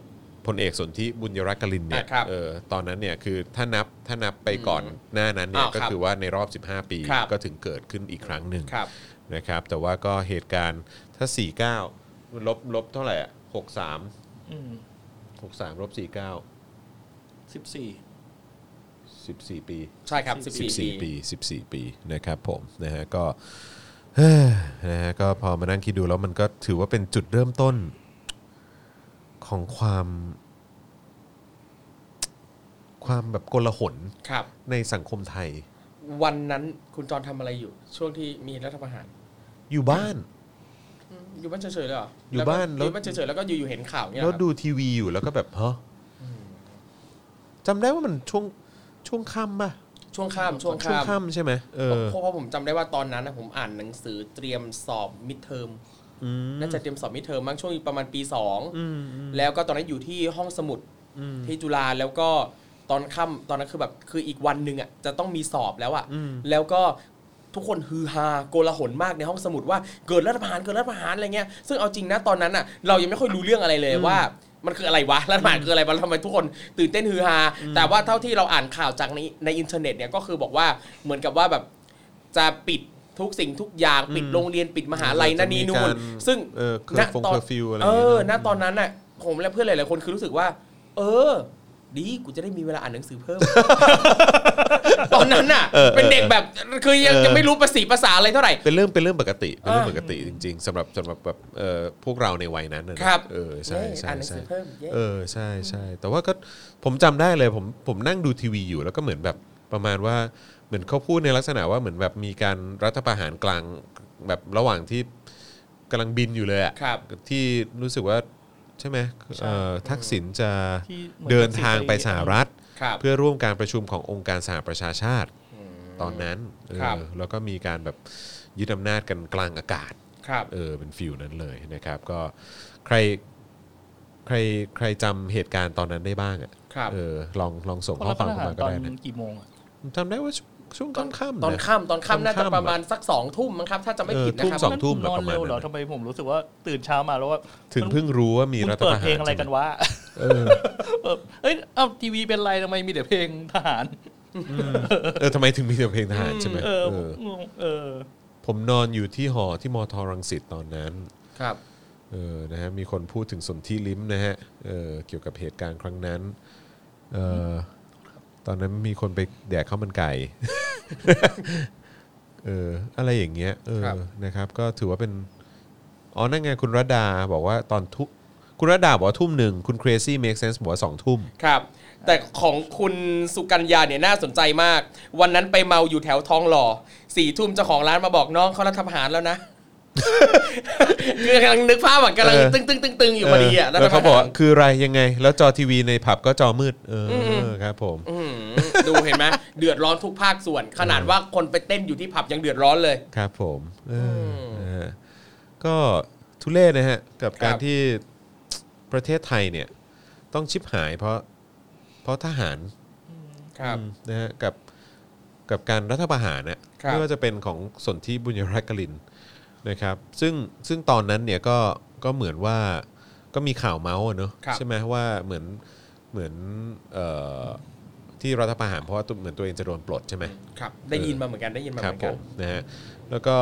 Speaker 1: พลเอกสนธิบุญยรักกลินเนี่ย
Speaker 2: อ่ะครับ
Speaker 1: เออตอนนั้นเนี่ยคือถ้านับถ้านับไปก่อนหน้านั้นเนี่ย
Speaker 2: อ้าวครั
Speaker 1: ก็
Speaker 2: บ
Speaker 1: คือว่าในรอบ 15 ปี
Speaker 2: ครับ
Speaker 1: ก็ถึงเกิดขึ้นอีกครั้งหนึ่ง
Speaker 2: ครับ
Speaker 1: นะครับ แต่ว่าก็เหตุการณ์ถ้า 49มันลบลบเท่าไหร่อ่ะ63 63ลบ
Speaker 3: สิบสี่
Speaker 1: 49 14 ปี
Speaker 2: ใช่ครับ
Speaker 1: 14
Speaker 2: 14
Speaker 1: ปี
Speaker 2: ปี
Speaker 1: 14 ปีนะครับผมนะฮะก็ เฮ้ยนะฮะก็พอมานั่งคิดดูแล้วมันก็ถือว่าเป็นจุดเริ่มต้นของความ ความแบบโกลาหล
Speaker 2: ครับ
Speaker 1: ในสังคมไทย
Speaker 2: วันนั้นคุณจรทำอะไรอยู่ ช่วงที่มีรัฐประหาร
Speaker 1: อยู่บ้าน
Speaker 2: อืมอยู่บ้านเฉยๆเลยเหรอ
Speaker 1: อ
Speaker 2: อยู่
Speaker 1: บ้านแล้
Speaker 2: แล้ว วก็อยู่บ้านเฉยๆแล้วก็อยู่ๆเห็นข่าวเนี่ย
Speaker 1: แล้ว
Speaker 2: ครับ
Speaker 1: ดูทีวีอยู่แล้วก็แบบฮะจำได้ว่ามันช่วงช่วงค่ำป่ะ
Speaker 2: ช่วงข้ามช่วง
Speaker 1: ช่วง
Speaker 2: ข้าม
Speaker 1: ค่ำใช่ไหมเออ
Speaker 2: เพราะเพราะผมจำได้ว่าตอนนั้นนะผมอ่านหนังสือเตรียมสอบมิดเทอม
Speaker 1: อืม
Speaker 2: น่าจะเตรียมสอบมิดเทอมมั้งช่วงประมาณปีสอง
Speaker 1: อืมอืม
Speaker 2: แล้วก็ตอนนั้นอยู่ที่ห้องสมุด
Speaker 1: อืม
Speaker 2: ที่จุฬาแล้วก็ตอนค่ำตอนนั้นคือแบบคืออีกวันหนึ่งอ่ะจะต้องมีสอบแล้วอ่ะ
Speaker 1: อืม
Speaker 2: แล้วก็ทุกคนฮือฮาโกลาหลมากในห้องสมุดว่าเกิดรัฐประหารเกิดรัฐประหารอะไรเงี้ยซึ่งเอาจริงนะตอนนั้นอ่ะเรายังไม่ค่อยรู้เรื่องอะไรเลยว่า มันคืออะไรวะรัฐประหารคืออะไรวะทำไมทุกคนตื่นเต้นฮือฮาแต่ว่าเท่าที่เราอ่านข่าวจากในในอินเทอร์เน็ตเนี่ยก็คือบอกว่าเหมือนกับว่าแบบจะปิดทุกสิ่งทุกอย่างปิดโรงเรียนปิดมหาลัยนั่นนี่นู่นซึ่ง
Speaker 1: เออเคอร์ฟงเคอร์ฟิวอะไร
Speaker 2: เอ
Speaker 1: อย่างเงี้ย
Speaker 2: อ
Speaker 1: เน
Speaker 2: ณ
Speaker 1: อะ
Speaker 2: ตอนนั้นน่ะ ผมและเพื่อนหลายๆคนคือรู้สึกว่า เออ ดี กูจะได้มีเวลาอ่านหนังสือ เพิ่ม ตอนนั้นน่ะ
Speaker 1: เออเออ
Speaker 2: เป็นเด็กแบบ คือยัง
Speaker 1: เออ
Speaker 2: ยังไม่รู้ภาษีภาษาอะไรเท่าไหร่
Speaker 1: เป็นเรื่องเป็นเรื่องปกติเป็นเรื่องปกติจริง ๆสำหรับสำหรับแบบเอ่อพวกเราในวัยนั้นนะนะครับ เออใช่
Speaker 2: เย้
Speaker 1: ใช่
Speaker 2: อ่านหนัง
Speaker 1: ใช่
Speaker 2: สือเพิ่มเย้
Speaker 1: เออใช่ใช่แต่ว่าก็ผมจำได้เลยผมผมนั่งดูทีวีอยู่แล้วก็เหมือนแบบประมาณว่าเหมือนเขาพูดในลักษณะว่าเหมือนแบบมีการรัฐประหารกลางแบบระหว่างที่กำลังบินอยู่เลยอะ
Speaker 2: ครับ
Speaker 1: ที่รู้สึกว่าใช่ไหมเอ่อทักษิณจะ
Speaker 3: ที่หมือน
Speaker 1: เดินทางไปสหรัฐ
Speaker 2: ครับ
Speaker 1: เพื่อร่วมการประชุมขององค์การสหประชาชาติตอนนั้นเออ
Speaker 2: ครับ
Speaker 1: แล้วก็มีการแบบยึดอำนาจกันกลางอากาศ
Speaker 2: ครับ
Speaker 1: เออเป็นฟิลนั้นเลยนะครับ ก็ใครใครใครจำเหตุการณ์ตอนนั้นได้บ้างอ่ะ
Speaker 2: ครับ
Speaker 1: เออลองลองส่ง
Speaker 3: คน
Speaker 1: ข้อ
Speaker 3: รับ
Speaker 1: ความ
Speaker 3: อา
Speaker 1: เข้า
Speaker 3: หาร
Speaker 1: มาก็
Speaker 3: ตอน
Speaker 1: ได้นะ
Speaker 3: กี่โมงอ่ะ
Speaker 1: ผมจำได้ว่าช่วงช่วงค่ำๆะ
Speaker 2: ตอนค่ำตอน
Speaker 1: ตอน
Speaker 2: ค่ำน่าจะ
Speaker 1: ค่ำ
Speaker 2: ประมาณสักสองทุ่มมั้งครับ ถ้าจะไม่
Speaker 1: เออ
Speaker 2: ผิดนะ
Speaker 1: ทุ่ม
Speaker 2: ครับ
Speaker 1: สอง ม
Speaker 3: นอน
Speaker 1: ประมาณ
Speaker 3: เร็วเหรอ
Speaker 1: นั้น
Speaker 3: ทำไมผมรู้สึกว่าตื่นเช้ามาแล้วว่า
Speaker 1: ถึงเพิ่งรู้ว่ามี
Speaker 3: มึง
Speaker 1: รัฐป
Speaker 3: เปิด
Speaker 1: ระหาร
Speaker 3: เพลงอะไรกันวะ
Speaker 1: เออ
Speaker 3: เออเอ้ยเอ้าทีวีเป็นไรทำไมมีแต่เพลงทหาร
Speaker 1: เออทำไมถึงมีแต่เพลงทหารใช่ไหม
Speaker 3: เออ
Speaker 1: เออง
Speaker 3: งเออ
Speaker 1: ผมนอนอยู่ที่หอที่มทรังสิตตอนนั้น
Speaker 2: ครับ
Speaker 1: เออ นะฮะ มีคนพูดถึงสนที่ลิ้มนะฮะ เออ เกี่ยวกับเหตุการณ์ครั้งนั้น เออตอนนั้นมีคนไปแดกข้าวมันไก่ เออ อะไรอย่างเงี้ย เออ
Speaker 2: ครับ
Speaker 1: นะครับ ก็ถือว่าเป็น อ๋อ นั่นไงคุณรดาบอกว่าตอนทุกคุณรดาบอกว่าทุ่มหนึ่ง คุณเครซี่เมคเซนส์บอกว่าสองทุ่ม
Speaker 2: ครับ แต่ของคุณสุกัญญาเนี่ยน่าสนใจมาก วันนั้นไปเมาอยู่แถวทองหล่อสี่ทุ่มเจ้าของร้านมาบอกน้องเขารัฐประหารแล้วนะ คือกำลังนึกภาพแบบกำลัง
Speaker 1: เออ
Speaker 2: ตึ้งตึ้งตึ้งตึ้งอยู่พอดีอ่ะ
Speaker 1: เแล้วเขา
Speaker 2: ฐ
Speaker 1: บ
Speaker 2: ประ
Speaker 1: อก
Speaker 2: หร
Speaker 1: ว่าคืออะไรยังไง แล้วจอทีวีในผับก็จอมืด เออ
Speaker 2: อืม
Speaker 1: ครับผม
Speaker 2: อื้อหือดูเห็นไหม เดือดร้อนทุกภาคส่วน ขนาดว่าคนไปเต้นอยู่ที่ผับยังเดือดร้อนเลย
Speaker 1: ครับผมเออ
Speaker 2: ม
Speaker 1: นะฮะก็ทุเรศนะฮะ กับ
Speaker 2: ครับ
Speaker 1: การที่ประเทศไทยเนี่ย ต้องชิบหายเพราะเพราะทหาร
Speaker 2: ครับ
Speaker 1: อืมนะฮะกับกับการรัฐประหารเนี่ย
Speaker 2: ครับ
Speaker 1: ไม่ว่าจะเป็นของสนธิบุญรักกลินนะครับ ซึ่งซึ่งตอนนั้นเนี่ยก็ก็เหมือนว่าก็มีข่าวเมาส์อะเนอะ
Speaker 2: ครับ
Speaker 1: ใช่ไหมว่าเหมือนเหมือนเอ่อที่รัฐประหารเพราะว่าตัวเหมือนตัวเองจะโดนปลดใช่ไหม
Speaker 2: ครับ ได้ยินมาเหมือนกันได้ยินมา
Speaker 1: ค
Speaker 2: เห
Speaker 1: รับ
Speaker 2: มือน
Speaker 1: ผ
Speaker 2: กัน
Speaker 1: มนะฮะแล้วก็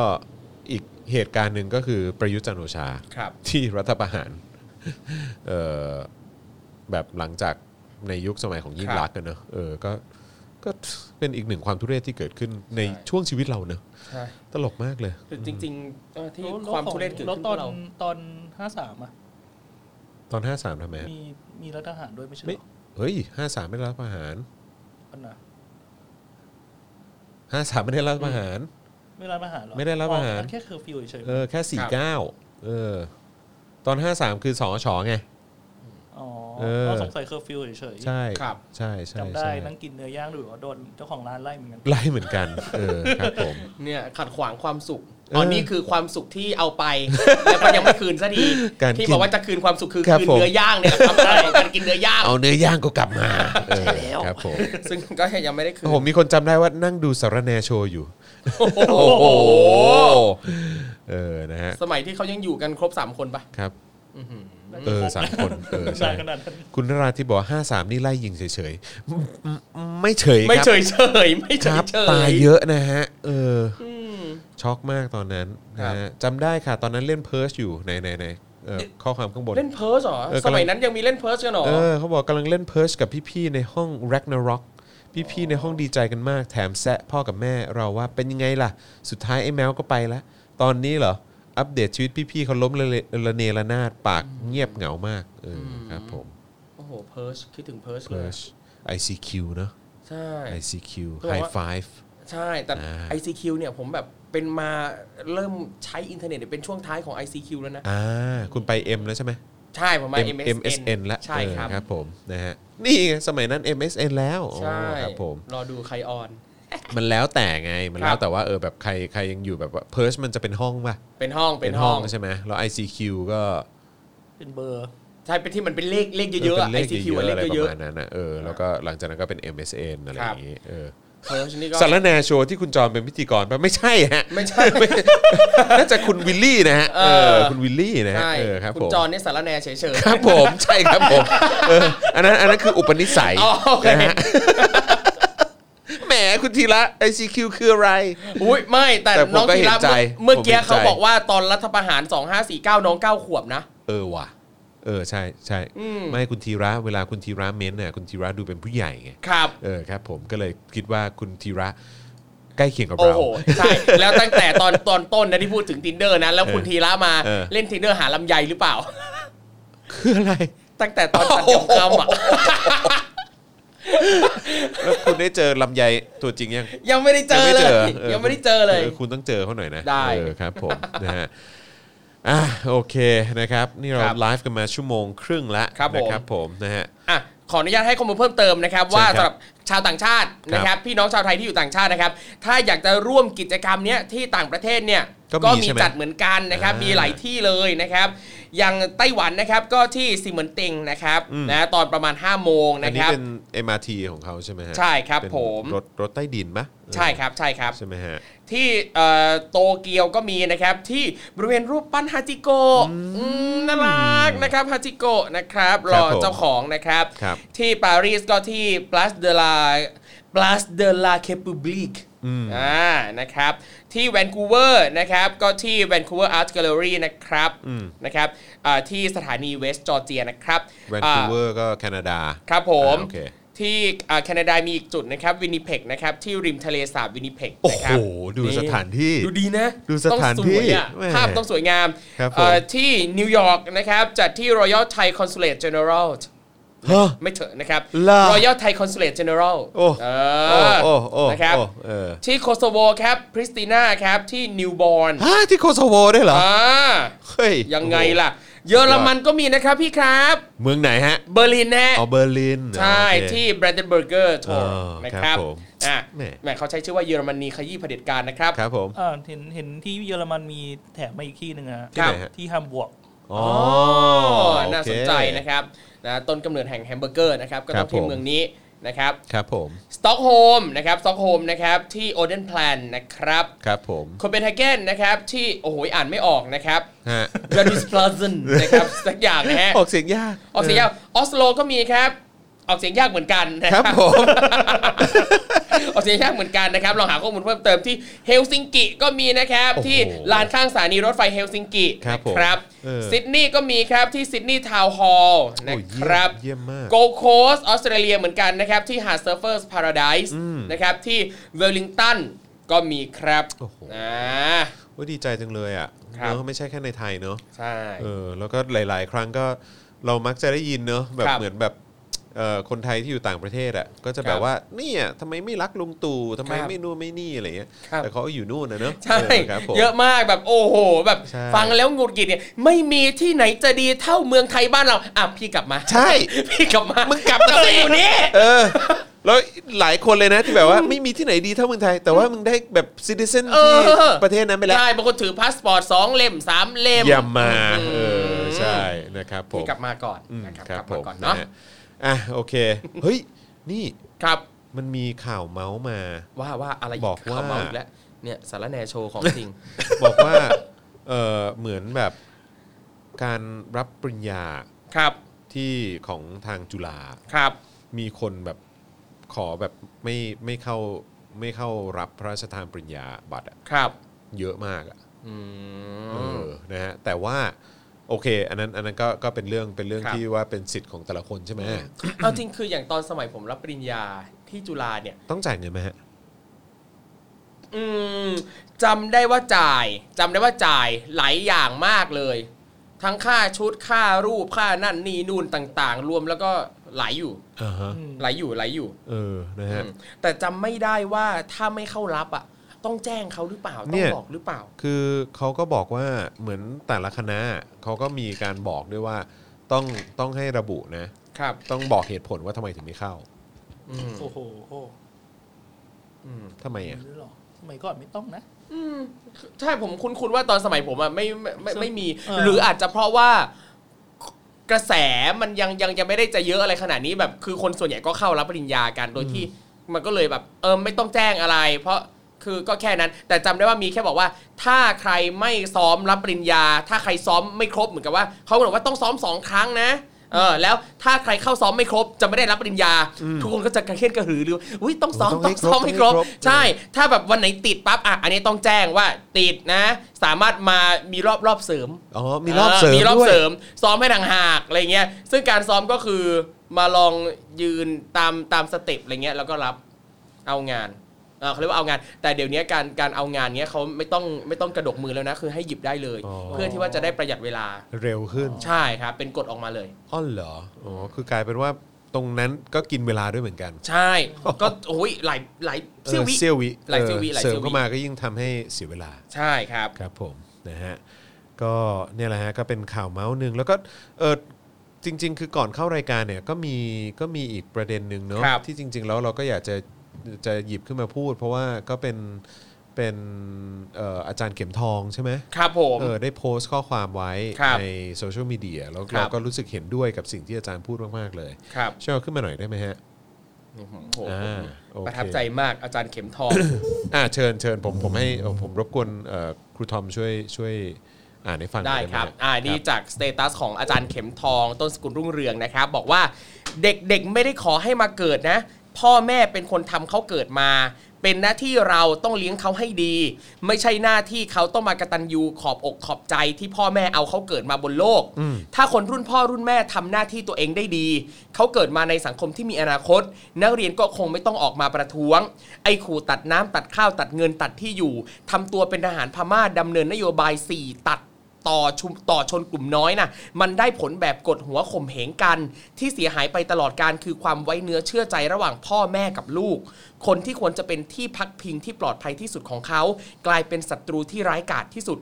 Speaker 1: อีกเหตุการณ์หนึ่งก็คือประยุทธ์จันทร์โอชา
Speaker 2: ครับ
Speaker 1: ที่รัฐประห ารเอ่อแบบหลังจากในยุคสมัยของยิ่ง
Speaker 2: ครับ
Speaker 1: รักษณ์อะเนอะเออก็ก็เป็นอีกหนึ่งความทุเรศที่เกิดขึ้นใน
Speaker 2: ใช่
Speaker 1: ช่วงชีวิตเราเนอะ
Speaker 2: ใช่
Speaker 1: ตลกมากเลย
Speaker 2: คือจริงๆเอ่อที่
Speaker 3: แล้ว
Speaker 2: ความ
Speaker 3: ของ
Speaker 2: ทุเรศเกิด
Speaker 3: แล้ว
Speaker 2: ขึ้น
Speaker 3: ตอน
Speaker 2: เรา
Speaker 3: ตอนห้าสามอ่ะ
Speaker 1: ตอน 53ทำไมฮะ
Speaker 3: มีมีรัฐทหารด้วยไม่ใช่เห
Speaker 1: ไม่
Speaker 3: รอ
Speaker 1: เฮ้ย 53 ไม่ได้รัฐประหาร
Speaker 3: อันน่ะ
Speaker 1: 53 ไม่ได้รัฐประหาร
Speaker 3: ไม่รัฐประหารหรอ
Speaker 1: ไม่ได้รัฐประหาร
Speaker 3: อ๋ออันแค่เคอร์ฟิวเฉย
Speaker 1: เออแค่
Speaker 2: ครับ
Speaker 1: 49เออตอน 53 คือสอชอไง
Speaker 3: ๆอ๋อ
Speaker 1: เออ
Speaker 3: เราสงสัยเคอร์ฟิวเฉยๆ
Speaker 1: ใช่
Speaker 2: ครับ
Speaker 1: ใช่ใช่
Speaker 3: จำได้
Speaker 1: ใช่
Speaker 3: นั่งกินเนื้อย่างดูว่าโดนเจ้าของร้านไล่เหมือนกัน
Speaker 1: ไล่เหมือนกัน เออครับผม
Speaker 2: เนี่ยขัดขวางความสุข
Speaker 1: เออ
Speaker 2: อ๋อนี่คือความสุขที่เอาไป แล้วก็ยังไม่คืนซะที
Speaker 1: การ
Speaker 2: ที่
Speaker 1: กิน
Speaker 2: บอกว่าจะคืนความสุขคือ
Speaker 1: ครับ
Speaker 2: คืน
Speaker 1: ผม
Speaker 2: เนื้อย่างเนี่ย ทำอะไรของการกินเนื้อย่าง
Speaker 1: เอาเนื้อย่างก็กลับมาเออ
Speaker 3: ใช่แล้ว
Speaker 1: ครับผม
Speaker 2: ซึ่งก็ยังไม่ได้คืน
Speaker 1: ผมมีคนจำได้ว่านั่งดูสารแนโชว์อยู่
Speaker 2: โอ้โห
Speaker 1: โอ้โหเออนะฮะ
Speaker 2: สมัยที่เขายังอยู่กันครบสามคนปะ
Speaker 1: ครับ
Speaker 2: อื้อหือ
Speaker 1: เออสามคนเออใช่
Speaker 3: นานขนาดนั้น
Speaker 1: คุณนราที่บอกห้าสามนี่ไล่ยิงเฉยๆไม่ไม่เฉย
Speaker 2: ไม่
Speaker 1: ครับ
Speaker 2: เฉยเฉยๆไม่
Speaker 1: ค
Speaker 2: เฉย
Speaker 1: รับ
Speaker 2: เฉย
Speaker 1: ตายเยอะนะฮะเออ
Speaker 2: อืม
Speaker 1: ช็อกมากตอนนั้นนะ
Speaker 2: ครั
Speaker 1: ฮะ
Speaker 2: บ
Speaker 1: จำได้ค่ะ ตอนนั้นเล่นเพิร์ชอยู่ในในในเออข้อความข้างบน
Speaker 2: เล่นเพิร์สเหรอ
Speaker 1: เออกำลัง
Speaker 2: สมัยนั้นยังมีเล่นเพิร์สกันเหรอ
Speaker 1: เออเขาบอกกำลังเล่นเพิร์ชกับพี่ๆในห้อง Ragnarok พี่ๆในห้องดีใจกันมาก แถมแซะพ่อกับแม่เราว่าเป็นยังไงล่ะ สุดท้ายไอ้แมวก็ไปละ ตอนนี้เหรอ อัปเดตชีวิตพี่ๆเขาล้มละเลระเนระนาดปากเงียบเหงามากเออครับผม
Speaker 2: โอ้โหเพิร์สคิดถึงเพิร์สเล
Speaker 1: เพิ
Speaker 2: ย
Speaker 1: ร์ช ICQ เนอะ
Speaker 2: ใช่
Speaker 1: ICQ
Speaker 2: เขาบอกว่า
Speaker 1: High Five
Speaker 2: ใช่ แต่
Speaker 1: อ่า
Speaker 2: ICQ เนี่ยผมแบบเป็นมาเริ่มใช้อินเทอร์เน็ตเนี่ยเป็นช่วงท้ายของ ICQ แล้วนะ
Speaker 1: อ่าคุณไป M แล้วใช่ไหม
Speaker 2: ใช่ผมมา
Speaker 1: M-
Speaker 2: MSN,
Speaker 1: MSN แล้ว
Speaker 2: ใช่ครับ
Speaker 1: เออครับผมนะฮะนี่ไงสมัยนั้น MSN แล้ว
Speaker 2: ใช่
Speaker 1: อ๋อครับผม
Speaker 2: รอดูใครออน
Speaker 1: มันแล้วแต่ไง มันแล้
Speaker 2: ค
Speaker 1: ว
Speaker 2: รับ
Speaker 1: แต่ว่าเออแบบใครใครยังอยู่แบบว่าเพิร์ชมันจะเป็นห้องป่ะ
Speaker 2: เป็นห้อง
Speaker 1: เป็
Speaker 2: เป็น น
Speaker 1: ห้
Speaker 2: ห้
Speaker 1: อ
Speaker 2: อง ง
Speaker 1: ใช่ไหมแล้ว ICQ ก็
Speaker 3: เป็นเบอร์
Speaker 2: ใช่เป็นที่มันเป็นเลขเลขเยอะๆ
Speaker 1: ป็
Speaker 2: อะ
Speaker 1: นเลข
Speaker 2: ICQ
Speaker 1: เยอะ
Speaker 2: อะ
Speaker 1: ๆ
Speaker 2: เล
Speaker 1: อะ
Speaker 2: ข
Speaker 1: ไรป
Speaker 2: เย
Speaker 1: ระ
Speaker 2: อะ
Speaker 1: มาณนั้นนะเออแล้วก็หลังจากนั้นก็เป็น MSN อะไร
Speaker 2: ค
Speaker 1: อ
Speaker 2: รับ
Speaker 1: ย่างนี้เออ
Speaker 2: ๆเพิร์ชนี่ก็
Speaker 1: สารแนโชว์ที่คุณจอมเป็นพิธีกรปะไม่ใช่ฮะ
Speaker 2: ไม่ใช่
Speaker 1: น่าจะคุณวิลลี่นะฮะ
Speaker 2: เอ
Speaker 1: เอ
Speaker 2: อ
Speaker 1: อคุณวิลลี่นะฮะ
Speaker 2: ใช่
Speaker 1: เออครับ
Speaker 2: คุ
Speaker 1: ผ
Speaker 2: ณ
Speaker 1: ม
Speaker 2: จอนเนี่ยสารแหนเฉย
Speaker 1: ครับผม ใช่ครับผมเอออันนั้นอันนั้นคืออุปนิสัย
Speaker 2: อ๋อโอเค
Speaker 1: นะฮะแหมคุณธีระ ICQ คืออะไร
Speaker 2: ๆอุ้ยไม่แต่
Speaker 1: แต่ผม
Speaker 2: น้อง
Speaker 1: ก็
Speaker 2: ธี
Speaker 1: เห็
Speaker 2: ระ
Speaker 1: นใจ
Speaker 2: เมื่อ
Speaker 1: ผมเห็น
Speaker 2: กี้เขา
Speaker 1: ใจ
Speaker 2: บอกว่าตอนรัฐประหาร 2549 น้อง 9 ขวบนะ
Speaker 1: เออว่ะ เออใช่ใช่
Speaker 2: อืม
Speaker 1: ไม่คุณธีระเวลาคุณธีระเม้นท์เนี่ยคุณธีระดูเป็นผู้ใหญ่ไง
Speaker 2: ครับ
Speaker 1: เออครับผมก็เลยคิดว่าคุณธีระใกล้เคียงกับ
Speaker 2: โอ้
Speaker 1: เรา
Speaker 2: โห ใช่ แล้วตั้งแต่ตอนตอนต้นนะที่พูดถึง tinder นะ แล้วคุณ
Speaker 1: เออ
Speaker 2: ธีระมา
Speaker 1: เออ
Speaker 2: เล่น tinder หาลำไยหรือเปล่า
Speaker 1: คืออะไร
Speaker 2: ตั้งแต่ตอนตัดยมคำอ่ะ
Speaker 1: แล้วคุณได้เจอลำไยตัวจริงยัง
Speaker 2: ยังไม่ได้เจอเลย
Speaker 1: ยั
Speaker 2: ยัง ง
Speaker 1: ไม่
Speaker 2: ไม่
Speaker 1: ได้
Speaker 2: ได้
Speaker 1: เจ
Speaker 2: เจ
Speaker 1: อ
Speaker 2: อ
Speaker 1: เล
Speaker 2: เลย ย
Speaker 1: เออคุณต้องเจอเขาหน่อยนะ
Speaker 2: ได้
Speaker 1: เออครับผม นะฮะอ่ะโอเคนะครับ นี่เรา
Speaker 2: ครับ
Speaker 1: ไลฟ์กันมาชั่วโมงครึ่งละ
Speaker 2: ครับผม
Speaker 1: นะครับผมนะฮะ
Speaker 2: อ่ะขออนุญาตให้ข้อมูลเพิ่มเติมนะครับ
Speaker 1: เชิญ
Speaker 2: ว่า
Speaker 1: ครับ
Speaker 2: สำหรับชาวต่างชาตินะ
Speaker 1: ค
Speaker 2: ค
Speaker 1: รั
Speaker 2: รั
Speaker 1: บบ
Speaker 2: พี่น้องชาวไทยที่อยู่ต่างชาตินะครับ ถ้าอยากจะร่วมกิจกรรมเนี้ยที่ต่างประเทศเนี่ย
Speaker 1: ก็มีใช่ไหม
Speaker 2: จัดเหมือนกันนะครับ
Speaker 1: อ่ามี
Speaker 2: มีหลายที่เลยนะครับ อย่างไต้หวันนะครับก็ที่ซิมเหมินติงนะครับ
Speaker 1: อืม
Speaker 2: นะตอนประมาณ5้าโมง
Speaker 1: อัน
Speaker 2: นะค
Speaker 1: นี้
Speaker 2: รับ
Speaker 1: เป็น MRT ของเขาใช่ไหมฮะ
Speaker 2: ใช่ครับ
Speaker 1: เป็น
Speaker 2: ผม
Speaker 1: รถรถใต้ดินปะ
Speaker 2: ใช่ครับใช่ครับ
Speaker 1: ใช่ไหมฮะ
Speaker 2: ที่เอ่อโตเกียวก็มีนะครับที่บริเวณรูปปั้นฮาจิโกะอืมน่ารักนะครับฮาจิโกะนะครับรอ
Speaker 1: ผม
Speaker 2: เจ้าของนะครับ
Speaker 1: ครับ
Speaker 2: ที่ปารีสก็ที่ Place de la Place de la République อ่านะครับที่แวนคูเวอร์นะครับก็ที่ Vancouver Art Gallery นะครับนะครับอ่าที่สถานีเวสต์จอร์เจียนะครับ
Speaker 1: แวน
Speaker 2: อ่า
Speaker 1: คูเวอร์ก็แคนาดา
Speaker 2: ครับผม
Speaker 1: อ่าโอเค
Speaker 2: ที่อ่าแคนาดามีอีกจุดนะครับวินิเพกนะครับที่ริมทะเลสาบวินิเพก
Speaker 1: โอ้
Speaker 2: นะค
Speaker 1: โห
Speaker 2: รับ
Speaker 1: ดูสถานที่
Speaker 2: ดูดีนะ
Speaker 1: ดูสถานที่
Speaker 2: ต้องสวยอะ
Speaker 1: แม่
Speaker 2: ภาพต้องสวยงาม
Speaker 1: ครับผม
Speaker 2: เอ่อที่นิวยอร์กนะครับจัดที่ Royal Thai Consulate General
Speaker 1: ฮะ
Speaker 2: ไม่เถอะนะครับ
Speaker 1: ล่ะ
Speaker 2: Royal Thai Consulate General
Speaker 1: โอ้
Speaker 2: เอ
Speaker 1: โอ้
Speaker 2: อ
Speaker 1: โอ้โอ้
Speaker 2: นะครับ
Speaker 1: โอ้เออ
Speaker 2: ที่โคโซโวครับพริสติน่าครับที่นิวบอร์น
Speaker 1: ฮะที่โคโซโวด้วยเหรอ
Speaker 2: อ่า
Speaker 1: เฮ้ย
Speaker 2: ยังไงล่ะ
Speaker 1: โ
Speaker 2: เยอรมันก็มีนะครับพี่ครับ
Speaker 1: อ้โหเมืองไหนฮะ
Speaker 2: เบอร์ลินนะ
Speaker 1: อ๋อเบอร์ลิน
Speaker 2: ใช่
Speaker 1: โอเค
Speaker 2: ที่ Brandenburger Tor
Speaker 1: อ๋อ
Speaker 2: นะครั
Speaker 1: ครับ
Speaker 2: บ
Speaker 1: ผม
Speaker 2: อ่ะ
Speaker 1: แหม่
Speaker 2: แหมเขาใช้ชื่อว่าเยอรมนีขยี้เผด็จการนะครับ
Speaker 1: ครับผม
Speaker 3: อ่าเห็นเห็นที่เยอรมันมีแถมมาอีกที่หนึ่งอะฮะ
Speaker 1: ที่ไหนฮะ
Speaker 3: ที่ฮัมบวร์ก
Speaker 1: อ๋อ
Speaker 2: อ๋
Speaker 1: โอ
Speaker 2: อ
Speaker 1: เค
Speaker 2: น่าสนใจนะครับนะต้นกำเนิดแห่งแฮมเบอร์เกอร์นะครับ ก็
Speaker 1: ครั
Speaker 2: ต้อบ งที่
Speaker 1: ผม
Speaker 2: เมืองนี้นะครับ
Speaker 1: ครับผม
Speaker 2: สต็อกโฮมนะครับสต็อกโฮมนะครับที่โอเดนแพลนนะครับ
Speaker 1: ครับผม
Speaker 2: โคเปนเฮเกนนะครับที่โอ้โหอ่านไม่ออกนะครับ
Speaker 1: ฮะ
Speaker 2: เดนิสพลาซัน นะครับสักอย่างนะฮะ
Speaker 1: ออกเสียงยาก
Speaker 2: ออกเสียงยากออสโลก็มีครับออกเสียงยากเหมือนกันนะ
Speaker 1: ครับผม
Speaker 2: ออกเสียงยากเหมือนกันนะครับลองหาข้อมูลเพิ่มเติมที่เฮลซิงกิก็มีนะครับ
Speaker 1: โอ้โห
Speaker 2: ที่ลานข้างสถานีรถไฟเฮลซิงกิ
Speaker 1: ครับผม
Speaker 2: นะครับ
Speaker 1: เออ
Speaker 2: ซิดนีย์ก็มีครับที่ซิดนีย์ทาวน์ฮอลล์
Speaker 1: โอ้
Speaker 2: นะ
Speaker 1: ยเยี่ย
Speaker 2: ค
Speaker 1: ม
Speaker 2: รับ
Speaker 1: เยี่ยมมาก
Speaker 2: โกโคสออสเตรเลียเหมือนกันนะครับ ที่หาดเซิร์ฟเฟอร์สพาราไดส์นะครับ ที่เวลลิงตันก็มีครับ
Speaker 1: โอ้โห
Speaker 2: อ่า
Speaker 1: โอ้ยดีใจจังเลยอ่ะ
Speaker 2: ครับ
Speaker 1: เนอะไม่ใช่แค่ในไทยเนอะ
Speaker 2: ใช่
Speaker 1: เออแล้วก็หลาย ๆ ครั้งก็เรามักจะได้ยินเนอะแบบ
Speaker 2: ครับ
Speaker 1: เหมือนแบบเอ่อคนไทยที่อยู่ต่างประเทศอ่ะก็จะ
Speaker 2: ครับ
Speaker 1: แบบว่าเนี่ยทำไมไม่รักลุงตู่ทำไม
Speaker 2: ครับ
Speaker 1: ไม่นู่นไม่นี่อะไรเงี้ย
Speaker 2: ครับ
Speaker 1: แต่เขาอยู่นู่นนะเนอะ
Speaker 2: ใช่
Speaker 1: เออครับผม
Speaker 2: เยอะมากแบบโอ้โห แบบ
Speaker 1: ใช่
Speaker 2: ฟังแล้วหงุดหงิดเนี่ยไม่มีที่ไหนจะดีเท่าเมืองไทยบ้านเราอ่ะพี่กลับมา
Speaker 1: ใช่
Speaker 2: พี่กลับมา มึ
Speaker 1: งกลับมาสิ
Speaker 2: อยู่นี่
Speaker 1: เออแล้วหลายคนเลยนะที่แบบ ว่า ไม่มีที่ไหนดีเท่าเมืองไทย แต่ว่ามึงได้แบบซิติเซน
Speaker 2: เอ
Speaker 1: ที่
Speaker 2: อ
Speaker 1: ประเทศนั้นไปแล้ว
Speaker 2: ใช่บางคนถือพาสปอร์ตสองเล่มสามเล่ม
Speaker 1: อย่ามา
Speaker 2: อื
Speaker 1: เออใช่นะครับผม
Speaker 2: พี่กลับมาก่อน
Speaker 1: อืม
Speaker 2: นะครับ
Speaker 1: ครั
Speaker 2: ก
Speaker 1: บ
Speaker 2: ลั
Speaker 1: ผม
Speaker 2: บาม ก่อน
Speaker 1: นะ
Speaker 2: เนาะ
Speaker 1: ฮะอ่ะโอเค เฮ้ย นี่
Speaker 2: ครับ
Speaker 1: มันมีข่าวเมาส์มา
Speaker 2: ว่าว่าอะไรอี
Speaker 1: บอกว่า
Speaker 2: เขเมาอีกแล้วเนี่ยสารแหนโชว์ของจริง
Speaker 1: บอก ว่าเออเหมือนแบบการรับปริญญา
Speaker 2: ครับ
Speaker 1: ที่ของทางจุฬา
Speaker 2: ครับ
Speaker 1: มีคนแบบขอแบบไม่ไม่เข้าไม่เข้ารับพระราชทานปริญญาบัตรอะ
Speaker 2: ครับ
Speaker 1: เยอะมากอะ
Speaker 2: อื
Speaker 1: เอ
Speaker 2: ม
Speaker 1: อนะฮะแต่ว่าโอเค อันนั้นอันนั้นก็ก็เป็นเรื่องเป็นเรื่อง
Speaker 2: ครับ
Speaker 1: ที่ว่าเป็นสิทธิ์ของแต่ละคนใช่ไหม
Speaker 2: เอาจริงคืออย่างตอนสมัยผมรับปริญญาที่จุฬาเนี่ย
Speaker 1: ต้องจ่ายเงินไหมฮะ
Speaker 2: อืมจำได้ว่าจ่ายจำได้ว่าจ่ายหลายอย่างมากเลย ทั้งค่าชุดค่ารูปค่านั่นนี่นู่นต่างๆ รวมแล้วก็หลายอยู่
Speaker 1: อ่าฮะ
Speaker 2: หลายอยู่หลายอยู่
Speaker 1: เออนะฮะ
Speaker 2: อืมแต่จำไม่ได้ว่าถ้าไม่เข้ารับอ่ะ ต้องแจ้งเขาหรือเปล่า
Speaker 1: เนี่
Speaker 2: ต้อย งบอกหรือเปล่า
Speaker 1: คือเขาก็บอกว่าเหมือนแต่ละคณะเขาก็มีการบอกด้วยว่าต้องต้องให้ระบุนะ
Speaker 2: ครับ
Speaker 1: ต้องบอกเหตุผลว่าทำไมถึงไม่เข้า
Speaker 2: อืม
Speaker 3: โอ้โห
Speaker 2: อืม
Speaker 1: ทำไม
Speaker 3: เห็
Speaker 1: อ่ะ
Speaker 3: นด้วยเหรอสมัยก่อนไม่ต้องนะ
Speaker 2: อืมใช่ผมคุ้นๆว่าตอนสมัยผมอ่ะไม่ไม่ไม่ไม่มี
Speaker 3: เออ
Speaker 2: หรืออาจจะเพราะว่ากระแสมันยังยังยังไม่ได้จะเยอะอะไรขนาดนี้แบบ คือคนส่วนใหญ่ก็เข้ารับปริญญากันโดยที่มันก็เลยแบบ เออไม่ต้องแจ้งอะไร เพราะคือก็แค่นั้น แต่จำได้ว่ามีแค่บอกว่า ถ้าใครไม่ซ้อมรับปริญญา ถ้าใครซ้อมไม่ครบเหมือนกับว่าเขาบอกว่าต้องซ้อมสองครั้งนะเออแล้วถ้าใครเข้าซ้อมไม่ครบ จะไม่ได้รับปริญญา ทุกคนก็จะกระเคียนกระหือรืออุ้ยต้องซ้อมต้องซ้อมให้ครบ ใช่ ถ้าแบบวันไหนติดปั๊บอ่ะอันนี้ต้องแจ้งว่าติดนะ สามารถมามีรอบรอบเสริม
Speaker 1: อ๋อมีรอบเสริม
Speaker 2: มีรอบ
Speaker 1: ด้วย
Speaker 2: เสริมซ้อมให้ทางหากอะไรเงี้ย ซึ่งการซ้อมก็คือมาลองยืนตามตามสเต็ปอะไรเงี้ยแล้วก็รับเอางานเอ่อเขาเรียกว่าเอางาน แต่เดี๋ยวนี้การการเอางานเนี้ยเขาไม่ต้องไม่ต้องกระดกมือแล้วนะ คือให้หยิบได้เลย
Speaker 1: อ๋อ
Speaker 2: เพื่อที่ว่าจะได้ประหยัดเวลา
Speaker 1: เร็วขึ้น
Speaker 2: ใช่ครับเป็นกฎออกมาเลย
Speaker 1: อ้อเหรออ๋อคือกลายเป็นว่าตรงนั้นก็กินเวลาด้วยเหมือนกัน
Speaker 2: ใช่ ก็โอ้ยหลายหลายเซี่ยววิ
Speaker 1: เซียววิ
Speaker 2: หลายเสี้ยววิ
Speaker 1: ออ
Speaker 2: หลาย
Speaker 1: เสริ
Speaker 2: เสี้
Speaker 1: ม
Speaker 2: ยววิ
Speaker 1: เข้ามาก็ยิ่งทำให้เสียเวลา
Speaker 2: ใช่ครับ
Speaker 1: ครับผมนะฮะก็เนี่ยแหละฮะก็เป็นข่าวเมาส์หนึ่งแล้วก็เออจริง ๆ คือก่อนเข้ารายการเนี่ยก็มีก็มีอีกประเด็นหนึ่งเนาะ
Speaker 2: ครับ
Speaker 1: ที่จริง ๆ แล้วเราก็อยากจะจะหยิบขึ้นมาพูด เพราะว่าก็เป็นเป็นเอ่ออาจารย์เข็มทองใช่ไหม
Speaker 2: ครับผม
Speaker 1: เออได้โพสต์ข้อความไว้
Speaker 2: ครับ
Speaker 1: ในโซเชียลมีเดียแล้ว
Speaker 2: ครับ
Speaker 1: เราก็รู้สึกเห็นด้วยกับสิ่งที่อาจารย์พูดมาก ๆ เลย
Speaker 2: ครับ
Speaker 1: ช่วยเอาขึ้นมาหน่อยได้ไหมฮะ
Speaker 2: โอ้โห
Speaker 1: อ่าโอเค
Speaker 2: ประทับใจมากอาจารย์เข็มทอง
Speaker 1: อ่าเชิญเชิญผมผมให้เอ่อผมรบกวนเอ่อครูทอมช่วยช่วยอ่านให้ฟังหน่
Speaker 2: ได้
Speaker 1: อยหม
Speaker 2: ครับ
Speaker 1: ฮะ
Speaker 2: อ่า นี่จากสเตตัสของอาจารย์เข็มทองต้นสกุลรุ่งเรืองนะครับ บอกว่าเด็กๆไม่ได้ขอให้มาเกิดนะ พ่อแม่เป็นคนทำเขาเกิดมา เป็นหน้าที่เราต้องเลี้ยงเขาให้ดี ไม่ใช่หน้าที่เขาต้องมากตัญญูขอบอกขอบใจที่พ่อแม่เอาเขาเกิดมาบนโลก
Speaker 1: อืม
Speaker 2: ถ้าคนรุ่นพ่อรุ่นแม่ทำหน้าที่ตัวเองได้ดี เขาเกิดมาในสังคมที่มีอนาคต นักเรียนก็คงไม่ต้องออกมาประท้วง ไอ้ขู่ตัดน้ำตัดข้าวตัดเงินตัดที่อยู่ทำตัวเป็นทหารพม่าดำเนินนโยบาย 4 ตัด ต่อชุมต่อชนกลุ่มน้อยน่ะ มันได้ผลแบบกดหัวข่มเหงกัน ที่เสียหายไปตลอดการคือความไว้เนื้อเชื่อใจระหว่างพ่อแม่กับลูก คนที่ควรจะเป็นที่พักพิงที่ปลอดภัยที่สุดของเขา กลายเป็นศัตรูที่ร้ายกาจที่สุด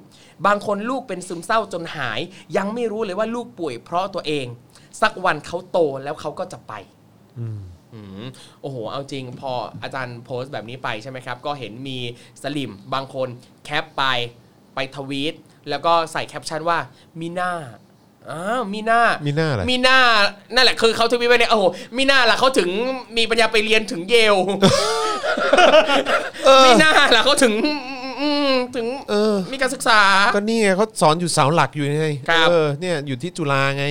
Speaker 2: บางคนลูกเป็นซึมเศร้าจนหาย ยังไม่รู้เลยว่าลูกป่วยเพราะตัวเอง สักวันเขาโตแล้วเขาก็จะไป อืมโอ้โห เอาจริงพออาจารย์โพสต์แบบนี้ไปใช่ไหมครับ ก็เห็นมีสลิมบางคนแคปไปไปทวีตแล้วก็ใส่แคปชั่นว่ามีหน้าอ้าวมีหน้า
Speaker 1: มีหน้าอะไร
Speaker 2: มีหน้านั่นแหละคือเขาทวีตไปเนี่ยโอ้โหมีหน้าล่ะเขาถึงมีปัญญาไปเรียนถึงเยล
Speaker 1: เออ
Speaker 2: มีหน้าล่ะเขาถึงอืมถึง
Speaker 1: เออ
Speaker 2: มีการศึกษา
Speaker 1: ก็นี่ไงเขาสอนอยู่เสาหลักอยู่ไง
Speaker 2: ครับ
Speaker 1: เออเนี่ยอยู่ที่จุฬาไง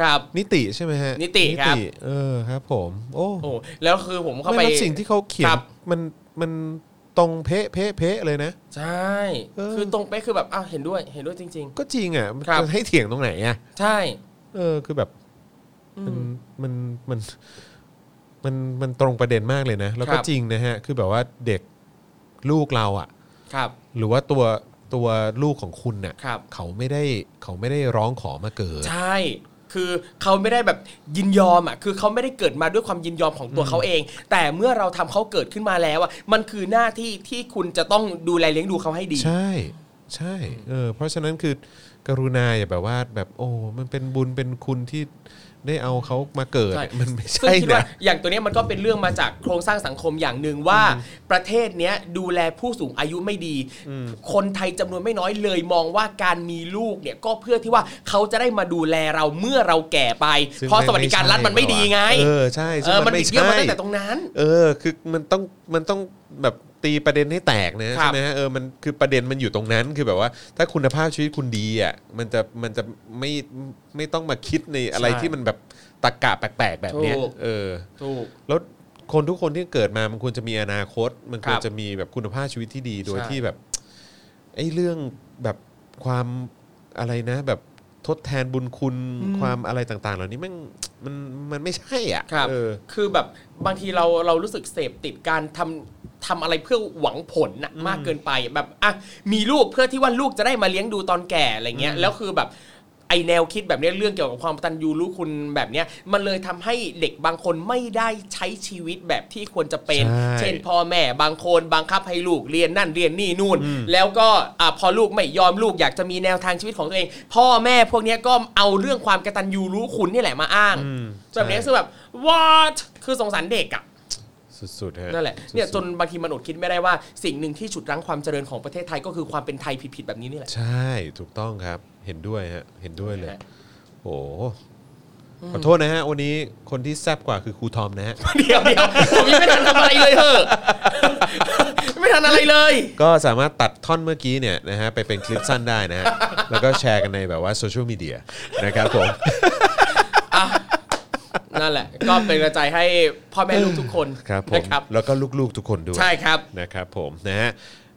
Speaker 2: ครับ
Speaker 1: นิติใช่ไหมฮะ
Speaker 2: นิติครับ
Speaker 1: เออครับ ผม โอ้
Speaker 2: โอ้แล้วคือผมเข้าไป
Speaker 1: ไม่แล้วสิ่งที่เขาเขียน
Speaker 2: ครับ
Speaker 1: มันมันตรงเพะเพะเพะเลยนะ
Speaker 2: ใช่
Speaker 1: เออ
Speaker 2: คือตรงไปะคือแบบอ้าวเห็นด้วยเห็นด้วยจริง
Speaker 1: ก็จริงอ่ะมัน
Speaker 2: ครับ
Speaker 1: จะให้เถียงตรงไหนอ่ะ
Speaker 2: ๆ ใช่
Speaker 1: เออคือแบบ
Speaker 2: อื
Speaker 1: มัน
Speaker 2: ม
Speaker 1: มันมันมันมันตรงประเด็นมากเลยนะ แล้วก็
Speaker 2: ครับ
Speaker 1: จริงนะฮะ คือแบบว่าเด็กลูกเราอ่ะ
Speaker 2: ครับ
Speaker 1: หรือว่าตัวตัวลูกของคุณเนี่ย
Speaker 2: ครับ
Speaker 1: เขาไม่ได้เขาไม่ได้ร้องขอมาเกิด
Speaker 2: ใช่ คือเขาไม่ได้แบบยินยอมอ่ะ คือเขาไม่ได้เกิดมาด้วยความยินยอมของตัวเขาเอง แต่เมื่อเราทำเขาเกิดขึ้นมาแล้วอ่ะ มันคือหน้าที่ที่คุณจะต้องดูแลเลี้ยงดูเขาให้ดี
Speaker 1: ใช่ใช่เออเพราะฉะนั้นคือกรุณาอย่าแบบว่าแบบโอ้มันเป็นบุญเป็นคุณที่ได้เอาเขามาเกิด
Speaker 2: ใช่
Speaker 1: มันไม่
Speaker 2: ซึ่ง
Speaker 1: ใช่
Speaker 2: คิดว่า
Speaker 1: นะ
Speaker 2: อย่างตัวเนี้ยมันก็เป็นเรื่องมาจากโครงสร้างสังคมอย่างหนึ่งว่า ประเทศเนี้ยดูแลผู้สูงอายุไม่ดี คนไทยจำนวนไม่น้อยเลยมองว่าการมีลูกเนี่ยก็เพื่อที่ว่าเขาจะได้มาดูแลเราเมื่อเราแก่ไป
Speaker 1: ซึ่ง
Speaker 2: เพราะสวัสดิการรัฐมันไม่ดีไง
Speaker 1: เออใช่
Speaker 2: เอ
Speaker 1: ซึ่ง
Speaker 2: อ
Speaker 1: มั
Speaker 2: มัน
Speaker 1: นไม่
Speaker 2: บิดเบี้ยว
Speaker 1: ใช่
Speaker 2: มาตั้งแต่ตรงนั้น
Speaker 1: เออคือมันต้องมันต้องแบบตีประเด็นให้แตกนะครับ ใช่ไหมฮะเออมันคือประเด็นมันอยู่ตรงนั้นคือแบบว่า ถ้าคุณภาพชีวิตคุณดีอ่ะมันจะมันจะไม่ไม่ต้องมาคิดในอะไร
Speaker 2: ใช่
Speaker 1: ที่มันแบบตะกะแปลกๆแบบเนี้ย
Speaker 2: ถูก
Speaker 1: เออ
Speaker 2: ถูก
Speaker 1: แล้วคนทุกคนที่เกิดมามันควรจะมีอนาคต มันคว
Speaker 2: ค
Speaker 1: ร
Speaker 2: รับ
Speaker 1: จะมีแบบคุณภาพชีวิตที่ดีโดย
Speaker 2: ใช่
Speaker 1: ที่แบบไอ้เรื่องแบบความอะไรนะ แบบทดแทนบุญคุณความอะไรต่าง ๆ เหล่านี้มันมันมันไม่ใช่อ่ะ
Speaker 2: ครับ
Speaker 1: เออ
Speaker 2: คือแบบบางทีเราเรารู้สึกเสพติดการทำทำอะไรเพื่อหวังผลน่ะมากเกินไปแบบอ่ะมีลูกเพื่อที่ว่าลูกจะได้มาเลี้ยงดูตอนแก่อะไรเงี้ยแล้วคือแบบไอแนวคิดแบบเนี้ยเรื่องเกี่ยวกับความกตันยูรู้คุณแบบเนี้ยมันเลยทำให้เด็กบางคนไม่ได้ใช้ชีวิตแบบที่ควรจะเป็น
Speaker 1: ใช่
Speaker 2: เช่นพ่อแม่บางคนบังคับให้ลูกเรียนนั่นเรียนนี่นู่น แล้วก็อ่ะพอลูกไม่ยอมลูกอยากจะมีแนวทางชีวิตของตัวเอง พ่อแม่พวกเนี้ยก็เอาเรื่องความกตัญญูรู้คุณนี่แหละมาอ้าง
Speaker 1: อืมใช่
Speaker 2: แบบเนี้ย คือแบบ what คือสงสารเด็กอะ
Speaker 1: สุดๆฮะ
Speaker 2: นั่นแหละ เนี่ยจ
Speaker 1: สุด
Speaker 2: นบางทีมันอดคิดไม่ได้ว่าสิ่งหนึ่งที่ฉุดรั้งความเจริญของประเทศไทยก็คือความเป็นไทยผิดๆแบบนี้นี่แหละ
Speaker 1: ๆใช่ถูกต้องครับ เห็นด้วยฮะเห็นด้วยเลย
Speaker 2: ฮะ
Speaker 1: โอ้ขอโทษนะฮะ วันนี้คนที่แซบกว่าคือครูทอมนะฮะ
Speaker 2: เดี๋ยวเดี๋ยวผมยังไม่ทันทำอะไรเลยเถอะ ไม่ทันอะไรเลย
Speaker 1: ก็สามารถตัดท่อนเมื่อกี้เนี่ยนะฮะไปเป็นคลิปสั้นได้นะฮะ แล้วก็แชร์กันในแบบว่าโซเชียลมีเดียนะครับผม
Speaker 2: นั่นแหละ ก็เป็นกระจายให้พ่อแม่ลูกทุกคน
Speaker 1: ครับผม
Speaker 2: นะครับ
Speaker 1: แล้วก็ลูกๆทุกคนด้วย
Speaker 2: ใช่ครับ
Speaker 1: นะครับผมนะฮะ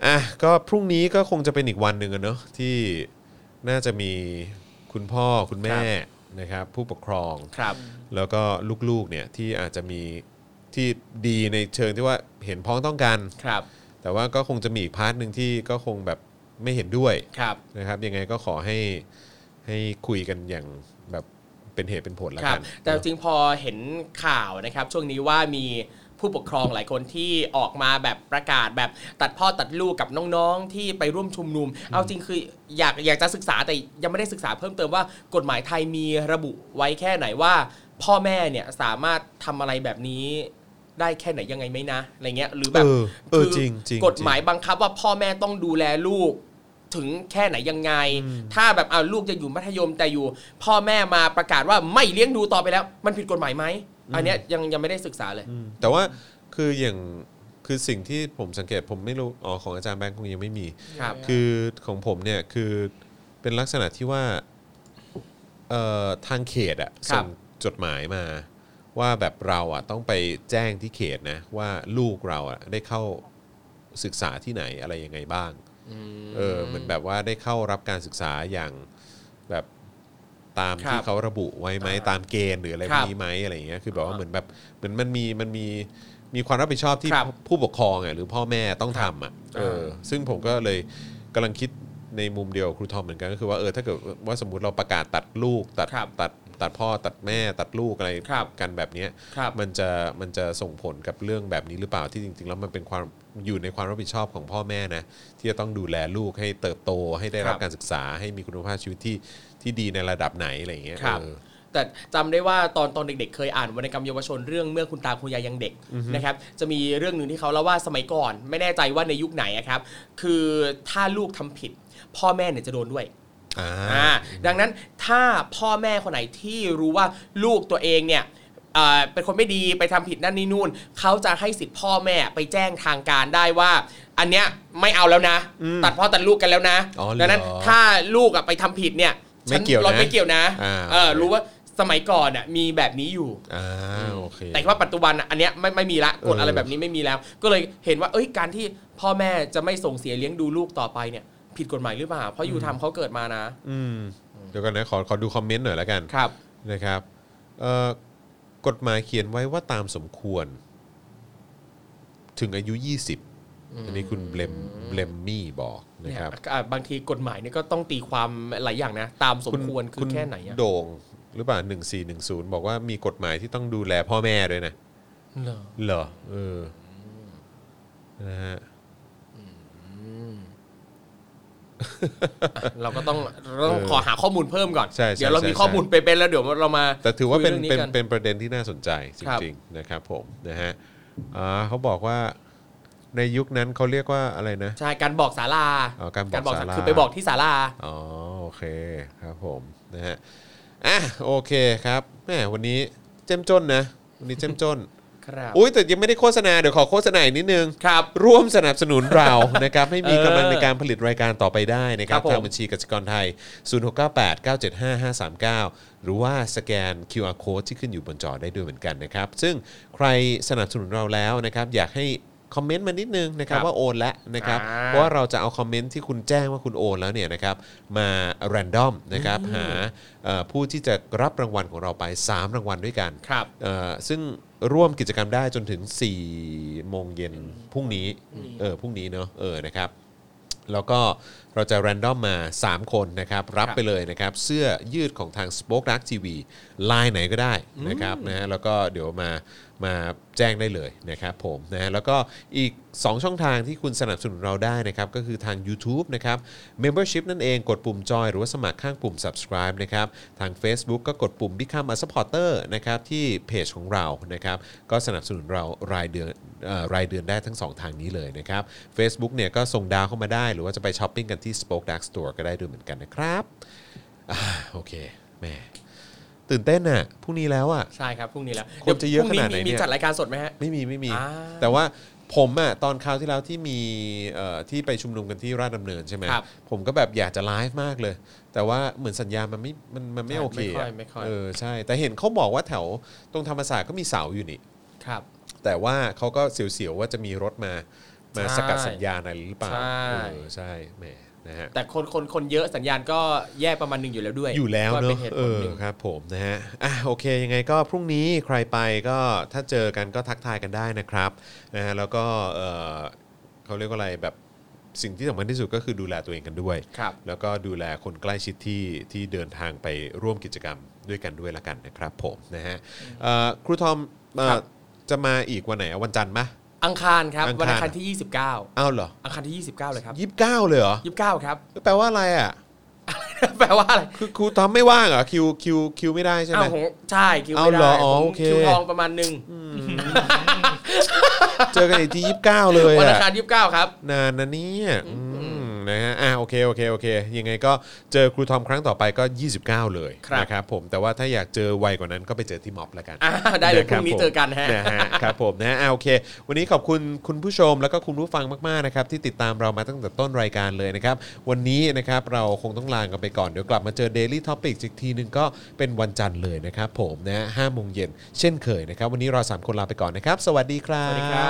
Speaker 1: อ่ะก็พรุ่งนี้ก็คงจะเป็นอีกวันหนึ่งอะเนอะที่น่าจะมีคุณพ่อคุณแม่นะครับ ผู้ปกครอง
Speaker 2: ครับ
Speaker 1: แล้วก็ลูกๆเนี่ยที่อาจจะมีที่ดีในเชิงที่ว่าเห็นพ้องต้องกัน
Speaker 2: ครับ
Speaker 1: แต่ว่าก็คงจะมีอีกพาร์ทหนึ่งที่ก็คงแบบไม่เห็นด้วย
Speaker 2: ครับ
Speaker 1: นะครับยังไงก็ขอให้ให้คุยกันอย่างแบบเป็นเหตุเป็นผลแล้ว
Speaker 2: ครั
Speaker 1: กับ น
Speaker 2: แต่จริงพอเห็นข่าวนะครับ ช่วงนี้ว่ามีผู้ปกครองหลายคนที่ออกมาแบบประกาศแบบตัดพ่อตัดลูกกับน้องๆ ที่ไปร่วมชุมนุม เอาจริงคืออยากอยากจะศึกษาแต่ยังไม่ได้ศึกษาเพิ่มเติมว่ากฎหมายไทยมีระบุไว้แค่ไหนว่า พ่อแม่เนี่ยสามารถทำอะไรแบบนี้ได้แค่ไหนยังไงไหมนะอะไรเงี้ยหรือแบ
Speaker 1: เอบ อเออจริงจริง
Speaker 2: กฎหมาย
Speaker 1: จริ
Speaker 2: บังคับว่าพ่อแม่ต้องดูแลลูกถึงแค่ไหนยังไง ถ้าแบบเอาลูกจะอยู่มัธยมแต่อยู่ พ่อแม่มาประกาศว่าไม่เลี้ยงดูต่อไปแล้ว มันผิดกฎหมายไหมอันเนี้ยยังยังไม่ได้ศึกษาเลย
Speaker 1: งอืมแต่ว่าคืออย่างคือสิ่งที่ผมสังเกตผมไม่รู้อ๋อของอาจารย์แบงค์คงยังไม่มี
Speaker 2: ครับ
Speaker 1: คือของผมเนี่ยคือเป็นลักษณะที่ว่าเอ่อทางเขตอะ
Speaker 2: ครั
Speaker 1: ส่
Speaker 2: บ
Speaker 1: งจดหมายมา ว่าแบบเราอ่ะต้องไปแจ้งที่เขตนะว่าลูกเราอ่ะได้เข้าศึกษาที่ไหนอะไรยังไงบ้าง เออเหมือนแบบว่าได้เข้ารับการศึกษาอย่างแบบตาม
Speaker 2: ครับ
Speaker 1: ที่เขาระบุไว้ไหมตามเกณฑ์หรืออะไรพ
Speaker 2: ครั
Speaker 1: ว
Speaker 2: บ
Speaker 1: กนี้ไหมอะไรอย่างเงี้ยคือแบบว่าเหมือนแบบเหมือนมันมีมันมีมีความรับผิดชอบที่
Speaker 2: ครับ
Speaker 1: ผู้ปกครองอ่ะหรือพ่อแม่ต้องทำอ่ะเออ
Speaker 2: อ่า
Speaker 1: ซึ่งผมก็เลยกำลังคิดในมุมเดียวกับครูทอมเหมือนกันก็คือว่าเออถ้าเกิดว่าสมมติเราประกาศตัดลูกตัด
Speaker 2: ครับ
Speaker 1: ตัดตัดพ่อตัดแม่ตัดลูกอะไร
Speaker 2: ครับ
Speaker 1: กันแบบเนี้ย
Speaker 2: ครับ
Speaker 1: มันจะมันจะส่งผลกับเรื่องแบบนี้หรือเปล่าที่จริง ๆ แล้วมันเป็นความอยู่ในความรับผิดชอบของพ่อแม่นะ ที่จะต้องดูแลลูกให้เติบโตให้ได้รับ
Speaker 2: ครับ
Speaker 1: การศึกษาให้มีคุณภาพชีวิตที่ที่ดีในระดับไหนอะไรอย่างเงี้ย
Speaker 2: ครับ
Speaker 1: เออ
Speaker 2: แต่จำได้ว่าตอนตอนเด็กๆ เคยอ่านวรรณกรรมเยาวชนเรื่องเมื่อคุณตาคุณยายยังเด็กนะครับจะมีเรื่องหนึ่งที่เขาเล่าว่าสมัยก่อน ไม่แน่ใจว่าในยุคไหนอะครับ คือถ้าลูกทำผิด พ่อแม่เนี่ยจะโดนด้วยอ่าดังนั้นถ้าพ่อแม่คนไหนที่รู้ว่าลูกตัวเองเนี่ยเอ่อเป็นคนไม่ดีไปทำผิดนั่นนี่นู่นเขาจะให้สิทธิ์พ่อแม่ไปแจ้งทางการได้ว่า อันเนี้ยไม่เอาแล้วนะ
Speaker 1: อืม
Speaker 2: ตัดพ่อตัดลูกกันแล้วนะ
Speaker 1: อ๋อเหรอ
Speaker 2: ดังนั้นถ้าลูกอะไปทำผิดเนี่ย
Speaker 1: ไม่เกี่ยวนะ
Speaker 2: เราไม่เกี่ยวนะ
Speaker 1: อ่า
Speaker 2: เออรู้ว่า ว่าสมัยก่อนน่ะมีแบบนี้อยู่
Speaker 1: อ่าโอเค
Speaker 2: แต่ว่าปัจจุบันน่ะอันเนี้ยไม่ไม่มีละ
Speaker 1: เอ
Speaker 2: กฎ
Speaker 1: ออ
Speaker 2: อะไรแบบนี้ไม่มีแล้ว ก็เลยเห็นว่าเอ้ยการที่พ่อแม่จะไม่ส่งเสียเลี้ยงดูลูกต่อไปเนี่ย ผิดกฎหมายหรือเปล่า เพราะอยู่ทำเขาเกิดมานะ
Speaker 1: อืมเดี๋ยวก่อนนะขอขอดูคอมเมนต์หน่อยแล้วกัน
Speaker 2: ครับ
Speaker 1: นะครับเอ่อกฎหมายเขียนไว้ว่าตามสมควร ถึงอายุ 20 อันนี้คุณเบลมเบลมมี่บอกนะ
Speaker 2: เนี่ย
Speaker 1: ครับ
Speaker 2: อ่ะบางทีกฎหมายเนี่ยก็ต้องตีความหลายอย่างนะ ตามสมควรคื
Speaker 1: คุ
Speaker 2: อ
Speaker 1: ณ
Speaker 2: แค่ไหนอะ
Speaker 1: โด่งหรือเปล่า1410 บอกว่ามีกฎหมายที่ต้องดูแลพ่อแม่ด้วยนะ
Speaker 2: เหรอ
Speaker 1: เหรอเอออนะฮะ
Speaker 2: อ่ะเราก็ต้องเราต้อง
Speaker 1: เออ
Speaker 2: ขอหาข้อมูลเพิ่มก่อน
Speaker 1: ใช่ใช่
Speaker 2: เดี๋ยวเรา
Speaker 1: ใช่
Speaker 2: มีข้อ
Speaker 1: ใช่
Speaker 2: มูลเป๊ะๆแล้วเดี๋ยวเรามา
Speaker 1: แต่ถือว่าเป็น
Speaker 2: คุย
Speaker 1: เป็
Speaker 2: รื่
Speaker 1: น
Speaker 2: องกัน
Speaker 1: เป็นประเด็นที่น่าสนใจจ
Speaker 2: ครับ
Speaker 1: ริงๆนะครับผมนะฮะอ่าเขาบอกว่าในยุคนั้นเขาเรียกว่าอะไรนะ
Speaker 2: ใช่การบอกศาลา
Speaker 1: อ๋อการบอกศาลา
Speaker 2: คือไปบอกที่ศาลา
Speaker 1: อ๋อโอเคครับผมนะฮะอ่ะโอเคครับแหมวันนี้เจ้มจนนะ วันนี้เจ้มจน
Speaker 2: ครับ
Speaker 1: อุ้ยแต่ยังไม่ได้โฆษณาเดี๋ยวขอโฆษณาอีกนิดนึง
Speaker 2: ครับ
Speaker 1: ร่วมสนับสนุนเรา นะครับให้มีกำลัง
Speaker 2: เออ
Speaker 1: ในการผลิตรายการต่อไปได้นะครับ
Speaker 2: ครับผม
Speaker 1: ทางบัญชีกสิกรไทย 0698975539 หรือว่าสแกน QR code ที่ขึ้นอยู่บนจอได้ด้วยเหมือนกันนะครับ ซึ่งใครสนับสนุนเราแล้วนะครับอยากให้คอมเมนต์มานิดนึงนะครับ
Speaker 2: ครับ
Speaker 1: ว่าโอนแล้วนะครับ
Speaker 2: อ่า
Speaker 1: เพราะว่าเราจะเอาคอมเมนต์ที่คุณแจ้งว่าคุณโอนแล้วเนี่ยนะครับมาแรนดอมนะครับหาเอ่อผู้ที่จะรับรางวัลของเราไป 3 รางวัลด้วยกัน
Speaker 2: ครับ
Speaker 1: เอ่อซึ่งร่วมกิจกรรมได้จนถึง 4 โมงเย็นพรุ่งนี้เออพรุ่งนี้เนอะเออนะครับ แล้วก็เราจะแรนดอมมา 3 คนนะครับ รับ
Speaker 2: ครับ
Speaker 1: ไปเลยนะครับ เสื้อยืดของทาง Spoke Dark TV ลายไหนก็ได้นะครับนะฮะแล้วก็เดี๋ยวมามาแจ้งได้เลยนะครับผมนะฮะแล้วก็อีก 2 ช่องทางที่คุณสนับสนุนเราได้นะครับ ก็คือทาง YouTube นะครับ Membership นั่นเองกดปุ่มจอยหรือว่าสมัครข้างปุ่ม subscribe นะครับทาง Facebook ก็กดปุ่ม Become a supporter นะครับที่เพจของเรานะครับก็สนับสนุนเรารายเดือนเอ่อรายเดือนได้ทั้งสองทางนี้เลยนะครับ Facebook เนี่ยก็ส่งดาวเข้ามาได้ หรือว่าจะไปช้อปปิ้งกันที่ Spoke Dark Store ก็ได้ด้วยเหมือนกันนะครับอ่าโอเคแหม่ตื่นเต้นอะพรุ่งนี้แล้วอะ
Speaker 2: ใช่ครับพรุ่งนี้แล้ว
Speaker 1: คนจะเยอะขนาดไหน
Speaker 2: ดี๋วพรุ่ง
Speaker 1: เนี่ย
Speaker 2: มีจัดรายการสดไหมฮะ
Speaker 1: ไม่มีไม่มี
Speaker 2: อ่า
Speaker 1: แต่ว่าผมอะตอนคราวที่แล้วที่มีเอ่อที่ไปชุมนุมกันที่ราชดำเนินใช่ไหม
Speaker 2: ครับ
Speaker 1: ผมก็แบบอยากจะไลฟ์มากเลย แต่ว่าเหมือนสัญญาณมันไม่มันมันไม่
Speaker 2: ใช่
Speaker 1: โอเคอะ
Speaker 2: ไม่ค่อยไม่ค่อย
Speaker 1: เออใช่ แต่เห็นเขาบอกว่าแถวตรงธรรมศาสตร์ก็มีเสาอยู่นี่
Speaker 2: ครับ
Speaker 1: แต่ว่าเขาก็เสียวๆว่าจะมีรถมามา
Speaker 2: ใช่
Speaker 1: สกัดสัญญาณอะไรหรือเปล่า
Speaker 2: ใช่
Speaker 1: เออใช่แหมนะฮะ
Speaker 2: แต่คนคนคนเยอะสัญญาณก็แย่ประมาณหนึ่งอยู่แล้วด้วย
Speaker 1: อยู่แล้วเน
Speaker 2: ก็เป็
Speaker 1: อะ
Speaker 2: นเหตุ
Speaker 1: เอ
Speaker 2: ผล
Speaker 1: อ
Speaker 2: หนึ่ง
Speaker 1: ครับผมนะฮะอ่ะโอเคยังไงก็พรุ่งนี้ใครไปก็ถ้าเจอกันก็ทักทายกันได้นะครับนะฮะแล้วก็เออเขาเรียกว่าอะไรแบบสิ่งที่สำคัญที่สุดก็คือดูแลตัวเองกันด้วย
Speaker 2: ครับ
Speaker 1: แล้วก็ดูแลคนใกล้ชิดที่ที่เดินทางไปร่วมกิจกรรมด้วยกันด้วยละกันนะครับผมนะฮะเอ่อครูทอมเอ่อ
Speaker 2: ครับ
Speaker 1: จะมาอีกวันไหนอะวันจันทร์มะ
Speaker 2: อังคารครับ
Speaker 1: อังคาร
Speaker 2: วันอังคารที่ 29
Speaker 1: อ้าวเหรอ
Speaker 2: อังคารที่ 29 เลยครับ
Speaker 1: ยี่สิบเก้าเลยเหรอ
Speaker 2: 29 ครับ
Speaker 1: แปลว่าอะไรอ่ะ
Speaker 2: แปลว่าอะไร
Speaker 1: คือครูทอมไม่ว่างเหรอคิวคิวคิวไม่ได้ใช่ไห
Speaker 2: อ้าว
Speaker 1: ม
Speaker 2: ผมใช่คิว
Speaker 1: เอา
Speaker 2: ไม่
Speaker 1: เหร
Speaker 2: ได้
Speaker 1: ออ๋อ
Speaker 2: ผม
Speaker 1: โอเค
Speaker 2: คิวทองประมาณหนึ่ง
Speaker 1: เจอกันอีกที่ยี่สิบเก้าเลย
Speaker 2: วันอั
Speaker 1: อะ
Speaker 2: งคาร29 ครับ
Speaker 1: นานนะเนี่ยอืม นะฮะอ่ะโอเคโอเคโอเคยังไงก็เจอครูทอมครั้งต่อไปก็ 29 เลย
Speaker 2: ครับ
Speaker 1: นะครับผมแต่ว่าถ้าอยากเจอไวกว่านั้นก็ไปเจอที่ม็อบแล้วกัน
Speaker 2: อ่าได้เลยพรุ่งนี้
Speaker 1: ะคบ
Speaker 2: เจอกันฮะ
Speaker 1: นะฮะครับผมนะฮะอ่าโอเค วันนี้ขอบคุณคุณผู้ชมแล้วก็คุณผู้ฟังมากๆนะครับที่ติดตามเรามาตั้งแต่ต้นรายการเลยนะครับ วันนี้นะครับเราคงต้องลากันไปก่อน เดี๋ยวกลับมาเจอ Daily t o p i c อีกทีหนึงก็เป็นวันจันทร์เลยนะครับผมนะฮะห้าโมงเย็นเช่นเคยนะครับ วันนี้เราสามคนลาไปก่อนนะครับ สวัสดีครับ
Speaker 2: สวัสดีครับ